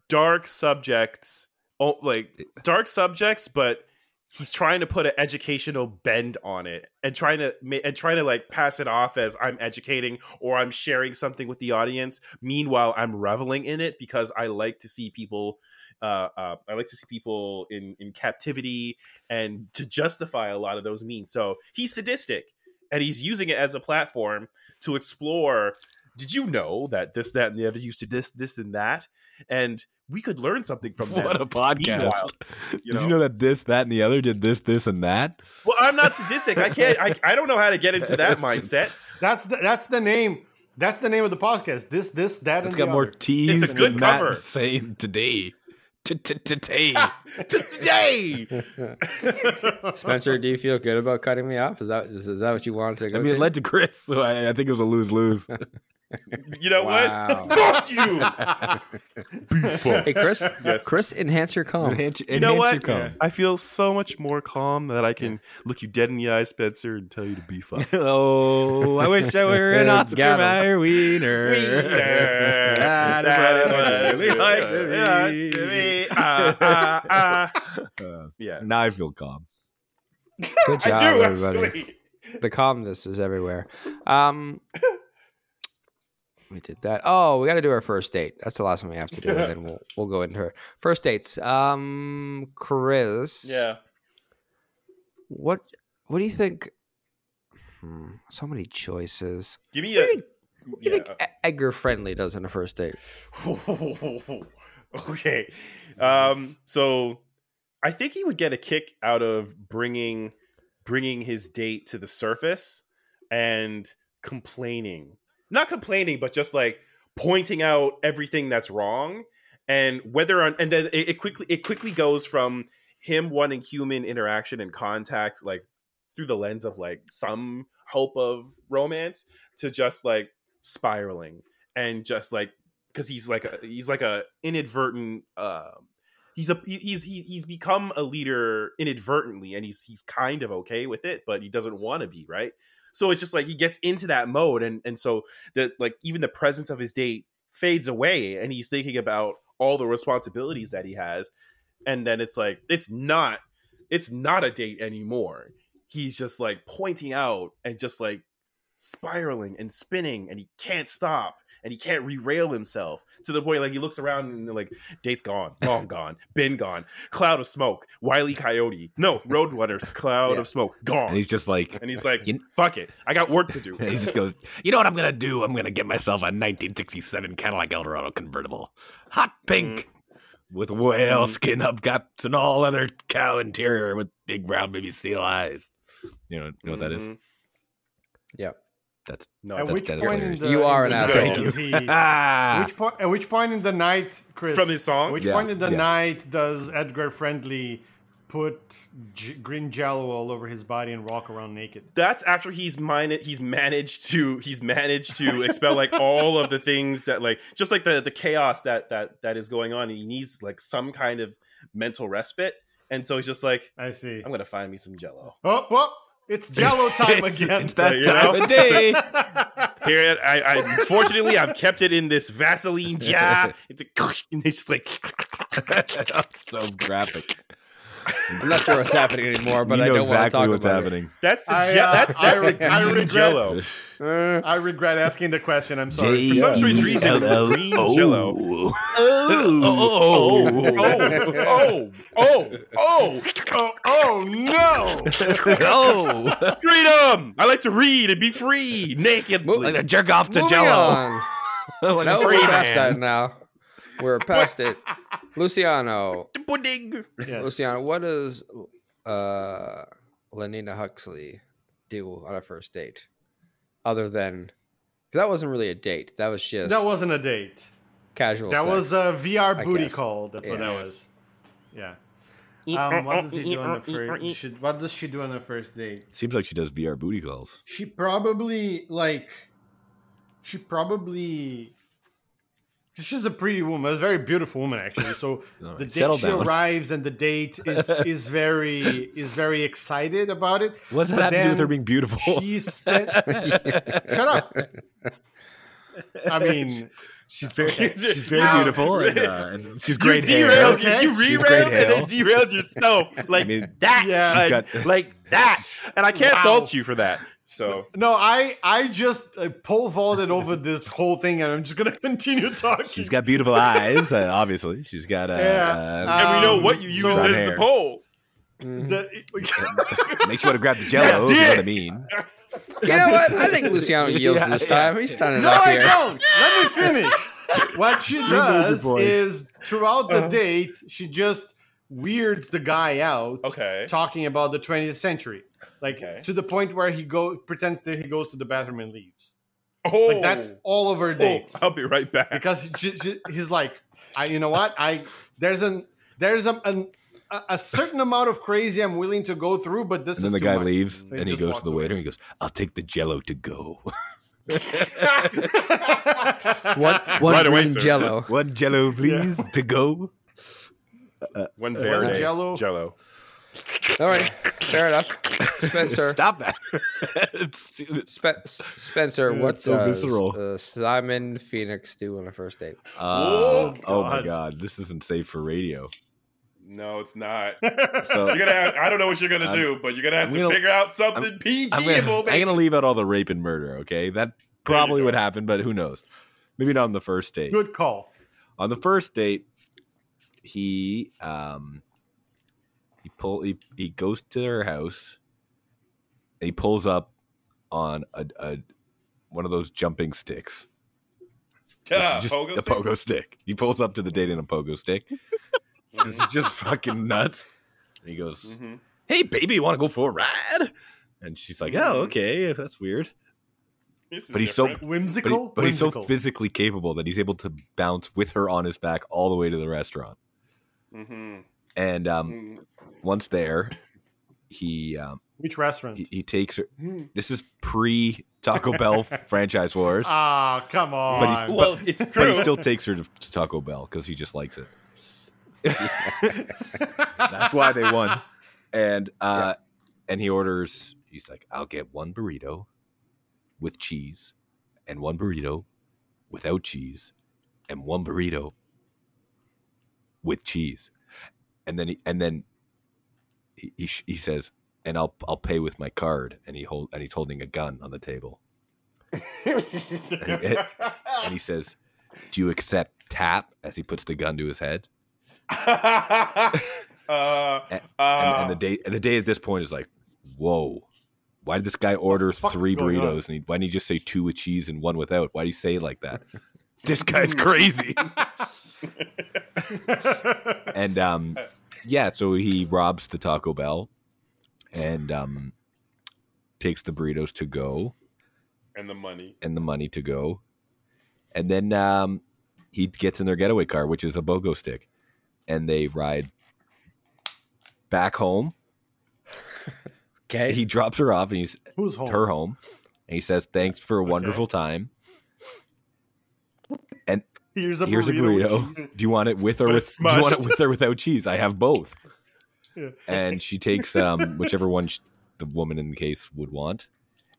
Speaker 3: dark subjects oh like dark subjects but he's trying to put an educational bend on it and trying to ma- and trying to like pass it off as i'm educating or i'm sharing something with the audience meanwhile i'm reveling in it because i like to see people uh, uh, I like to see people in, in captivity and to justify a lot of those means. So he's sadistic and he's using it as a platform to explore did you know that this that and the other used to this this and that and we could learn something from that
Speaker 5: What a podcast!
Speaker 3: Meanwhile, you
Speaker 5: Did
Speaker 3: know.
Speaker 5: you know that this, that, and the other did this, this, and that?
Speaker 3: well i'm not sadistic i can't I, I don't know how to get into that mindset
Speaker 4: That's the, that's the name. That's the name of the podcast. This, this, that,
Speaker 5: It's
Speaker 4: and
Speaker 5: got
Speaker 4: the
Speaker 5: more
Speaker 4: other.
Speaker 5: T's
Speaker 3: It's a good
Speaker 5: than Matt
Speaker 3: cover.
Speaker 5: saying today. Today.
Speaker 3: to today
Speaker 2: Spencer, do you feel good about cutting me off? Is that is, is that what you wanted to
Speaker 5: I
Speaker 2: go?
Speaker 5: mean, it
Speaker 2: to?
Speaker 5: led to Chris, so I, I think it was a lose lose.
Speaker 3: you know
Speaker 2: Wow.
Speaker 3: what fuck you
Speaker 2: hey, Chris.
Speaker 3: Yes.
Speaker 2: Chris, enhance your calm.
Speaker 3: you know what i feel so much more calm that i can look you dead in the eye spencer and tell you to beef up
Speaker 5: oh, I wish I were an
Speaker 2: Got
Speaker 5: Oscar
Speaker 2: him.
Speaker 5: Mayer wiener.
Speaker 3: That
Speaker 5: That is what I really like to be. Uh,
Speaker 3: uh, Yeah.
Speaker 5: now I feel calm.
Speaker 2: Good job,
Speaker 3: I do
Speaker 2: everybody.
Speaker 3: actually.
Speaker 2: The calmness is everywhere. Um, we did that. Oh, we got to do our first date. That's the last one we have to do, and then we'll we'll go into it. First dates. Um, Chris.
Speaker 3: Yeah.
Speaker 2: What What do you think? Hmm, so many choices.
Speaker 3: Give me a.
Speaker 2: What do you think, what do you
Speaker 3: yeah,
Speaker 2: think E- Edgar Friendly does on a first date?
Speaker 3: uh, okay. Um. So, I think he would get a kick out of bringing bringing his date to the surface and complaining. Not complaining, but just like pointing out everything that's wrong and whether on and then it, it quickly it quickly goes from him wanting human interaction and contact like through the lens of like some hope of romance to just like spiraling and just like because he's like a, he's like a inadvertent um he's a he- he's he, he's become a leader inadvertently and he's he's kind of okay with it but he doesn't want to be right so it's just like he gets into that mode and and so that like even the presence of his date fades away and he's thinking about all the responsibilities that he has and then it's like it's not it's not a date anymore he's just like pointing out and just like spiraling and spinning and he can't stop and he can't rerail himself to the point like he looks around and like date's gone long gone been gone cloud of smoke wiley coyote no roadrunners cloud
Speaker 2: Yeah.
Speaker 3: of smoke gone
Speaker 5: And he's just like,
Speaker 3: and he's like,
Speaker 5: You-
Speaker 3: "Fuck it, I got work to do."
Speaker 5: he just goes, you know what I'm going to do? I'm going to get myself a 1967 Cadillac Eldorado convertible. Hot pink. With whale skin upcuts and all other cow interior with big brown baby seal eyes. You know, you know what that is?
Speaker 3: Mhm.
Speaker 2: Yeah.
Speaker 5: That's
Speaker 3: No,
Speaker 4: At
Speaker 5: that's-
Speaker 4: which
Speaker 5: that is
Speaker 4: point in
Speaker 5: hilarious.
Speaker 4: the,
Speaker 2: You are
Speaker 4: in
Speaker 2: an
Speaker 4: the
Speaker 3: asshole.
Speaker 4: night
Speaker 5: Thank
Speaker 4: does Mm-hmm. he-
Speaker 5: ah,
Speaker 4: Which point? At which point in the night, Chris?
Speaker 3: from his song.
Speaker 4: Which
Speaker 5: Yeah,
Speaker 4: point in the
Speaker 5: yeah.
Speaker 4: night does Edgar Friendly put j- green jello all over his body and walk around naked?
Speaker 3: that's after he's mine he's managed to he's managed to expel like all of the things that like just like the the chaos that that that is going on he needs like some kind of mental respite and so he's just like
Speaker 4: I see.
Speaker 3: i'm gonna find me some jello
Speaker 4: Oh, well, it's jello time
Speaker 5: It's-
Speaker 4: again.
Speaker 5: it's that
Speaker 3: you
Speaker 5: time
Speaker 3: know?
Speaker 5: of day.
Speaker 3: here i i unfortunately i've kept it in this vaseline jar it's a, and it's just like
Speaker 5: That's so graphic.
Speaker 2: I'm not sure what's happening anymore, but
Speaker 5: you
Speaker 2: I
Speaker 5: know
Speaker 2: don't
Speaker 5: exactly
Speaker 2: want to talk
Speaker 5: what's
Speaker 2: about
Speaker 5: happening.
Speaker 3: that's the
Speaker 4: I,
Speaker 3: je-
Speaker 4: uh,
Speaker 3: that's that's
Speaker 4: I
Speaker 3: the
Speaker 4: re- I
Speaker 3: green
Speaker 4: regret-
Speaker 3: jello
Speaker 2: it. Uh,
Speaker 4: I regret asking the question. I'm sorry.
Speaker 5: J- E
Speaker 3: For some strange reason,
Speaker 5: L-L-O.
Speaker 3: green Jell-O.
Speaker 5: Oh.
Speaker 3: oh, oh, oh, oh, oh,
Speaker 4: oh no!
Speaker 5: oh.
Speaker 3: freedom! I like to read and be free,
Speaker 5: Like
Speaker 3: nakedly.
Speaker 5: a jerk off to
Speaker 2: moving
Speaker 5: Jello.
Speaker 2: on.
Speaker 5: like
Speaker 2: No,
Speaker 5: a free
Speaker 2: we're past that
Speaker 5: man.
Speaker 2: now. We're past it. Luciano,
Speaker 3: The pudding.
Speaker 4: Yes.
Speaker 2: Luciano, what does uh, Lenina Huxley do on a first date, other than? 'cause That wasn't really a date. That was just
Speaker 4: that wasn't a date.
Speaker 2: casual.
Speaker 4: That
Speaker 2: sex.
Speaker 4: was a VR
Speaker 2: I
Speaker 4: booty
Speaker 2: guess.
Speaker 4: call. That's what that
Speaker 3: Yes.
Speaker 4: was. Yeah. Um, what does he do on the first? She, what does she do on the first date?
Speaker 5: Seems like she does VR booty calls.
Speaker 4: She probably like. She probably. 'cause She's a pretty woman. a very beautiful woman, actually. So
Speaker 5: All
Speaker 4: the
Speaker 5: right,
Speaker 4: date
Speaker 5: settle
Speaker 4: she
Speaker 5: down.
Speaker 4: arrives and the date is is very is very excited about it.
Speaker 5: What does that
Speaker 4: But
Speaker 5: have to do with her
Speaker 4: then
Speaker 5: being beautiful?
Speaker 4: She spent. Shut up. I mean,
Speaker 5: she's very, she's very
Speaker 4: Now-
Speaker 5: beautiful, and, uh, and she's great
Speaker 3: you
Speaker 5: hair.
Speaker 3: derailed,
Speaker 4: Okay.
Speaker 3: you, you
Speaker 5: She's
Speaker 3: rerailed,
Speaker 5: great
Speaker 3: and then
Speaker 5: hair.
Speaker 3: derailed yourself like
Speaker 5: I mean,
Speaker 3: that,
Speaker 4: Yeah.
Speaker 3: like,
Speaker 5: She's got-
Speaker 3: like that. And I can't
Speaker 4: Wow.
Speaker 3: fault you for that. So
Speaker 4: no, I I just uh, pole vaulted over this whole thing, and I'm just gonna continue talking.
Speaker 5: She's got beautiful eyes, uh, obviously. She's got uh,
Speaker 4: Yeah.
Speaker 5: uh,
Speaker 3: and we know
Speaker 4: Um,
Speaker 3: what you
Speaker 4: so-
Speaker 3: used as the
Speaker 5: Hair.
Speaker 3: poll.
Speaker 2: Mm-hmm.
Speaker 4: The-
Speaker 5: makes you want to grab the jello. if you know what I mean?
Speaker 2: You know what? I think Luciano yields
Speaker 5: Yeah,
Speaker 2: this time. He's standing
Speaker 4: No,
Speaker 2: up
Speaker 4: I
Speaker 2: here.
Speaker 4: don't. Let me finish. What she does
Speaker 5: boy.
Speaker 4: is throughout the date, she just weirds the guy out,
Speaker 3: Okay.
Speaker 4: talking about the 20th century, like
Speaker 3: Okay.
Speaker 4: to the point where he go pretends that he goes to the bathroom and leaves.
Speaker 3: Oh,
Speaker 4: Like that's all of her
Speaker 3: oh,
Speaker 4: dates
Speaker 3: I'll be right back.
Speaker 4: because she, she, he's like, I, you know what? I there's an there's a an, a a certain amount of crazy I'm willing to go through, but this
Speaker 5: And
Speaker 4: is
Speaker 5: then
Speaker 4: too
Speaker 5: the guy
Speaker 4: much.
Speaker 5: leaves
Speaker 4: He
Speaker 5: and he
Speaker 4: just
Speaker 5: goes
Speaker 4: walks
Speaker 5: to the
Speaker 4: away.
Speaker 5: waiter and he goes, I'll take the jello to go.
Speaker 2: One, one
Speaker 3: Right away,
Speaker 2: green
Speaker 3: sir.
Speaker 2: jello.
Speaker 5: One jello, please, to go.
Speaker 3: One Verde
Speaker 4: Jello.
Speaker 3: Jello.
Speaker 2: All right, fair enough. Spencer,
Speaker 5: Stop that. It's- it's-
Speaker 2: Spe- Spencer,
Speaker 5: It's
Speaker 2: what
Speaker 5: so
Speaker 2: does
Speaker 5: visceral.
Speaker 2: uh, Simon Phoenix do on a first date?
Speaker 5: uh,
Speaker 4: Oh,
Speaker 5: oh my
Speaker 4: God.
Speaker 5: God. This isn't safe for radio.
Speaker 3: No, it's not.
Speaker 5: So
Speaker 3: You're gonna. Have, I don't know what you're gonna
Speaker 5: I'm-
Speaker 3: do, but you're gonna have
Speaker 5: Um, I'm
Speaker 3: to
Speaker 5: gonna-
Speaker 3: figure out something
Speaker 5: I'm gonna,
Speaker 3: PG-able,
Speaker 5: I'm
Speaker 3: baby.
Speaker 5: gonna leave out all the rape and murder. Okay, that probably
Speaker 3: go.
Speaker 5: would happen, but who knows? Maybe not on the first date.
Speaker 4: Good call.
Speaker 5: On the first date, he um he pull he, he goes to her house. And he pulls up on a, a one of those jumping sticks.
Speaker 3: Yeah,
Speaker 5: Just
Speaker 3: pogo
Speaker 5: a
Speaker 3: stick?
Speaker 5: pogo stick. He pulls up to the date in a pogo stick. this is just fucking nuts. And he goes,
Speaker 3: Mhm.
Speaker 5: "Hey, baby, you want to go for a ride?" And she's like,
Speaker 3: Mm-hmm.
Speaker 5: "Oh, okay, that's weird."
Speaker 3: This is
Speaker 5: But he's so-
Speaker 3: different.
Speaker 5: But, he-
Speaker 4: Whimsical,
Speaker 5: but he's so
Speaker 4: whimsical.
Speaker 5: physically capable that he's able to bounce with her on his back all the way to the restaurant.
Speaker 3: Mhm.
Speaker 5: And um,
Speaker 3: Mhm.
Speaker 5: once there, he, um,
Speaker 4: Which restaurant?
Speaker 5: he he takes her.
Speaker 3: Mm.
Speaker 5: This is pre Taco Bell franchise wars,
Speaker 4: Ah, come on.
Speaker 5: But he's-
Speaker 3: Well, it's
Speaker 5: but he
Speaker 3: true.
Speaker 5: still takes her to, to Taco Bell because he just likes it. That's why they won. And uh, and he orders. He's like, "I'll get one burrito with cheese, and one burrito without cheese, and one burrito with cheese." And then he, and then he, he, sh- he says, "And I'll I'll pay with my card." And he hold and he's holding a gun on the table. and, he, and he says, "Do you accept tap?" As he puts the gun to his head.
Speaker 3: uh, uh,
Speaker 5: And- and, and the day and the day at this point is like, whoa, why did this guy order
Speaker 4: fuck's
Speaker 5: three
Speaker 4: going on?
Speaker 5: burritos and he, why didn't he just say two with cheese and one without? Why do you say it like that? this guy's crazy. and um, yeah, so he robs the Taco Bell and um, takes the burritos to go
Speaker 3: and the money.
Speaker 5: and the money to go, and then um, he gets in their getaway car, which is a bogo stick, and they ride back home.
Speaker 2: Okay,
Speaker 5: He drops her off and he's
Speaker 4: Who's home?
Speaker 5: her home and he says thanks for a wonderful time and
Speaker 4: Here's a
Speaker 5: here's a
Speaker 4: burrito.
Speaker 5: burrito do you want it with or
Speaker 3: But
Speaker 5: with
Speaker 3: it's
Speaker 5: do you want it
Speaker 3: smushed.
Speaker 5: with or without cheese i have both
Speaker 4: Yeah.
Speaker 5: and she takes um whichever one sh the woman in the case would want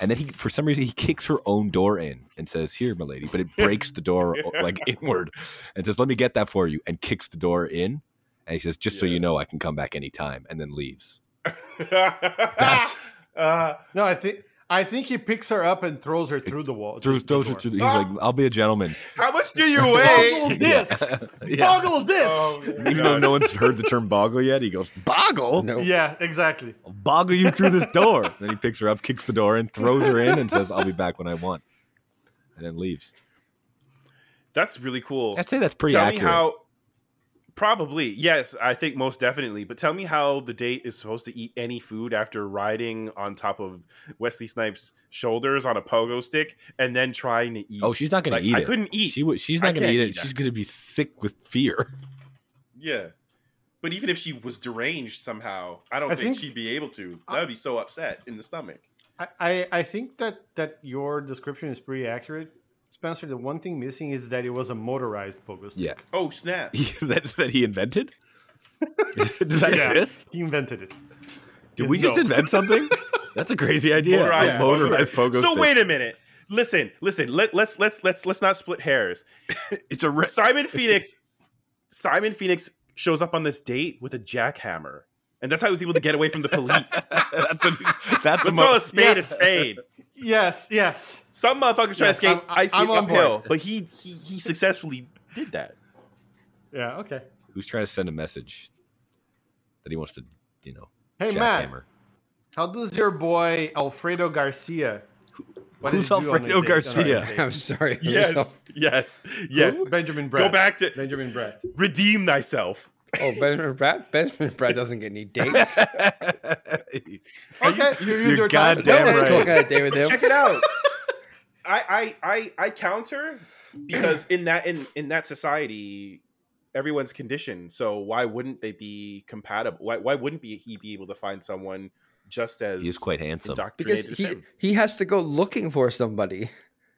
Speaker 5: and then he for some reason he kicks her own door in and says here milady but it breaks the door o- like inward and says let me get that for you and kicks the door in and he says just so
Speaker 3: Yeah.
Speaker 5: you know i can come back anytime and then leaves
Speaker 4: Ah!
Speaker 3: That's uh,
Speaker 4: No, I think I think he picks her up and throws her through the wall.
Speaker 5: through those are
Speaker 4: door.
Speaker 5: through he's like i'll be a gentleman
Speaker 3: how much do
Speaker 5: Oh,
Speaker 3: you
Speaker 4: Boggle
Speaker 3: weigh?
Speaker 4: this!
Speaker 5: yeah.
Speaker 4: Boggle this!
Speaker 3: Oh,
Speaker 5: Even though
Speaker 3: God.
Speaker 5: no one's heard the term boggle yet, he goes, Boggle?
Speaker 2: no,
Speaker 4: Yeah, exactly.
Speaker 5: I'll boggle you through this door. then he picks her up, kicks the door in, throws her in, and says, I'll be back when I want. And then leaves.
Speaker 3: that's really cool.
Speaker 5: I'd say that's pretty
Speaker 3: tell
Speaker 5: accurate.
Speaker 3: me how probably yes i think most definitely but tell me how the date is supposed to eat any food after riding on top of wesley snipes shoulders on a pogo stick and then trying to eat
Speaker 5: oh, she's not going
Speaker 3: Like,
Speaker 5: to eat
Speaker 3: i
Speaker 5: it.
Speaker 3: couldn't eat
Speaker 5: She, wa- she's
Speaker 3: I
Speaker 5: not going to
Speaker 3: can't
Speaker 5: eat
Speaker 3: eat
Speaker 5: it.
Speaker 3: that.
Speaker 5: She's going to be sick with fear.
Speaker 3: yeah But even if she was deranged somehow, I don't
Speaker 4: I
Speaker 3: think,
Speaker 4: think-
Speaker 3: she'd be able to. That would be so upset in the stomach.
Speaker 4: I, I, I think that that your description is pretty accurate, Spencer. The one thing missing is that it was a motorized pogo stick.
Speaker 5: Yeah,
Speaker 3: Oh snap!
Speaker 5: that that he invented. Does that
Speaker 4: Yeah.
Speaker 5: exist?
Speaker 4: he invented it.
Speaker 5: Did we just
Speaker 4: No.
Speaker 5: invent something? That's a crazy idea.
Speaker 3: Motorized
Speaker 5: A
Speaker 3: pogo
Speaker 5: motorized pogo.
Speaker 3: Oh, so
Speaker 5: stick.
Speaker 3: wait a minute. Listen, listen. Let, let's let's let's let's not split hairs.
Speaker 5: It's a re-
Speaker 3: Simon Phoenix. Simon Phoenix shows up on this date with a jackhammer, and that's how he was able to get away from the police.
Speaker 5: that's a that's a
Speaker 3: Let's call
Speaker 5: mo-
Speaker 3: a spade
Speaker 4: Yes.
Speaker 3: a spade.
Speaker 4: Yes, yes.
Speaker 3: Some motherfuckers trying to
Speaker 4: Yes,
Speaker 3: escape
Speaker 4: I'm- I-
Speaker 3: ice skate
Speaker 4: I'm on
Speaker 3: uphill,
Speaker 4: board.
Speaker 3: but he, he he successfully did that.
Speaker 4: Yeah. Okay.
Speaker 5: who's trying to send a message that he wants to, you know,
Speaker 4: Hey, Matt.
Speaker 5: jackhammer.
Speaker 4: How does your boy Alfredo Garcia? What
Speaker 5: Who's
Speaker 4: did he do on
Speaker 5: Alfredo
Speaker 4: a date- on a
Speaker 5: Garcia?
Speaker 4: date?
Speaker 2: I'm sorry.
Speaker 3: Yes, yes, yes.
Speaker 4: Who? Benjamin Brett.
Speaker 3: Go back to
Speaker 4: Benjamin Brett.
Speaker 3: redeem thyself.
Speaker 2: Oh, Benjamin Brad. Benjamin Brad doesn't get any dates.
Speaker 4: Okay, you, you,
Speaker 5: you're
Speaker 4: your time.
Speaker 5: goddamn
Speaker 4: Okay.
Speaker 2: Nobody's
Speaker 5: right.
Speaker 2: going on a date with him.
Speaker 3: Check it out. I I I I counter because in that in in that society, everyone's conditioned. So why wouldn't they be compatible? Why why wouldn't be he be able to find someone just as
Speaker 5: He's quite handsome.
Speaker 2: Because
Speaker 3: indoctrinated as
Speaker 2: he,
Speaker 3: him?
Speaker 2: he has to go looking for somebody.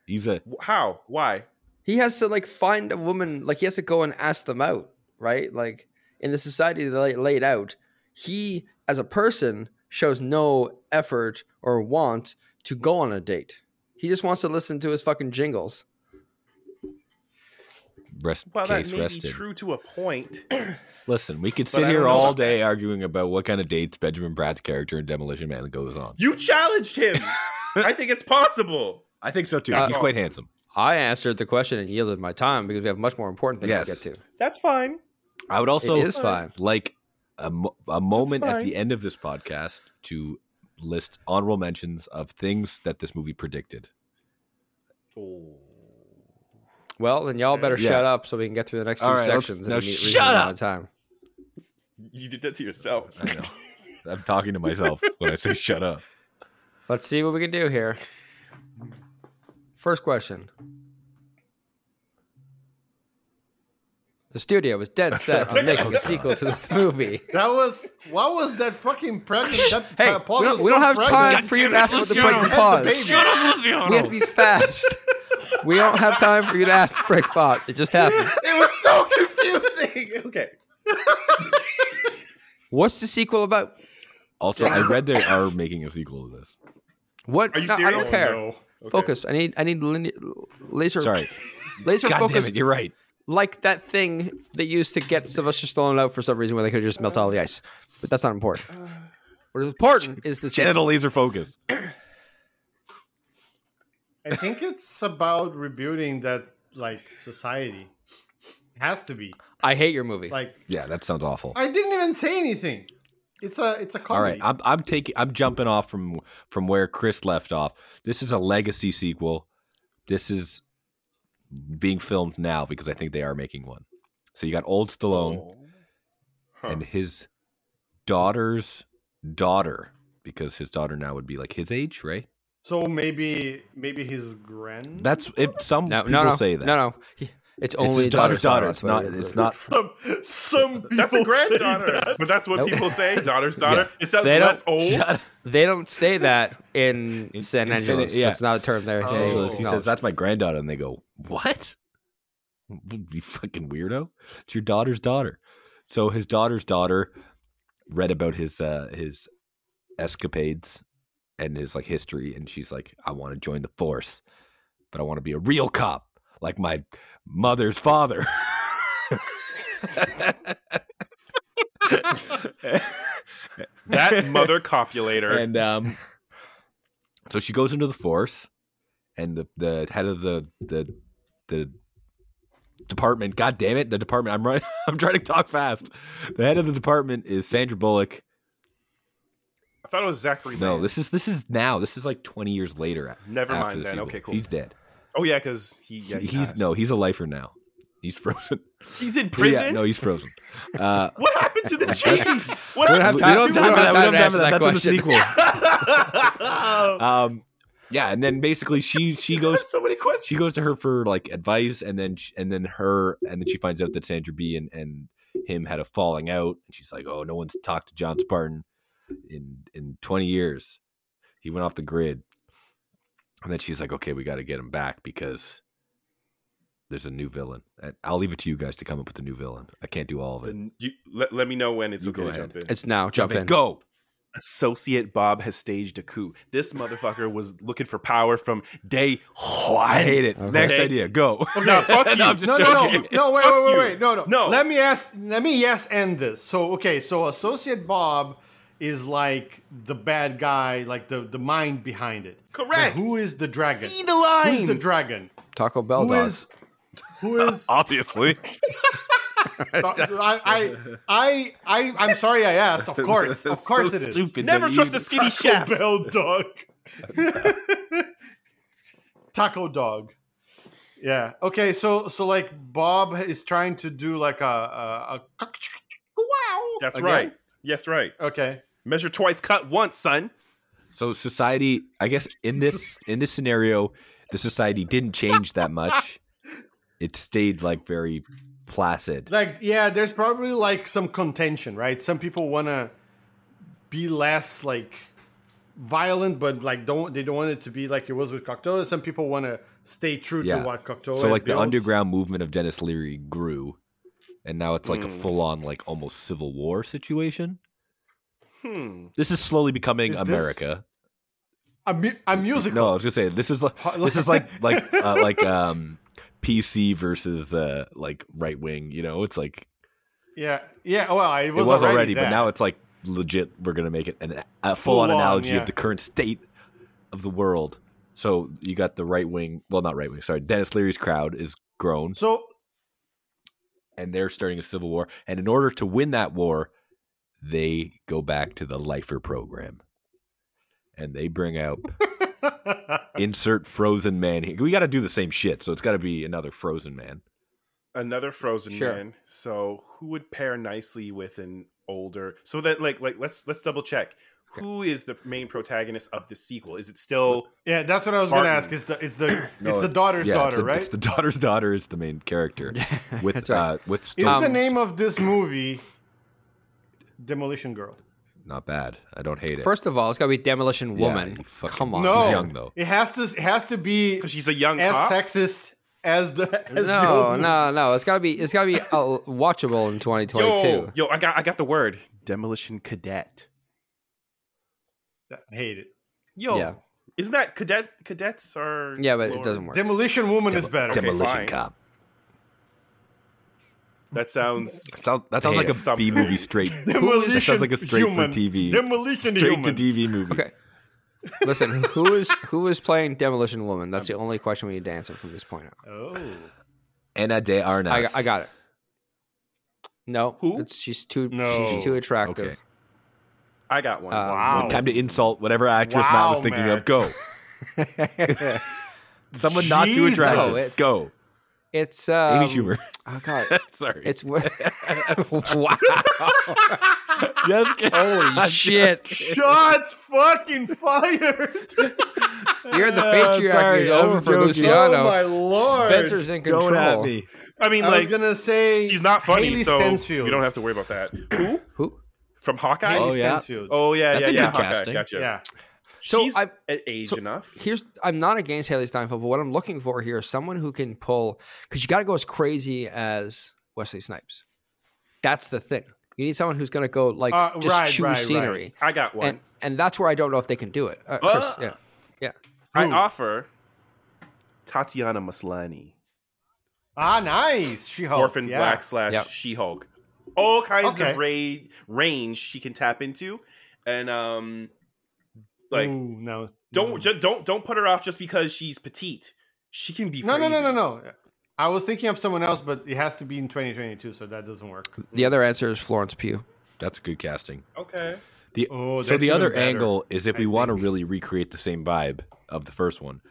Speaker 5: He's a
Speaker 3: How? Why?
Speaker 2: He has to like find a woman. Like he has to go and ask them out, right? Like in the society that they laid out, he as a person shows no effort or want to go on a date. He just wants to listen to his fucking jingles.
Speaker 5: rest
Speaker 3: Well, that
Speaker 5: case
Speaker 3: may be
Speaker 5: rested.
Speaker 3: true to a point.
Speaker 5: Listen, we could
Speaker 3: But
Speaker 5: sit
Speaker 3: I
Speaker 5: here
Speaker 3: don't know.
Speaker 5: all day arguing about what kind of dates Benjamin Bratt's character in Demolition Man goes on.
Speaker 3: You challenged him. I think it's possible.
Speaker 5: I think so too.
Speaker 2: Uh,
Speaker 3: Oh.
Speaker 5: He's quite handsome.
Speaker 2: I answered the question and yielded my time because we have much more important things
Speaker 5: Yes.
Speaker 2: to get to.
Speaker 3: That's fine.
Speaker 5: I would also
Speaker 2: it is fine.
Speaker 5: like a, mo- a moment at
Speaker 3: fine.
Speaker 5: the end of this podcast to list honorable mentions of things that this movie predicted.
Speaker 2: Well, then y'all better
Speaker 5: Yeah.
Speaker 2: shut up so we can get through the next two
Speaker 5: All right, let's-
Speaker 2: sections
Speaker 5: now
Speaker 2: in a neat
Speaker 5: shut
Speaker 2: reasonable
Speaker 5: up!
Speaker 2: amount of time.
Speaker 3: You did that to yourself.
Speaker 5: I know. I'm talking to myself when I say shut up.
Speaker 2: Let's see what we can do here. First question. The studio was dead set on making a sequel to this movie.
Speaker 4: That was what was that fucking pregnant? That
Speaker 2: Hey,
Speaker 4: uh,
Speaker 2: we
Speaker 4: pause
Speaker 2: don't,
Speaker 4: was
Speaker 2: we
Speaker 4: so
Speaker 2: don't have
Speaker 4: pregnant.
Speaker 2: time for you to ask about the pregnant
Speaker 4: Had the
Speaker 2: pause.
Speaker 4: baby.
Speaker 2: We have to be fast. We don't have time for you to ask the break pause. It just happened.
Speaker 3: It was so confusing. Okay.
Speaker 2: What's the sequel about?
Speaker 5: Also, I read they are making a sequel to this.
Speaker 2: What?
Speaker 3: Are you
Speaker 2: no, I don't
Speaker 3: serious?
Speaker 2: care.
Speaker 4: No.
Speaker 3: Okay.
Speaker 2: Focus. I need. I need linear, laser.
Speaker 5: Sorry.
Speaker 2: Laser
Speaker 5: God damn
Speaker 2: focus
Speaker 5: it, you're right.
Speaker 2: like that thing they used to get Sylvester Stallone out for some reason where they could have just melted all the ice. But that's not important. What is important is the
Speaker 5: Genital laser focus.
Speaker 4: I think it's about rebuilding that like society. It has to be
Speaker 2: I hate your movie.
Speaker 4: like
Speaker 5: Yeah, that sounds awful.
Speaker 4: I didn't even say anything. It's a it's a
Speaker 5: All right,
Speaker 4: comedy.
Speaker 5: I'm I'm taking I'm jumping off from from where Chris left off. This is a legacy sequel. This is being filmed now because I think they are making one. So you got old Stallone
Speaker 3: Huh.
Speaker 5: and his daughter's daughter because his daughter now would be like his age, right?
Speaker 4: so maybe maybe his grand.
Speaker 5: That's it. Some
Speaker 2: no,
Speaker 5: people
Speaker 2: no, no,
Speaker 5: say that.
Speaker 2: no, no. He- It's
Speaker 5: It's
Speaker 2: only
Speaker 5: his daughter's daughter.
Speaker 2: that's
Speaker 5: It's
Speaker 2: why
Speaker 5: not.
Speaker 2: it is.
Speaker 5: It's not.
Speaker 4: some some people.
Speaker 3: That's a
Speaker 4: say
Speaker 3: granddaughter,
Speaker 4: that.
Speaker 3: but that's what
Speaker 2: Nope.
Speaker 3: people say. Daughter's daughter. It sounds
Speaker 2: They don't-
Speaker 3: less old.
Speaker 5: Shut up.
Speaker 2: They don't say that in
Speaker 5: In-
Speaker 2: San
Speaker 5: in San-
Speaker 2: Angeles.
Speaker 5: yeah. Oh.
Speaker 2: That's not a term there.
Speaker 4: San
Speaker 2: They
Speaker 4: Angeles,
Speaker 5: He
Speaker 2: acknowledge.
Speaker 5: says that's my granddaughter, and they go, "What? You fucking weirdo! It's your daughter's daughter." So his daughter's daughter read about his uh, his escapades and his like history, and she's like, "I want to join the force, but I want to be a real cop, like my mother's father."
Speaker 3: That mother copulator.
Speaker 5: and um, so she goes into the force, and the the head of the the the department. God damn it, the department. I'm running. I'm trying to talk fast. The head of the department is Sandra Bullock.
Speaker 3: I thought it was Zachary.
Speaker 5: No,
Speaker 3: Levi.
Speaker 5: this is this is now. This is like 20 years later. a-
Speaker 3: Never
Speaker 5: after
Speaker 3: mind
Speaker 5: the
Speaker 3: then.
Speaker 5: sequel.
Speaker 3: Okay, cool.
Speaker 5: He's dead.
Speaker 3: oh yeah, because he, yeah, he
Speaker 5: he's
Speaker 3: passed.
Speaker 5: no. He's a lifer now. He's frozen.
Speaker 3: He's in
Speaker 5: Yeah,
Speaker 3: prison.
Speaker 5: no, he's frozen. Uh,
Speaker 3: What happened to the chief? What
Speaker 2: We don't have
Speaker 5: we
Speaker 3: happened?
Speaker 2: time- we don't
Speaker 5: don't have time for
Speaker 2: have
Speaker 5: that. We
Speaker 2: time to
Speaker 5: don't have time for
Speaker 2: answer
Speaker 5: that. That's in the sequel. Um, yeah, and then basically she she
Speaker 3: I have
Speaker 5: goes
Speaker 3: so many questions.
Speaker 5: she goes to her for like advice and then sh and then her and then she finds out that Sandra B and and him had a falling out, and she's like, "Oh, no one's talked to John Spartan in in twenty years. He went off the grid." And then she's like, "Okay, we got to get him back because there's a new villain." And I'll leave it to you guys to come up with a new villain. I can't do all of it.
Speaker 3: Then you, let, let me know when it's
Speaker 5: You
Speaker 3: okay
Speaker 5: go
Speaker 3: to
Speaker 5: ahead.
Speaker 3: jump in.
Speaker 2: It's now. Jump in.
Speaker 5: Go.
Speaker 3: Associate Bob has staged a coup. This motherfucker was looking for power from day one.
Speaker 5: I hate it.
Speaker 2: Okay.
Speaker 5: Next idea. Go.
Speaker 3: Nah, fuck you.
Speaker 5: I'm just
Speaker 4: No, no, no,
Speaker 5: joking.
Speaker 4: no! Wait,
Speaker 3: Fuck
Speaker 4: wait, wait,
Speaker 3: you.
Speaker 4: wait! No, no,
Speaker 3: No.
Speaker 4: Let me ask. Let me yes end this. So okay, so associate Bob is like the bad guy, like the the mind behind it.
Speaker 3: Correct.
Speaker 4: But who is the dragon?
Speaker 3: See the lines.
Speaker 4: Who's the dragon?
Speaker 2: Taco Bell
Speaker 4: Who
Speaker 2: dog.
Speaker 4: is? Who is?
Speaker 5: Obviously.
Speaker 4: I, I, I, I, I'm sorry. I asked. Of course, of course,
Speaker 5: so
Speaker 4: it is.
Speaker 5: Stupid
Speaker 3: Never
Speaker 5: that you
Speaker 3: trust
Speaker 5: even-
Speaker 3: a skinny
Speaker 4: Taco
Speaker 3: chef.
Speaker 4: Bell dog. Taco dog. Yeah. Okay. So so like Bob is trying to do like a a, a wow.
Speaker 3: That's
Speaker 4: again?
Speaker 3: right. Yes, right.
Speaker 4: Okay.
Speaker 3: Measure twice, cut once, son.
Speaker 5: So society, I guess in this in this scenario, the society didn't change that much. It stayed like very placid.
Speaker 4: Like yeah, there's probably like some contention, right? Some people want to be less like violent, but like don't they don't want it to be like it was with Cocteau. Some people want to stay true
Speaker 5: Yeah.
Speaker 4: to what Cocteau.
Speaker 5: So
Speaker 4: had
Speaker 5: like the
Speaker 4: built.
Speaker 5: underground movement of Dennis Leary grew, and now it's like
Speaker 4: Hmm.
Speaker 5: a full on like almost civil war situation.
Speaker 3: Hmm.
Speaker 5: This is slowly becoming
Speaker 4: Is this
Speaker 5: America.
Speaker 4: a, mu- a musical.
Speaker 5: No, I was gonna say this is like
Speaker 4: Ho-
Speaker 5: this is like like uh, like um PC versus uh like right wing. You know, it's like
Speaker 4: Yeah, yeah. Well, it
Speaker 5: It was,
Speaker 4: was,
Speaker 5: already,
Speaker 4: that.
Speaker 5: but now it's like legit. We're gonna make it an, a full-on
Speaker 4: Full-on,
Speaker 5: analogy
Speaker 4: yeah.
Speaker 5: of the current state of the world. So you got the right wing, well, not right wing. Sorry, Dennis Leary's crowd is grown,
Speaker 4: so
Speaker 5: and they're starting a civil war. And in order to win that war, they go back to the Lifer program, and they bring out insert Frozen Man here. We got to do the same shit, so it's got to be another Frozen Man.
Speaker 3: Another frozen
Speaker 2: Sure.
Speaker 3: man. So who would pair nicely with an older? So that like like let's let's double check. Who is the main protagonist of the sequel? Is it still
Speaker 4: yeah, that's what I was
Speaker 3: Spartan.
Speaker 4: gonna ask. It's the it's the
Speaker 5: No,
Speaker 4: it's the daughter's
Speaker 5: Yeah,
Speaker 4: daughter,
Speaker 5: it's the,
Speaker 4: right?
Speaker 5: It's the daughter's daughter is the main character with
Speaker 2: That's right.
Speaker 5: uh, with
Speaker 4: Is
Speaker 5: Stone-
Speaker 4: the name of this movie Demolition Girl?
Speaker 5: not bad. I don't hate it.
Speaker 2: First of all, it's got to be Demolition
Speaker 5: Yeah,
Speaker 2: Woman.
Speaker 5: you fucking-
Speaker 2: Come on.
Speaker 4: no,
Speaker 5: She's young, though.
Speaker 4: it has to it has to be
Speaker 3: because she's a young
Speaker 4: as
Speaker 3: cop?
Speaker 4: sexist as the as the
Speaker 2: No,
Speaker 4: old
Speaker 2: no, no. It's got to be. It's got to be uh, watchable in 2022.
Speaker 3: Yo, yo, I got I got the word. Demolition cadet.
Speaker 4: movie. I hate it.
Speaker 3: Yo,
Speaker 2: Yeah.
Speaker 3: isn't that cadet? Cadets are
Speaker 2: Yeah, but it
Speaker 3: lower-
Speaker 2: doesn't work.
Speaker 4: Demolition Woman is better.
Speaker 3: Demo-
Speaker 5: Demolition
Speaker 3: fine.
Speaker 5: Cop.
Speaker 3: That sounds
Speaker 5: That sounds, that sounds
Speaker 2: Hey,
Speaker 5: like a
Speaker 3: something.
Speaker 5: movie straight.
Speaker 4: Demolition
Speaker 5: that sounds like a straight
Speaker 4: human.
Speaker 5: for TV.
Speaker 4: Demolition
Speaker 5: straight
Speaker 4: human.
Speaker 5: to TV movie.
Speaker 2: Okay. Listen, who is who is playing Demolition Woman? That's the only question we need to answer from this point on.
Speaker 4: Oh,
Speaker 5: Anna de Armas.
Speaker 2: I, I got it. No,
Speaker 3: Who?
Speaker 2: It's, she's too
Speaker 4: No.
Speaker 2: she's too attractive.
Speaker 5: Okay.
Speaker 3: I got one.
Speaker 2: Uh,
Speaker 4: wow.
Speaker 5: Time to insult whatever actress
Speaker 4: Oh. Wow,
Speaker 5: Matt was thinking of.
Speaker 4: Matt.
Speaker 5: Go. Someone not too
Speaker 4: Jesus.
Speaker 5: attractive.
Speaker 2: No, it's-
Speaker 5: Go.
Speaker 2: It's um,
Speaker 5: Amy Schumer.
Speaker 2: Oh god,
Speaker 5: Sorry.
Speaker 2: it's wow.
Speaker 5: Just kidding.
Speaker 2: Holy shit!
Speaker 4: shots fucking fired!
Speaker 2: You're the
Speaker 5: Uh,
Speaker 2: patriarchy
Speaker 5: sorry,
Speaker 2: is
Speaker 5: I'm
Speaker 2: over for
Speaker 5: joking.
Speaker 4: oh my
Speaker 2: Luciano.
Speaker 4: lord!
Speaker 2: Spencer's in control.
Speaker 5: Don't at me.
Speaker 3: I mean,
Speaker 4: I
Speaker 3: like
Speaker 4: was gonna say
Speaker 3: she's not funny,
Speaker 4: Haley
Speaker 3: so
Speaker 4: Stensfield.
Speaker 3: you don't have to worry about that. Who
Speaker 2: Who?
Speaker 3: from Hawkeye?
Speaker 4: Haley
Speaker 5: Oh, yeah.
Speaker 4: Stensfield.
Speaker 3: Oh yeah,
Speaker 5: That's
Speaker 3: yeah,
Speaker 5: a
Speaker 3: yeah.
Speaker 5: good
Speaker 3: Hawkeye,
Speaker 5: casting.
Speaker 3: Gotcha.
Speaker 4: yeah.
Speaker 2: So
Speaker 3: she's
Speaker 2: I-
Speaker 3: at age
Speaker 2: so-
Speaker 3: enough.
Speaker 2: Here's I'm not against Haley Steinfeld, but what I'm looking for here is someone who can pull because you got to go as crazy as Wesley Snipes. That's the thing. You need someone who's going to go like
Speaker 4: Uh,
Speaker 2: just
Speaker 4: right,
Speaker 2: choose
Speaker 4: right, right.
Speaker 2: scenery,
Speaker 3: I got one.
Speaker 2: and and that's where I don't know if they can do it. Uh,
Speaker 3: Uh.
Speaker 2: Chris, yeah,
Speaker 3: I
Speaker 4: Who?
Speaker 3: offer Tatiana Maslany,
Speaker 4: Ah, nice. She Hulk.
Speaker 3: Orphan Black slash
Speaker 2: Yep.
Speaker 3: She Hulk. Oh, All kinds
Speaker 4: Okay.
Speaker 3: of ra- range she can tap into, and um, like
Speaker 4: Ooh, no.
Speaker 3: don't ju- don't don't put her off just because she's petite. She can be
Speaker 4: No, no, no,
Speaker 3: crazy.
Speaker 4: no, no. I was thinking of someone else, but it has to be in 2022, so that doesn't work.
Speaker 2: yeah. The other answer is Florence Pugh.
Speaker 5: That's good casting.
Speaker 3: Okay,
Speaker 5: The,
Speaker 4: Oh,
Speaker 5: so
Speaker 4: that's
Speaker 5: the
Speaker 4: even
Speaker 5: other
Speaker 4: better,
Speaker 5: angle is if
Speaker 4: I
Speaker 5: we want to
Speaker 4: think.
Speaker 5: really recreate the same vibe of the first one,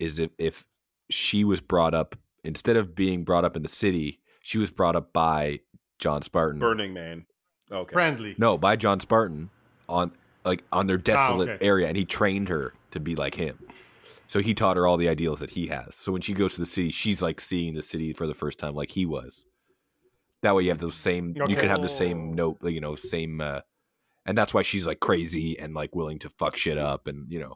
Speaker 5: is if, if she was brought up instead of being brought up in the city, she was brought up by John Spartan.
Speaker 3: Burning Man. Okay,
Speaker 4: Friendly.
Speaker 5: No, by John Spartan on like on their desolate
Speaker 4: Ah, okay.
Speaker 5: area, and he trained her to be like him. So he taught her all the ideals that he has. So when she goes to the city, she's like seeing the city for the first time, like he was. That way you have those same you
Speaker 4: Okay.
Speaker 5: can have the same note, you know, same uh and that's why she's like crazy and like willing to fuck shit up and you know.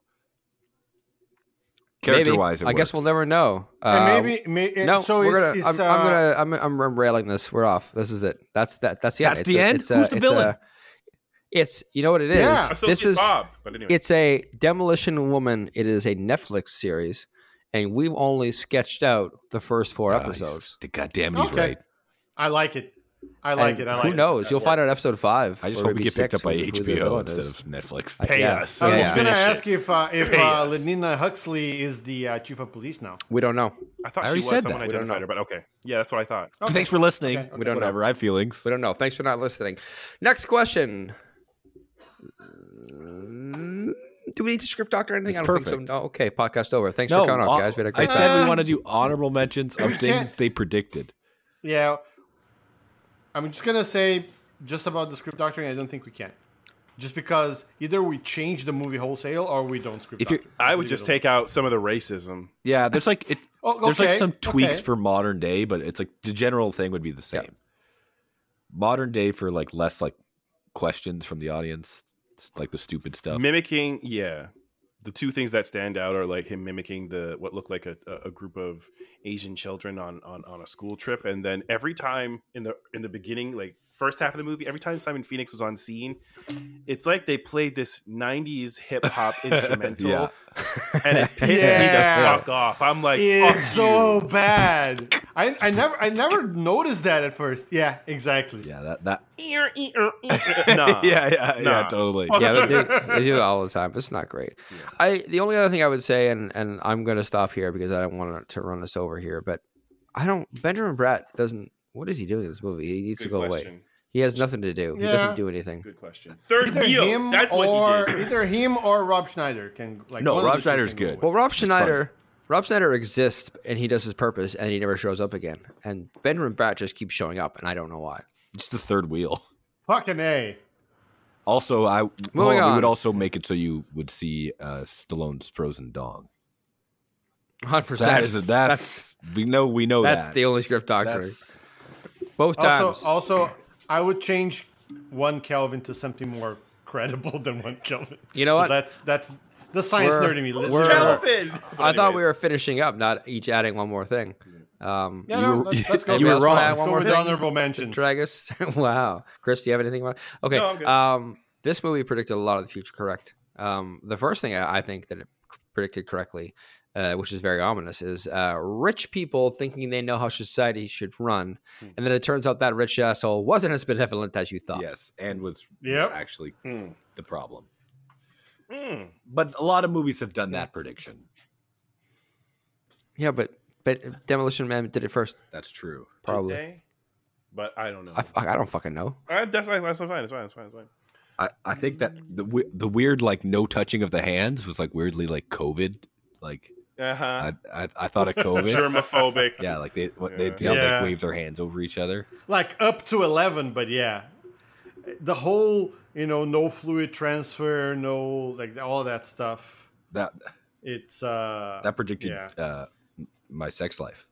Speaker 2: Maybe.
Speaker 5: Character wise,
Speaker 2: I guess we'll never know. Uh,
Speaker 4: and maybe, may,
Speaker 2: No,
Speaker 4: so
Speaker 2: we're
Speaker 4: it's,
Speaker 2: gonna,
Speaker 4: it's
Speaker 2: I'm,
Speaker 4: uh,
Speaker 2: I'm gonna. I'm, I'm railing this. We're off. This is it. That's that. That's the end.
Speaker 5: That's
Speaker 2: It's
Speaker 5: the
Speaker 2: a-
Speaker 5: end?
Speaker 2: It's a,
Speaker 5: Who's the
Speaker 2: it's a-
Speaker 5: villain?
Speaker 2: it's you know what it is.
Speaker 4: Yeah.
Speaker 2: This
Speaker 3: Associate
Speaker 2: is
Speaker 3: Bob. But anyway,
Speaker 2: it's a demolition woman. It is a Netflix series, and we've only sketched out the first four
Speaker 5: Uh,
Speaker 2: episodes.
Speaker 5: God damn, he's
Speaker 4: uh, Okay.
Speaker 5: right.
Speaker 4: I like it. I like
Speaker 2: And
Speaker 4: it. I like
Speaker 2: who
Speaker 4: it.
Speaker 2: knows? You'll find out episode five.
Speaker 5: I just
Speaker 2: or
Speaker 5: hope we
Speaker 2: maybe
Speaker 5: get picked
Speaker 2: six,
Speaker 5: up by
Speaker 2: who- who the
Speaker 5: HBO
Speaker 2: villain
Speaker 5: instead
Speaker 2: is.
Speaker 5: of Netflix.
Speaker 2: I-
Speaker 3: pay
Speaker 2: yeah.
Speaker 3: us.
Speaker 4: I was
Speaker 2: Yeah.
Speaker 4: gonna
Speaker 3: Finish it.
Speaker 4: ask if uh, if
Speaker 3: Pay
Speaker 4: uh,
Speaker 3: us.
Speaker 4: Lenina Huxley is the uh, chief of police now.
Speaker 2: We don't know.
Speaker 3: I thought she
Speaker 5: I already
Speaker 3: was
Speaker 5: said
Speaker 3: someone
Speaker 5: that.
Speaker 2: We don't
Speaker 3: identified
Speaker 2: know.
Speaker 3: her, but okay. Yeah, that's what I thought.
Speaker 4: Okay.
Speaker 5: Thanks for listening.
Speaker 4: Okay, okay.
Speaker 2: We don't know.
Speaker 5: Whatever, I have feelings.
Speaker 2: We don't know. Thanks for not listening. Next question. Mm, Do we need to script doctor anything?
Speaker 5: It's
Speaker 2: I don't think
Speaker 5: perfect.
Speaker 2: so. No. Okay, podcast over. Thanks for coming on, guys. We had a great
Speaker 5: I
Speaker 2: time.
Speaker 5: said
Speaker 4: Uh,
Speaker 5: we want to do honorable mentions
Speaker 4: we
Speaker 5: of things
Speaker 4: can't-
Speaker 5: they predicted.
Speaker 4: Yeah, I'm just gonna say just about the script doctoring. I don't think we can, just because either we change the movie wholesale or we don't script.
Speaker 5: If you-
Speaker 4: doctor.
Speaker 3: I would
Speaker 4: Leave
Speaker 3: just
Speaker 4: it
Speaker 3: take out some of the racism.
Speaker 5: Yeah, there's like it,
Speaker 4: Oh,
Speaker 5: there's like
Speaker 4: okay,
Speaker 5: some tweaks
Speaker 4: okay.
Speaker 5: for modern day, but it's like the general thing would be the same. Modern day for like less like questions from the audience, s- like the stupid stuff.
Speaker 3: Mimicking, yeah. The two things that stand out are like him mimicking the what looked like a, a a group of Asian children on, on on a school trip, and then every time in the in the beginning, like first half of the movie, every time Simon Phoenix was on scene, it's like they played this '90s hip hop instrumental,
Speaker 5: Yeah.
Speaker 3: and it pissed me
Speaker 4: Yeah.
Speaker 3: the fuck off. I'm like, fuck
Speaker 4: It's so
Speaker 3: you.
Speaker 4: bad. I, I never I never noticed that at first. Yeah, exactly.
Speaker 5: Yeah, that that.
Speaker 3: Ear, ear, ear. nah.
Speaker 5: yeah, yeah, yeah,
Speaker 3: Nah.
Speaker 5: totally.
Speaker 3: Fuck.
Speaker 2: yeah, they, they- they do it all the time. It's not great. I the only other thing I would say, and and I'm going to stop here because I don't want to run this over here, but I don't. Benjamin Bratt doesn't. What is he doing in this movie? He needs
Speaker 3: Good
Speaker 2: to go away.
Speaker 3: question.
Speaker 2: He has nothing to do. He
Speaker 4: Yeah.
Speaker 2: doesn't do anything.
Speaker 3: Good question. Third
Speaker 4: Either
Speaker 3: wheel.
Speaker 4: him
Speaker 3: That's
Speaker 4: or
Speaker 3: what he did.
Speaker 4: either him or Rob Schneider can like.
Speaker 5: No,
Speaker 4: one of
Speaker 5: Rob
Speaker 4: the two
Speaker 5: Schneider's
Speaker 4: can go
Speaker 5: good.
Speaker 4: away.
Speaker 2: Well, Rob
Speaker 5: funny.
Speaker 2: Schneider, Rob Schneider exists and he does his purpose, and he never shows up again. And Benjamin Bratt just keeps showing up, and I don't know why.
Speaker 5: Just the third wheel.
Speaker 4: Fucking a.
Speaker 5: Also, I hold
Speaker 2: Moving
Speaker 5: on, we
Speaker 2: on.
Speaker 5: would also make it so you would see uh, Stallone's frozen dong.
Speaker 2: Hundred
Speaker 5: That
Speaker 2: percent.
Speaker 5: is a, that's, we know we know
Speaker 2: That's
Speaker 5: that.
Speaker 2: the only script doctor.
Speaker 5: That's-
Speaker 2: Both times.
Speaker 4: Also, oh, also, I would change one Kelvin to something more credible than one Kelvin.
Speaker 2: You know
Speaker 4: So
Speaker 2: what?
Speaker 4: that's that's the science
Speaker 2: We're-
Speaker 4: nerd in me. Listen
Speaker 2: we're-
Speaker 4: to that.
Speaker 3: Kelvin.
Speaker 2: I thought we
Speaker 3: Anyways.
Speaker 2: were finishing up, not each adding one more thing. Um,
Speaker 4: Yeah,
Speaker 2: you
Speaker 4: no,
Speaker 2: were-
Speaker 4: let's, let's go.
Speaker 2: you
Speaker 4: with
Speaker 2: were
Speaker 4: that.
Speaker 2: wrong. One
Speaker 4: Let's go
Speaker 2: more
Speaker 4: with the
Speaker 2: thing.
Speaker 4: honorable mentions.
Speaker 2: Dragus. wow. Chris, do you have anything about Okay.
Speaker 3: No, I'm good.
Speaker 2: um, this movie predicted a lot of the future correct. Um, the first thing I, I think that it predicted correctly, uh, which is very ominous, is uh, rich people thinking they know how society should run.
Speaker 3: Hmm.
Speaker 2: And then it turns out that rich asshole wasn't as benevolent as you thought.
Speaker 5: yes, and was, was
Speaker 4: Yep.
Speaker 5: actually
Speaker 3: Mm.
Speaker 5: the problem.
Speaker 3: Mm.
Speaker 5: But a lot of movies have done that prediction.
Speaker 2: Yeah, but, but Demolition Man did it first,
Speaker 5: That's true.
Speaker 2: probably.
Speaker 3: Today? But I don't know.
Speaker 2: I, f- I don't fucking know.
Speaker 3: I, that's, that's fine. It's fine. It's fine. It's fine.
Speaker 5: I, I think that
Speaker 4: Mm-hmm.
Speaker 5: the we- the weird like no touching of the hands was like weirdly like COVID. Like
Speaker 3: Uh huh.
Speaker 5: I I, I thought of COVID.
Speaker 3: Germophobic.
Speaker 5: yeah, like they what they
Speaker 3: Yeah.
Speaker 5: they all,
Speaker 4: Yeah.
Speaker 5: like wave their hands over each other.
Speaker 4: Like up to eleven, but yeah, the whole you know no fluid transfer, no like all that stuff.
Speaker 5: That
Speaker 4: It's uh
Speaker 5: that predicted
Speaker 4: Yeah.
Speaker 5: uh, my sex life.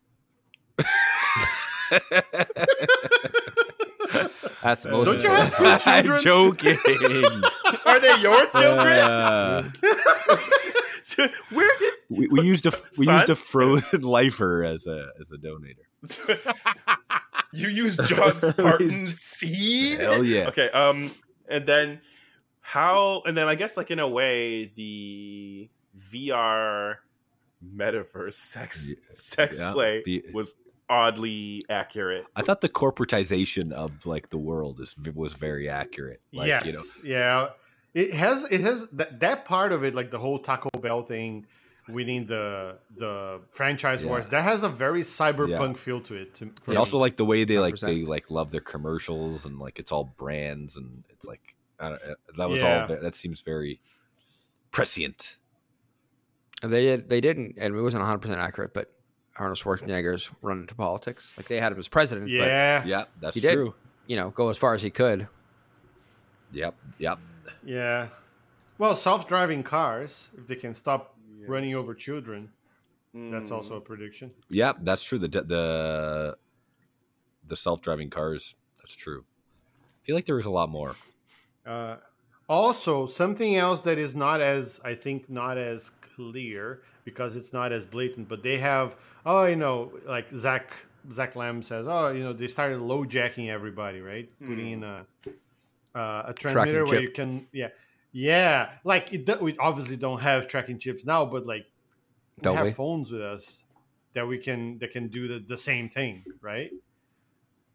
Speaker 2: That's
Speaker 3: Uh,
Speaker 2: most
Speaker 4: Don't you have two children?
Speaker 5: I'm joking.
Speaker 3: Are they your children?
Speaker 5: Uh,
Speaker 3: Where did?
Speaker 5: we, we used a we
Speaker 3: Son?
Speaker 5: used a frozen lifer as a as a donator.
Speaker 3: you use John Spartan's seed?
Speaker 5: Hell yeah.
Speaker 3: Okay. Um. And then how? And then I guess like in a way the VR metaverse sex
Speaker 5: Yeah,
Speaker 3: sex
Speaker 5: yeah,
Speaker 3: play
Speaker 5: the-
Speaker 3: was oddly accurate.
Speaker 5: I thought the corporatization of like the world is was very accurate. Like,
Speaker 4: yes.
Speaker 5: You know,
Speaker 4: Yeah. It has it has that that part of it, like the whole Taco Bell thing winning the the franchise
Speaker 5: Yeah.
Speaker 4: wars, that has a very cyberpunk feel to it. To, for
Speaker 5: and
Speaker 4: me.
Speaker 5: also like the way they like
Speaker 2: 100%.
Speaker 5: they like love their commercials and like it's all brands and it's like I don't, uh, that was
Speaker 4: Yeah.
Speaker 5: all ve- that seems very prescient.
Speaker 2: And They did. They didn't, and it wasn't 100 percent accurate. But Arnold Schwarzenegger's run into politics, like they had him as president.
Speaker 4: yeah, yeah,
Speaker 5: Yeah, that's
Speaker 2: He did.
Speaker 5: true.
Speaker 2: But, you know, go as far as he could.
Speaker 5: Yep, yep.
Speaker 4: Well, self-driving cars, if they can stop running over children, that's also a prediction.
Speaker 5: Yep, that's true. The de- the the self driving cars. That's true. I feel like there was a lot more.
Speaker 4: Uh, also, something else that is not as I think not as clear because it's not as blatant, but they have oh you know like Zach Zach Lamb says oh you know they started low jacking everybody right putting in a uh, a transmitter where
Speaker 5: Hmm. chip.
Speaker 4: you can yeah yeah like it, do- we obviously don't have tracking chips now but like we
Speaker 5: Don't
Speaker 4: have
Speaker 5: we?
Speaker 4: phones with us that we can that can do the, the same thing right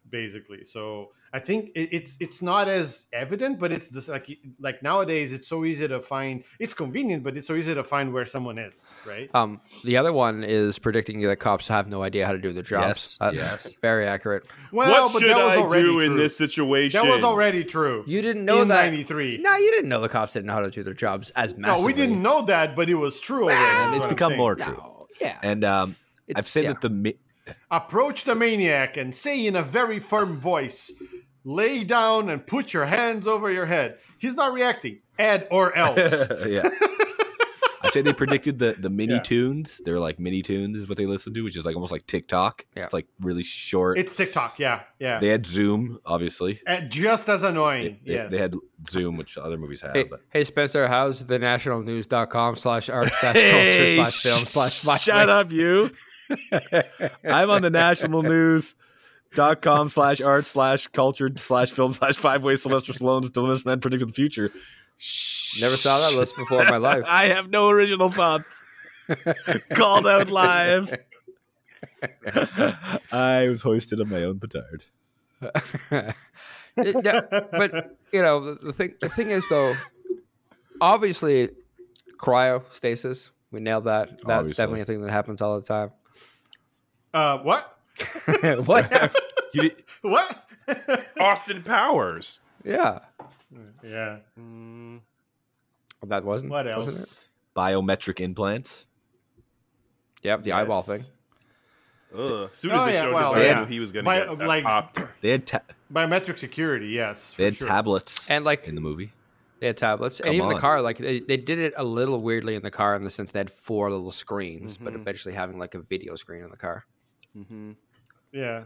Speaker 4: basically so i think it, it's it's not as evident but it's this like like nowadays it's so easy to find it's convenient but it's so easy to find where someone is right
Speaker 2: Um, the other one is predicting that cops have no idea how to do their jobs.
Speaker 5: Yes,
Speaker 2: Uh,
Speaker 5: yes.
Speaker 2: Very accurate.
Speaker 3: what should I do in
Speaker 4: true.
Speaker 3: this situation?
Speaker 4: that was already true
Speaker 2: You didn't know
Speaker 4: in
Speaker 2: that.
Speaker 4: 93
Speaker 2: No, you didn't know the cops didn't know how to do their jobs as
Speaker 4: no
Speaker 2: massively.
Speaker 4: we didn't know that but it was true already, is what
Speaker 5: it's
Speaker 4: I'm
Speaker 5: become
Speaker 4: saying.
Speaker 5: more
Speaker 2: No,
Speaker 5: true.
Speaker 2: yeah.
Speaker 5: And um, I've
Speaker 2: It's-
Speaker 5: said
Speaker 2: yeah.
Speaker 5: that the mi-
Speaker 4: approach the maniac and say in a very firm voice, lay down and put your hands over your head. He's not reacting. Add or else.
Speaker 5: yeah. I say they predicted the the mini
Speaker 4: Yeah.
Speaker 5: tunes. They're like mini tunes is what they listen to, which is like almost like TikTok.
Speaker 2: Yeah.
Speaker 5: It's like really short.
Speaker 4: it's TikTok. Yeah. Yeah.
Speaker 5: they had Zoom, obviously.
Speaker 4: And just as annoying.
Speaker 5: They, they-
Speaker 4: yes.
Speaker 5: they had Zoom, which other movies have.
Speaker 2: Hey,
Speaker 5: but
Speaker 2: hey, Spencer, how's the nationalnews.com slash arts slash culture
Speaker 5: Hey,
Speaker 2: slash
Speaker 5: sh-
Speaker 2: film slash
Speaker 5: Shut up, you. I'm on the national news dot com slash art slash culture slash film slash five ways Sylvester Stallone's Delicious Man predicted the future.
Speaker 2: Never saw that list before in my life.
Speaker 5: I have no original thoughts. Called out live. I was hoisted on my own petard.
Speaker 2: It- yeah, but you know the- the thing. The thing is, though, obviously, cryostasis. We nailed that. That's
Speaker 5: Obviously.
Speaker 2: definitely a thing that happens all the time.
Speaker 4: uh, what?
Speaker 2: what?
Speaker 5: You did,
Speaker 4: What?
Speaker 3: Austin Powers.
Speaker 2: Yeah,
Speaker 4: yeah. Mm,
Speaker 2: that wasn't.
Speaker 4: What
Speaker 2: wasn't it?
Speaker 4: else?
Speaker 5: biometric implants.
Speaker 2: Yep, the eyeball thing.
Speaker 3: Ugh. As soon as
Speaker 4: Oh,
Speaker 3: they
Speaker 4: yeah,
Speaker 3: showed
Speaker 4: well,
Speaker 3: his eye, I
Speaker 5: yeah.
Speaker 3: knew he was going
Speaker 4: By-
Speaker 3: to get like,
Speaker 4: like-
Speaker 3: popped.
Speaker 5: They had ta-
Speaker 4: Biometric security. Yes. for
Speaker 5: they had
Speaker 4: sure.
Speaker 5: tablets
Speaker 2: And like
Speaker 5: in the movie.
Speaker 2: they had tablets,
Speaker 5: Come
Speaker 2: and even the
Speaker 5: on.
Speaker 2: car. Like they, they did it a little weirdly in the car, in the sense they had four little screens, but
Speaker 4: Mm-hmm.
Speaker 2: eventually having like a video screen in the car.
Speaker 4: Yeah.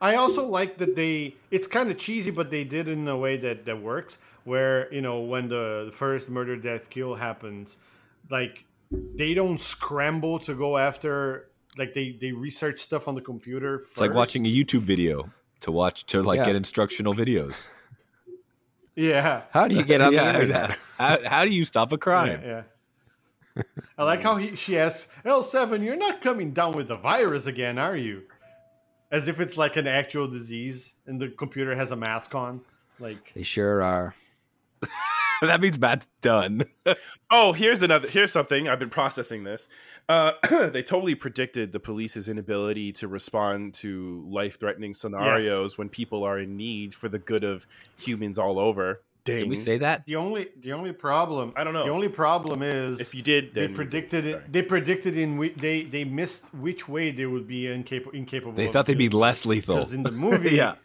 Speaker 4: I also like that they it's kind of cheesy, but they did it in a way that that works. Where you know when the, the first murder, death, kill happens, like they don't scramble to go after. Like they they research stuff on the computer. First.
Speaker 5: It's like watching E- a YouTube video to watch to like
Speaker 2: Yeah.
Speaker 5: get instructional videos.
Speaker 4: Yeah.
Speaker 2: How do you get on the internet?
Speaker 5: exactly. how, how do you stop a crime?
Speaker 4: Yeah. yeah. I like how he, she asks L seven, "You're not coming down with the virus again, are you?" As if it's like an actual disease, and the computer has a mask on. Like
Speaker 2: They sure are.
Speaker 5: that means Matt's done.
Speaker 3: Oh, here's another. Here's something. I've been processing this. Uh, they totally predicted the police's inability to respond to life-threatening scenarios when people are in need for the good of humans all over. Dang.
Speaker 4: Mhm.
Speaker 5: Did we say that?
Speaker 4: The only the only problem
Speaker 3: I don't know.
Speaker 4: The only problem is
Speaker 3: if you did,
Speaker 4: they
Speaker 3: then
Speaker 4: predicted
Speaker 3: sorry.
Speaker 4: it. They predicted in whi- they they missed which way they would be incapable incapable.
Speaker 5: They
Speaker 4: of
Speaker 5: thought they'd be
Speaker 4: doing.
Speaker 5: less lethal.
Speaker 4: because in the movie,
Speaker 5: yeah.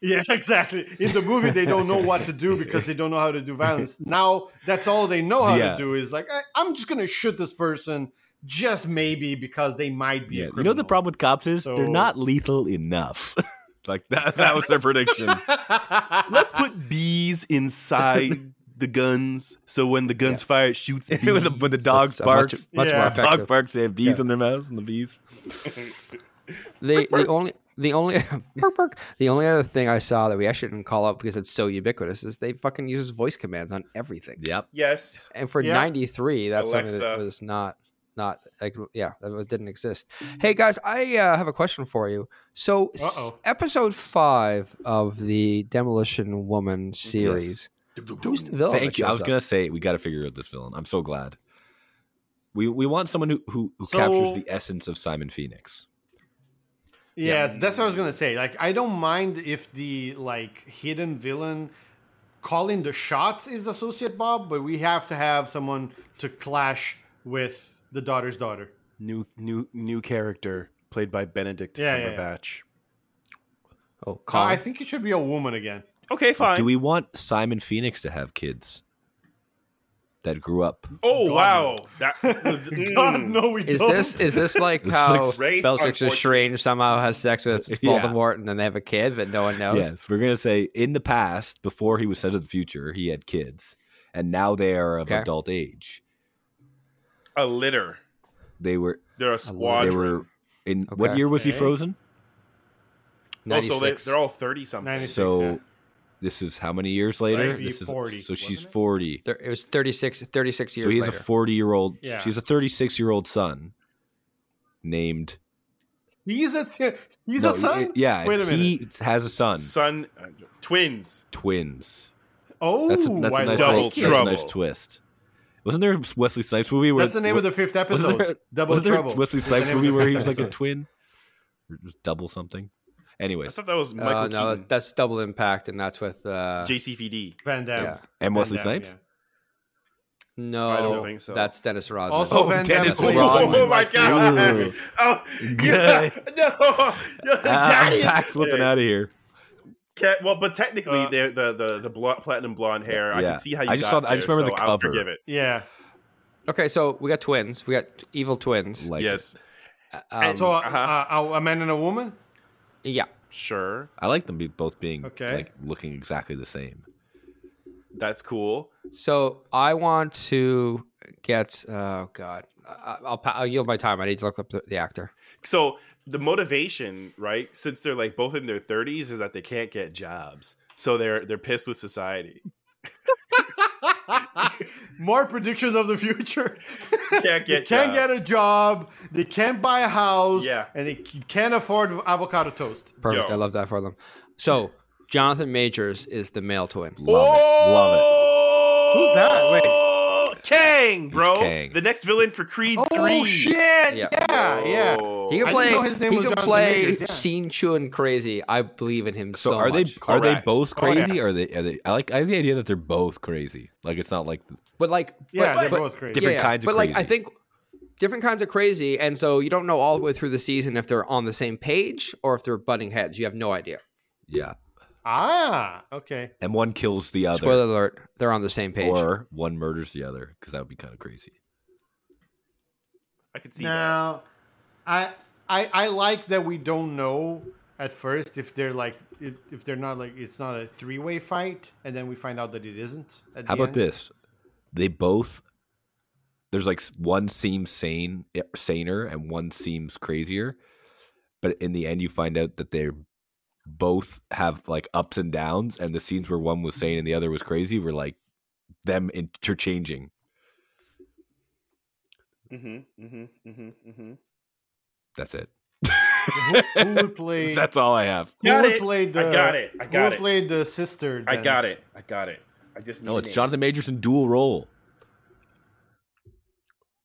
Speaker 4: yeah, exactly. In the movie, they don't know what to do because they don't know how to do violence. Now that's all they know how
Speaker 5: Yeah.
Speaker 4: to do is like I, I'm just gonna shoot this person just maybe because they might be.
Speaker 5: Yeah.
Speaker 4: a
Speaker 5: You know the
Speaker 4: criminal.
Speaker 5: problem with cops is they're
Speaker 4: So-
Speaker 5: not lethal enough. like that, that was their prediction.
Speaker 3: Let's put bees inside the guns, so when the guns fire, it shoots
Speaker 5: when, the, when the dog
Speaker 2: So
Speaker 5: barks,
Speaker 2: much, much more
Speaker 4: Yeah.
Speaker 5: dog
Speaker 2: effective.
Speaker 5: barks, they have bees
Speaker 2: Yeah.
Speaker 5: in their mouths and the bees.
Speaker 2: the the only the only perk, perk. the only other thing I saw that we actually didn't call out because it's so ubiquitous is they fucking uses voice commands on everything.
Speaker 5: Yep.
Speaker 3: Yes.
Speaker 2: And for
Speaker 4: Yeah.
Speaker 2: 93, that's something that
Speaker 3: Alexa.
Speaker 2: was not not ex- yeah, that was- didn't exist. Hey guys, I uh, have a question for you. So s-
Speaker 4: Uh-oh.
Speaker 2: episode 5 of the Demolition Woman series. Who's the villain?
Speaker 5: Thank
Speaker 2: Oh, that
Speaker 5: you. I
Speaker 2: shows
Speaker 5: was
Speaker 2: up?
Speaker 5: gonna say we got to figure out this villain. I'm so glad. We we want someone who who, who
Speaker 4: So-
Speaker 5: captures the essence of Simon Phoenix.
Speaker 4: Yeah, that's what I was gonna say. Like, I don't mind if the like hidden villain calling the shots is associate Bob, but we have to have someone to clash with the daughter's daughter.
Speaker 3: New new new character played by Benedict
Speaker 4: Yeah, yeah, yeah.
Speaker 3: Cumberbatch.
Speaker 2: Oh,
Speaker 4: Uh,
Speaker 2: Colin.
Speaker 4: I think it should be a woman again.
Speaker 3: Okay, fine.
Speaker 5: Do we want Simon Phoenix to have kids? that grew up.
Speaker 3: Oh
Speaker 4: God,
Speaker 3: wow, that was
Speaker 4: God,
Speaker 5: Hmm.
Speaker 3: mm.
Speaker 4: no, we
Speaker 2: Is
Speaker 4: don't.
Speaker 2: this is this like
Speaker 5: This
Speaker 2: how
Speaker 5: looks
Speaker 3: great,
Speaker 2: Bellatrix
Speaker 3: unfortunate.
Speaker 2: Strange somehow has sex with
Speaker 5: Yeah.
Speaker 2: Voldemort and then they have a kid, but no one knows?
Speaker 5: Yes, we're gonna say in the past, before he was sent to the future, he had kids, and now they are of
Speaker 2: Okay.
Speaker 5: adult age.
Speaker 3: a litter.
Speaker 5: They were
Speaker 3: They're a
Speaker 5: they
Speaker 3: squadron.
Speaker 5: were in what
Speaker 2: Okay.
Speaker 5: year was he
Speaker 3: Okay.
Speaker 5: frozen?
Speaker 3: oh, so they,
Speaker 2: 96.
Speaker 3: they're all thirty something.
Speaker 4: 96,
Speaker 5: so
Speaker 4: yeah.
Speaker 5: this is how many years later?
Speaker 4: Maybe
Speaker 5: This is
Speaker 4: 40,
Speaker 5: So she's
Speaker 4: wasn't it?
Speaker 5: forty.
Speaker 2: There- it was 36, 36 years
Speaker 5: So he has
Speaker 2: later.
Speaker 5: a forty-year-old.
Speaker 4: Yeah.
Speaker 5: She has a thirty-six-year-old son named.
Speaker 4: he's a th- he's
Speaker 5: No,
Speaker 4: a son.
Speaker 5: Yeah,
Speaker 4: Wait a minute.
Speaker 5: he has a son.
Speaker 3: Son, uh, twins.
Speaker 5: Twins.
Speaker 4: oh,
Speaker 5: That's a, that's a
Speaker 4: I
Speaker 5: nice,
Speaker 3: Double
Speaker 4: like it.
Speaker 5: that's a nice
Speaker 3: Trouble.
Speaker 5: twist. Wasn't there a Wesley Snipes movie where
Speaker 4: That's the name of the fifth
Speaker 5: wasn't
Speaker 4: episode.
Speaker 5: there-
Speaker 4: Double
Speaker 5: wasn't there a
Speaker 4: Trouble.
Speaker 5: Wesley
Speaker 4: is the name
Speaker 5: Snipes
Speaker 4: of
Speaker 5: movie
Speaker 4: the
Speaker 5: where
Speaker 4: fifth
Speaker 5: he was like a
Speaker 4: episode.
Speaker 5: twin, or just double something.
Speaker 3: I
Speaker 5: Anyways,
Speaker 3: thought that was
Speaker 2: Uh,
Speaker 3: Michael
Speaker 2: no,
Speaker 3: Keaton,
Speaker 2: that's Double Impact, and that's with. Uh,
Speaker 3: JCVD.
Speaker 4: Van Damme.
Speaker 2: yeah.
Speaker 5: and Wesley
Speaker 4: Van Damme,
Speaker 5: Snipes.
Speaker 2: No,
Speaker 3: I don't think so.
Speaker 2: That's Dennis
Speaker 4: yeah.
Speaker 2: Rodman.
Speaker 4: Also,
Speaker 5: Oh,
Speaker 4: Van Damme.
Speaker 5: Dennis
Speaker 4: played
Speaker 2: Rodman.
Speaker 4: Rodman.
Speaker 3: Oh my
Speaker 4: Like,
Speaker 3: god!
Speaker 5: Ooh.
Speaker 3: Oh, yeah.
Speaker 5: Good.
Speaker 3: no, no,
Speaker 5: Ah,
Speaker 3: that is-
Speaker 5: back flipping out of here.
Speaker 3: Cat- well, but technically,
Speaker 4: Uh,
Speaker 3: they're the the the bl- platinum blonde hair. I
Speaker 5: Yeah.
Speaker 3: can see how you.
Speaker 5: I
Speaker 3: got
Speaker 5: just saw
Speaker 3: There,
Speaker 5: the- I just remember
Speaker 3: so
Speaker 5: the
Speaker 3: I'll
Speaker 5: cover.
Speaker 3: forgive it.
Speaker 4: Yeah.
Speaker 2: okay, so we got twins. We got evil twins.
Speaker 5: Like,
Speaker 3: yes,
Speaker 2: Um,
Speaker 4: So, uh,
Speaker 3: Uh-huh.
Speaker 4: uh, a man and a woman.
Speaker 2: yeah,
Speaker 3: sure,
Speaker 5: I like them be- both being
Speaker 4: Okay.
Speaker 5: like looking exactly the same.
Speaker 3: that's cool.
Speaker 2: So I want to get. Oh God, I, I'll, pa- I'll yield my time. I need to look up the, the actor.
Speaker 3: So the motivation, right? Since they're like both in their thirties, is that they can't get jobs, so they're they're pissed with society.
Speaker 4: More predictions of the future.
Speaker 3: Can't
Speaker 4: they
Speaker 3: get
Speaker 4: can't
Speaker 3: job.
Speaker 4: get a job. They can't buy a house.
Speaker 3: Yeah.
Speaker 4: and they c- can't afford avocado toast.
Speaker 5: Oh.
Speaker 2: Perfect.
Speaker 3: Yo.
Speaker 2: I love that for them. So Jonathan Majors is the male twin.
Speaker 5: Love it. Love it.
Speaker 4: Who's that? Wait.
Speaker 3: Wait, Kang, bro,
Speaker 5: Kang.
Speaker 3: the next villain for Creed Three.
Speaker 4: Oh shit!
Speaker 2: Yeah.
Speaker 4: Yeah, yeah.
Speaker 3: Oh.
Speaker 2: He
Speaker 4: I
Speaker 2: can
Speaker 4: didn't
Speaker 2: play.
Speaker 4: know his name
Speaker 2: He
Speaker 4: was
Speaker 2: can
Speaker 4: Jonathan
Speaker 2: play
Speaker 4: Majors, yeah.
Speaker 2: Scene Chun crazy. I believe in him so,
Speaker 5: So, are they
Speaker 2: much.
Speaker 5: are they
Speaker 3: Correct.
Speaker 5: both
Speaker 4: Oh, yeah.
Speaker 5: crazy? Are they are they? I like I like the idea that they're both crazy. Like it's not like
Speaker 2: But like, but-
Speaker 4: Yeah,
Speaker 2: but,
Speaker 4: they're
Speaker 2: but-
Speaker 4: both crazy.
Speaker 5: different kinds of
Speaker 2: But like, I
Speaker 5: crazy.
Speaker 2: think different kinds of crazy, and so you don't know all the way through the season if they're on the same page or if they're butting heads. You have no idea.
Speaker 5: yeah,
Speaker 4: Ah, okay.
Speaker 5: and one kills the other,
Speaker 2: Spoiler alert: they're on the same page.
Speaker 5: or one murders the other because that would be kind of crazy.
Speaker 3: I could see that.
Speaker 4: Now, I I I like that we don't know at first if they're like if, if they're not like it's not a three way fight, and then we find out that it isn't. At
Speaker 5: How
Speaker 4: the
Speaker 5: about
Speaker 4: end.
Speaker 5: this? They both there's like s- one seems sane, eh, saner, and one seems crazier. But in the end, you find out that they're both have like ups and downs, and the scenes where one was sane and the other was crazy were like them interchanging.
Speaker 3: Mm-hmm, mm-hmm, mm-hmm, mm-hmm.
Speaker 5: That's it.
Speaker 4: Who would play?
Speaker 5: That's all I have.
Speaker 4: who
Speaker 3: Got
Speaker 4: would
Speaker 3: it.
Speaker 4: play the,
Speaker 3: I got it. I
Speaker 4: who
Speaker 3: got
Speaker 4: would
Speaker 3: it.
Speaker 4: play the sister?
Speaker 3: I
Speaker 4: then?
Speaker 3: got it. I got it. I just
Speaker 5: No,
Speaker 3: need
Speaker 5: it's
Speaker 3: it.
Speaker 5: Jonathan Majors in dual role.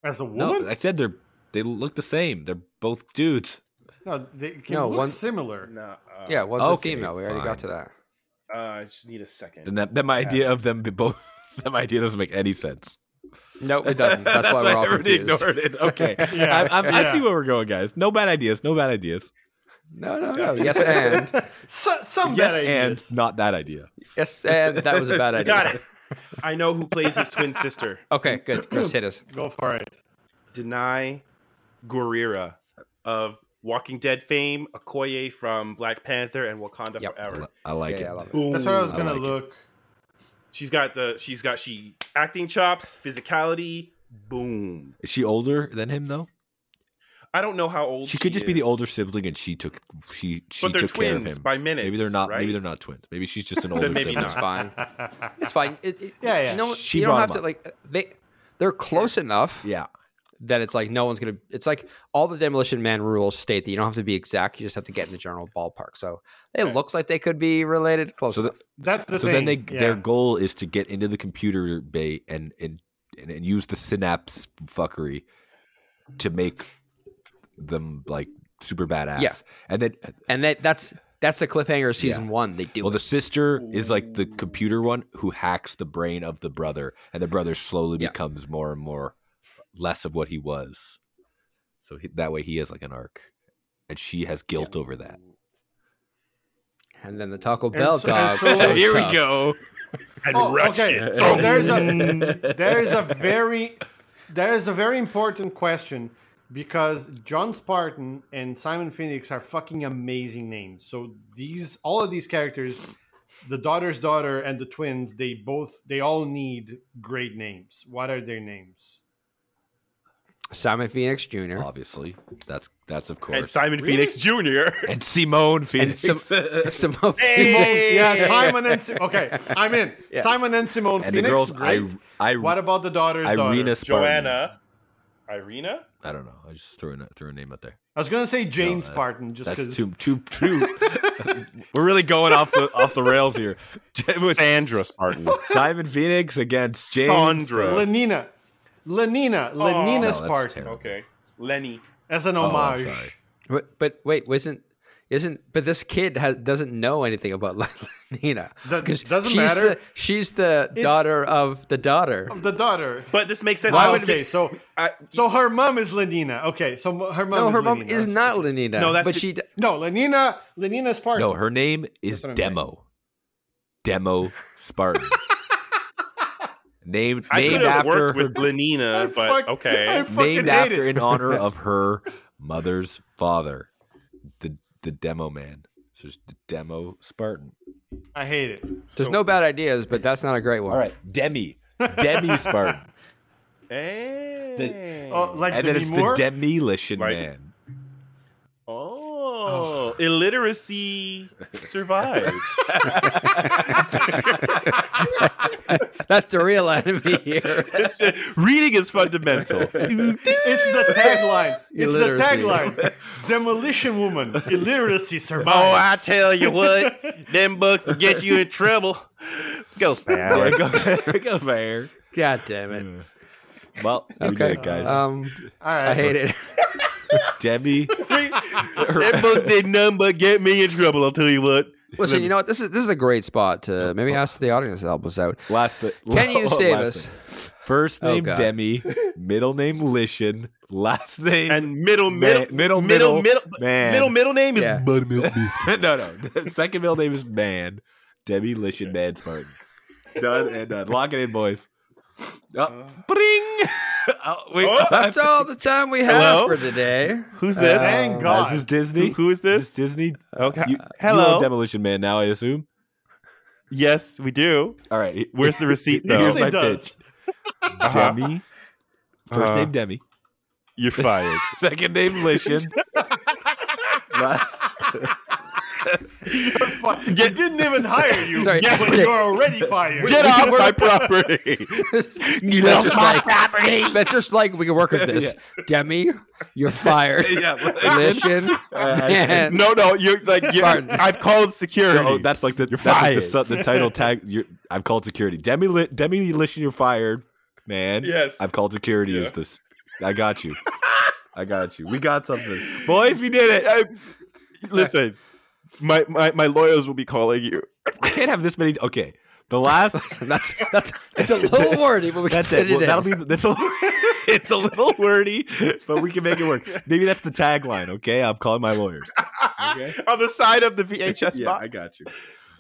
Speaker 4: as a
Speaker 5: No,
Speaker 4: woman.
Speaker 5: I said they're they look the same. They're both dudes.
Speaker 4: No, they can
Speaker 2: No,
Speaker 4: look
Speaker 2: one-
Speaker 4: similar.
Speaker 3: No, uh,
Speaker 2: Yeah, one's
Speaker 5: Okay,
Speaker 2: a female. We already got
Speaker 5: fine.
Speaker 2: to that.
Speaker 3: Uh, I just need a second.
Speaker 5: And that, that my idea of them be both. That my idea doesn't make any sense.
Speaker 2: No, it doesn't. That's, why we're all
Speaker 5: everybody
Speaker 2: confused.
Speaker 5: ignored it. Okay,
Speaker 4: Yeah,
Speaker 5: I, I'm, I see
Speaker 4: yeah.
Speaker 5: where we're going, guys. No bad ideas. No bad ideas.
Speaker 2: No, no, no. Yes, and
Speaker 4: So, some
Speaker 5: Yes,
Speaker 4: bad
Speaker 5: and
Speaker 4: ideas.
Speaker 5: not that idea.
Speaker 2: yes, and that was a bad idea.
Speaker 3: Got it. I know who plays his twin sister.
Speaker 2: Okay, good. Chris hit us.
Speaker 4: Go for it.
Speaker 3: Deny Gurira of Walking Dead fame, Okoye from Black Panther and Wakanda
Speaker 2: Yep.
Speaker 3: Forever.
Speaker 5: I like
Speaker 2: yeah,
Speaker 5: it.
Speaker 2: yeah, I love it.
Speaker 3: Boom.
Speaker 4: That's what I was
Speaker 5: I
Speaker 4: gonna
Speaker 5: like it.
Speaker 4: look.
Speaker 3: She's got the she's got she acting chops, physicality, boom.
Speaker 5: Is she older than him though?
Speaker 3: I don't know how old
Speaker 5: She could just be the
Speaker 3: is.
Speaker 5: older sibling, and she took she she
Speaker 3: But they're
Speaker 5: took care of
Speaker 3: twins
Speaker 5: him.
Speaker 3: by minutes.
Speaker 5: maybe they're not.
Speaker 3: Right?
Speaker 5: Maybe they're not twins. Maybe she's just an older
Speaker 3: maybe
Speaker 5: sibling.
Speaker 2: It's fine. It's fine. It, it-
Speaker 4: Yeah, yeah.
Speaker 2: You, know,
Speaker 5: She
Speaker 2: you don't
Speaker 5: brought
Speaker 2: have
Speaker 5: him
Speaker 2: to
Speaker 5: up.
Speaker 2: like they. They're close enough
Speaker 5: Yeah,
Speaker 2: that it's like no one's gonna. It's like all the Demolition Man rules state that you don't have to be exact. You just have to get in the general ballpark. So they
Speaker 3: Okay.
Speaker 2: look like they could be related. Close
Speaker 5: So the-
Speaker 2: enough.
Speaker 4: That's the
Speaker 5: so
Speaker 4: thing.
Speaker 5: then they
Speaker 4: yeah.
Speaker 5: their goal is to get into the computer bay and and, and and use the synapse fuckery to make them like super badass.
Speaker 2: Yeah.
Speaker 5: And then uh,
Speaker 2: and that that's that's the cliffhanger of season one. They do.
Speaker 5: well
Speaker 2: it.
Speaker 5: the sister is like the computer one who hacks the brain of the brother and the brother slowly
Speaker 2: Yeah.
Speaker 5: becomes more and more less of what he was. So he, that way he has like an arc and she has guilt over that.
Speaker 2: and then the Taco Bell
Speaker 4: so-
Speaker 2: dog.
Speaker 4: and so-
Speaker 2: shows
Speaker 4: Here
Speaker 2: up.
Speaker 5: go.
Speaker 3: and
Speaker 4: Oh,
Speaker 3: rush
Speaker 4: okay.
Speaker 3: it.
Speaker 4: So there's a there's a very there's a very important question because John Spartan and Simon Phoenix are fucking amazing names. So these all of these characters, the daughter's daughter and the twins, they both they all need great names. What are their names?
Speaker 2: Simon Phoenix Jr.
Speaker 5: Oh. obviously. That's that's of course.
Speaker 3: and Simon Phoenix Jr.
Speaker 5: And Simone Phoenix.
Speaker 2: Sim- Simone
Speaker 3: Hey!
Speaker 4: Yeah, Simon and Si- okay, I'm in. Simon and Simone
Speaker 5: And the
Speaker 4: Phoenix,
Speaker 5: girls, I,
Speaker 4: great.
Speaker 5: I,
Speaker 4: what about the daughter's
Speaker 5: Irina
Speaker 4: daughter?
Speaker 5: Spartan.
Speaker 3: Joanna, Irina.
Speaker 5: I don't know. I just threw a threw a name out there.
Speaker 4: I was gonna say Jane
Speaker 5: No, that-
Speaker 4: Spartan, just
Speaker 5: That's
Speaker 4: because
Speaker 5: too too too. We're really going off the off the rails here. With
Speaker 3: Sandra Spartan.
Speaker 5: Simon Phoenix against James. Oh,
Speaker 3: Sandra.
Speaker 4: Lenina. Lenina.
Speaker 3: No,
Speaker 4: Lenina
Speaker 5: that's
Speaker 4: Spartan.
Speaker 5: terrible.
Speaker 3: Okay. Lenny.
Speaker 4: As an
Speaker 5: Oh, I'm
Speaker 4: homage.
Speaker 5: sorry.
Speaker 2: But, but wait, wasn't isn't but this kid has, doesn't know anything about Nina
Speaker 4: That
Speaker 2: because
Speaker 4: doesn't
Speaker 2: she's
Speaker 4: matter.
Speaker 2: The, she's the daughter of the daughter.
Speaker 4: Of the daughter.
Speaker 3: But this makes sense.
Speaker 4: Why
Speaker 3: would
Speaker 4: would okay, so
Speaker 3: I,
Speaker 4: so her mom is Lenina. Okay, so m- her mom
Speaker 2: No,
Speaker 4: is
Speaker 2: her mom
Speaker 4: Lenina.
Speaker 2: is not Lenina.
Speaker 3: No, that's
Speaker 2: but
Speaker 3: the-
Speaker 2: she. d-
Speaker 4: No, Lenina Lenina Spartan.
Speaker 5: No, her name is
Speaker 4: That's what I'm
Speaker 5: Demo. Demo Spartan. named
Speaker 3: I could
Speaker 5: named
Speaker 3: have
Speaker 5: after
Speaker 3: worked
Speaker 5: her
Speaker 3: with Lenina,
Speaker 4: I
Speaker 3: but
Speaker 4: fuck- I
Speaker 3: okay.
Speaker 4: fucking
Speaker 5: named
Speaker 4: hate
Speaker 5: after
Speaker 4: it.
Speaker 5: in honor of her mother's father, the the Demo Man. So it's the Demo Spartan.
Speaker 4: I hate it.
Speaker 2: There's
Speaker 3: So-
Speaker 2: no bad ideas, but that's not a great one.
Speaker 5: All right, Demi. Demi Spartan.
Speaker 3: Hey.
Speaker 4: Oh, like
Speaker 5: and
Speaker 4: Demi
Speaker 5: then it's
Speaker 4: Moore?
Speaker 5: the Demilician
Speaker 3: Like-
Speaker 5: Man.
Speaker 3: Oh, illiteracy survives.
Speaker 2: That's the real enemy here.
Speaker 3: It's, uh, reading is fundamental.
Speaker 4: it's the tagline. It's the
Speaker 2: Illiteracy.
Speaker 4: tagline. Demolition woman. Illiteracy
Speaker 3: Oh, I
Speaker 4: survives.
Speaker 3: tell you what, them books will get you in trouble. Go
Speaker 5: There
Speaker 3: fast.
Speaker 5: you go. There you go fair.
Speaker 2: God damn it.
Speaker 5: Well, we did
Speaker 2: Okay,
Speaker 5: it, guys.
Speaker 2: Um,
Speaker 4: All right.
Speaker 2: I hate it.
Speaker 5: Demi.
Speaker 3: them books did none but get me in trouble. I'll tell you what.
Speaker 2: Listen, you know what? This is this is a great spot to maybe ask the audience to help us out.
Speaker 5: Last th-
Speaker 2: Can you save
Speaker 5: last
Speaker 2: us?
Speaker 5: thing. First
Speaker 2: Oh,
Speaker 5: name
Speaker 2: God.
Speaker 5: Demi, middle name Lishan, last name
Speaker 3: And middle,
Speaker 5: Ma-
Speaker 3: middle,
Speaker 5: middle, middle,
Speaker 3: middle, middle,
Speaker 5: man.
Speaker 3: middle, middle name is
Speaker 2: Yeah.
Speaker 3: buttermilk biscuit.
Speaker 5: no, no. Second middle name is Man. Demi Lishan Man Spartan. done and done. Lock it in, boys. Oh, bring. oh, wait.
Speaker 3: Uh, Oh,
Speaker 2: That's all the time we have
Speaker 3: Hello?
Speaker 2: for today.
Speaker 3: Who's this?
Speaker 4: Thank
Speaker 5: Uh,
Speaker 4: God.
Speaker 5: This is Disney.
Speaker 3: Who- who is this?
Speaker 5: Is Disney.
Speaker 3: okay.
Speaker 5: You, You
Speaker 3: Hello.
Speaker 5: love Demolition Man now, I assume.
Speaker 3: yes, we do.
Speaker 5: All right.
Speaker 3: Where's the receipt
Speaker 5: Here's
Speaker 3: though?
Speaker 4: Disney
Speaker 5: my
Speaker 4: does.
Speaker 3: Uh-huh.
Speaker 5: Demi. 1st
Speaker 3: Uh-huh.
Speaker 5: name Demi.
Speaker 3: You're fired.
Speaker 5: Second name Lishan. last,
Speaker 4: Fuck, they didn't even hire you,
Speaker 2: Sorry.
Speaker 4: but you're already fired.
Speaker 3: Get off my property. you
Speaker 2: That's
Speaker 3: off
Speaker 2: just
Speaker 3: my
Speaker 2: like-
Speaker 3: property.
Speaker 2: That's just like we can work with this. Demi, you're fired.
Speaker 5: yeah. Lishan.
Speaker 2: Mission.
Speaker 5: Uh,
Speaker 2: and
Speaker 3: No, no, you're like you're,
Speaker 2: Pardon.
Speaker 3: I've called security.
Speaker 5: Oh, that's like the,
Speaker 3: You're
Speaker 5: that's like the,
Speaker 3: fired.
Speaker 5: sub- the title tag. You're, I've called security. Demi Li- Demi Lishan, you're fired, man.
Speaker 3: Yes.
Speaker 5: I've called security.
Speaker 3: Yeah.
Speaker 5: Is this? I got you. I got you. We got something, boys. We did it.
Speaker 3: I, listen, my, my my lawyers will be calling you.
Speaker 5: I can't have this many. Okay, the last.
Speaker 2: that's that's it's a little wordy, but we can
Speaker 5: That's
Speaker 2: fit
Speaker 5: it.
Speaker 2: it,
Speaker 5: Well,
Speaker 2: in.
Speaker 5: that'll be. That's a, it's a little wordy, but we can make it work. Maybe that's the tagline. Okay, I'm calling my lawyers. Okay.
Speaker 3: On the side of the VHS
Speaker 5: yeah,
Speaker 3: box.
Speaker 5: I got you.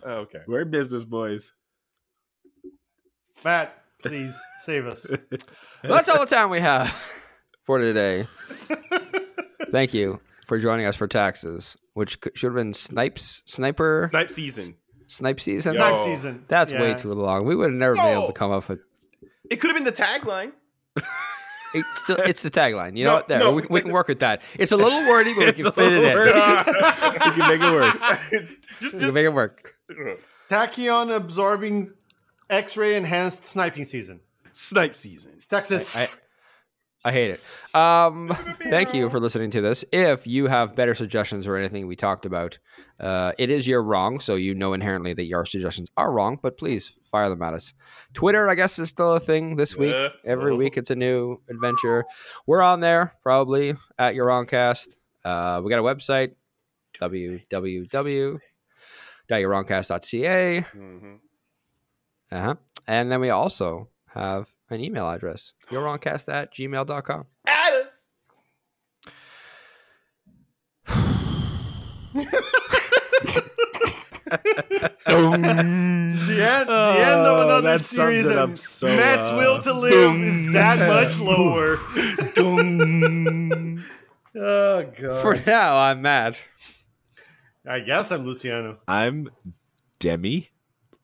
Speaker 3: Oh, okay.
Speaker 5: We're in business, boys.
Speaker 4: Matt, please save us.
Speaker 2: That's all the time we have for today. Thank you for joining us for taxes, which c- should have been snipes, sniper,
Speaker 3: Snipe season.
Speaker 2: snipe season.
Speaker 3: Snipe-
Speaker 4: Snipe
Speaker 3: Yo.
Speaker 4: season.
Speaker 2: That's way
Speaker 4: Yeah.
Speaker 2: too long. We would have never been able
Speaker 3: No.
Speaker 2: to come up with.
Speaker 3: It could have been the tagline.
Speaker 2: It's, still, it's the tagline. You know
Speaker 3: No,
Speaker 2: what? There,
Speaker 3: no,
Speaker 2: we, we can work with that. It's a little wordy, but we can
Speaker 5: It's a
Speaker 2: fit it in.
Speaker 5: little
Speaker 2: We
Speaker 5: wordy. We can make it work.
Speaker 3: just
Speaker 2: can
Speaker 3: just
Speaker 2: make it work.
Speaker 4: Tachyon absorbing X-ray enhanced sniping season.
Speaker 3: snipe season.
Speaker 4: It's Texas.
Speaker 2: I- I hate it. Um, thank you for listening to this. If you have better suggestions or anything we talked about, uh, it is your wrong, so you know inherently that your suggestions are wrong. But please fire them at us. Twitter, I guess, is still a thing this week.
Speaker 3: Yeah.
Speaker 2: Every week, it's a new adventure. We're on there probably at your wrongcast. Uh, we got a website www.yourwrongcast.ca.
Speaker 3: Mhm.
Speaker 2: Uh huh. And then we also have an email address yourwrongcast at gmail.com.
Speaker 3: At us.
Speaker 4: the end, the end of
Speaker 5: Oh,
Speaker 4: another
Speaker 5: that sums
Speaker 4: series,
Speaker 5: it
Speaker 4: and
Speaker 5: up so
Speaker 4: Matt's
Speaker 5: well.
Speaker 4: will to live is that
Speaker 5: Boom.
Speaker 4: much lower.
Speaker 5: Dum.
Speaker 4: oh god!
Speaker 2: For now, I'm mad.
Speaker 4: I guess I'm Luciano.
Speaker 5: I'm Demi,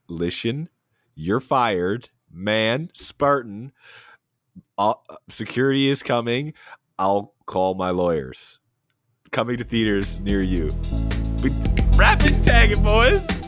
Speaker 5: Lishan, you're fired, man, Spartan. Uh, security is coming. I'll call my lawyers. Coming to theaters near you. We wrapped it, tag it, boys.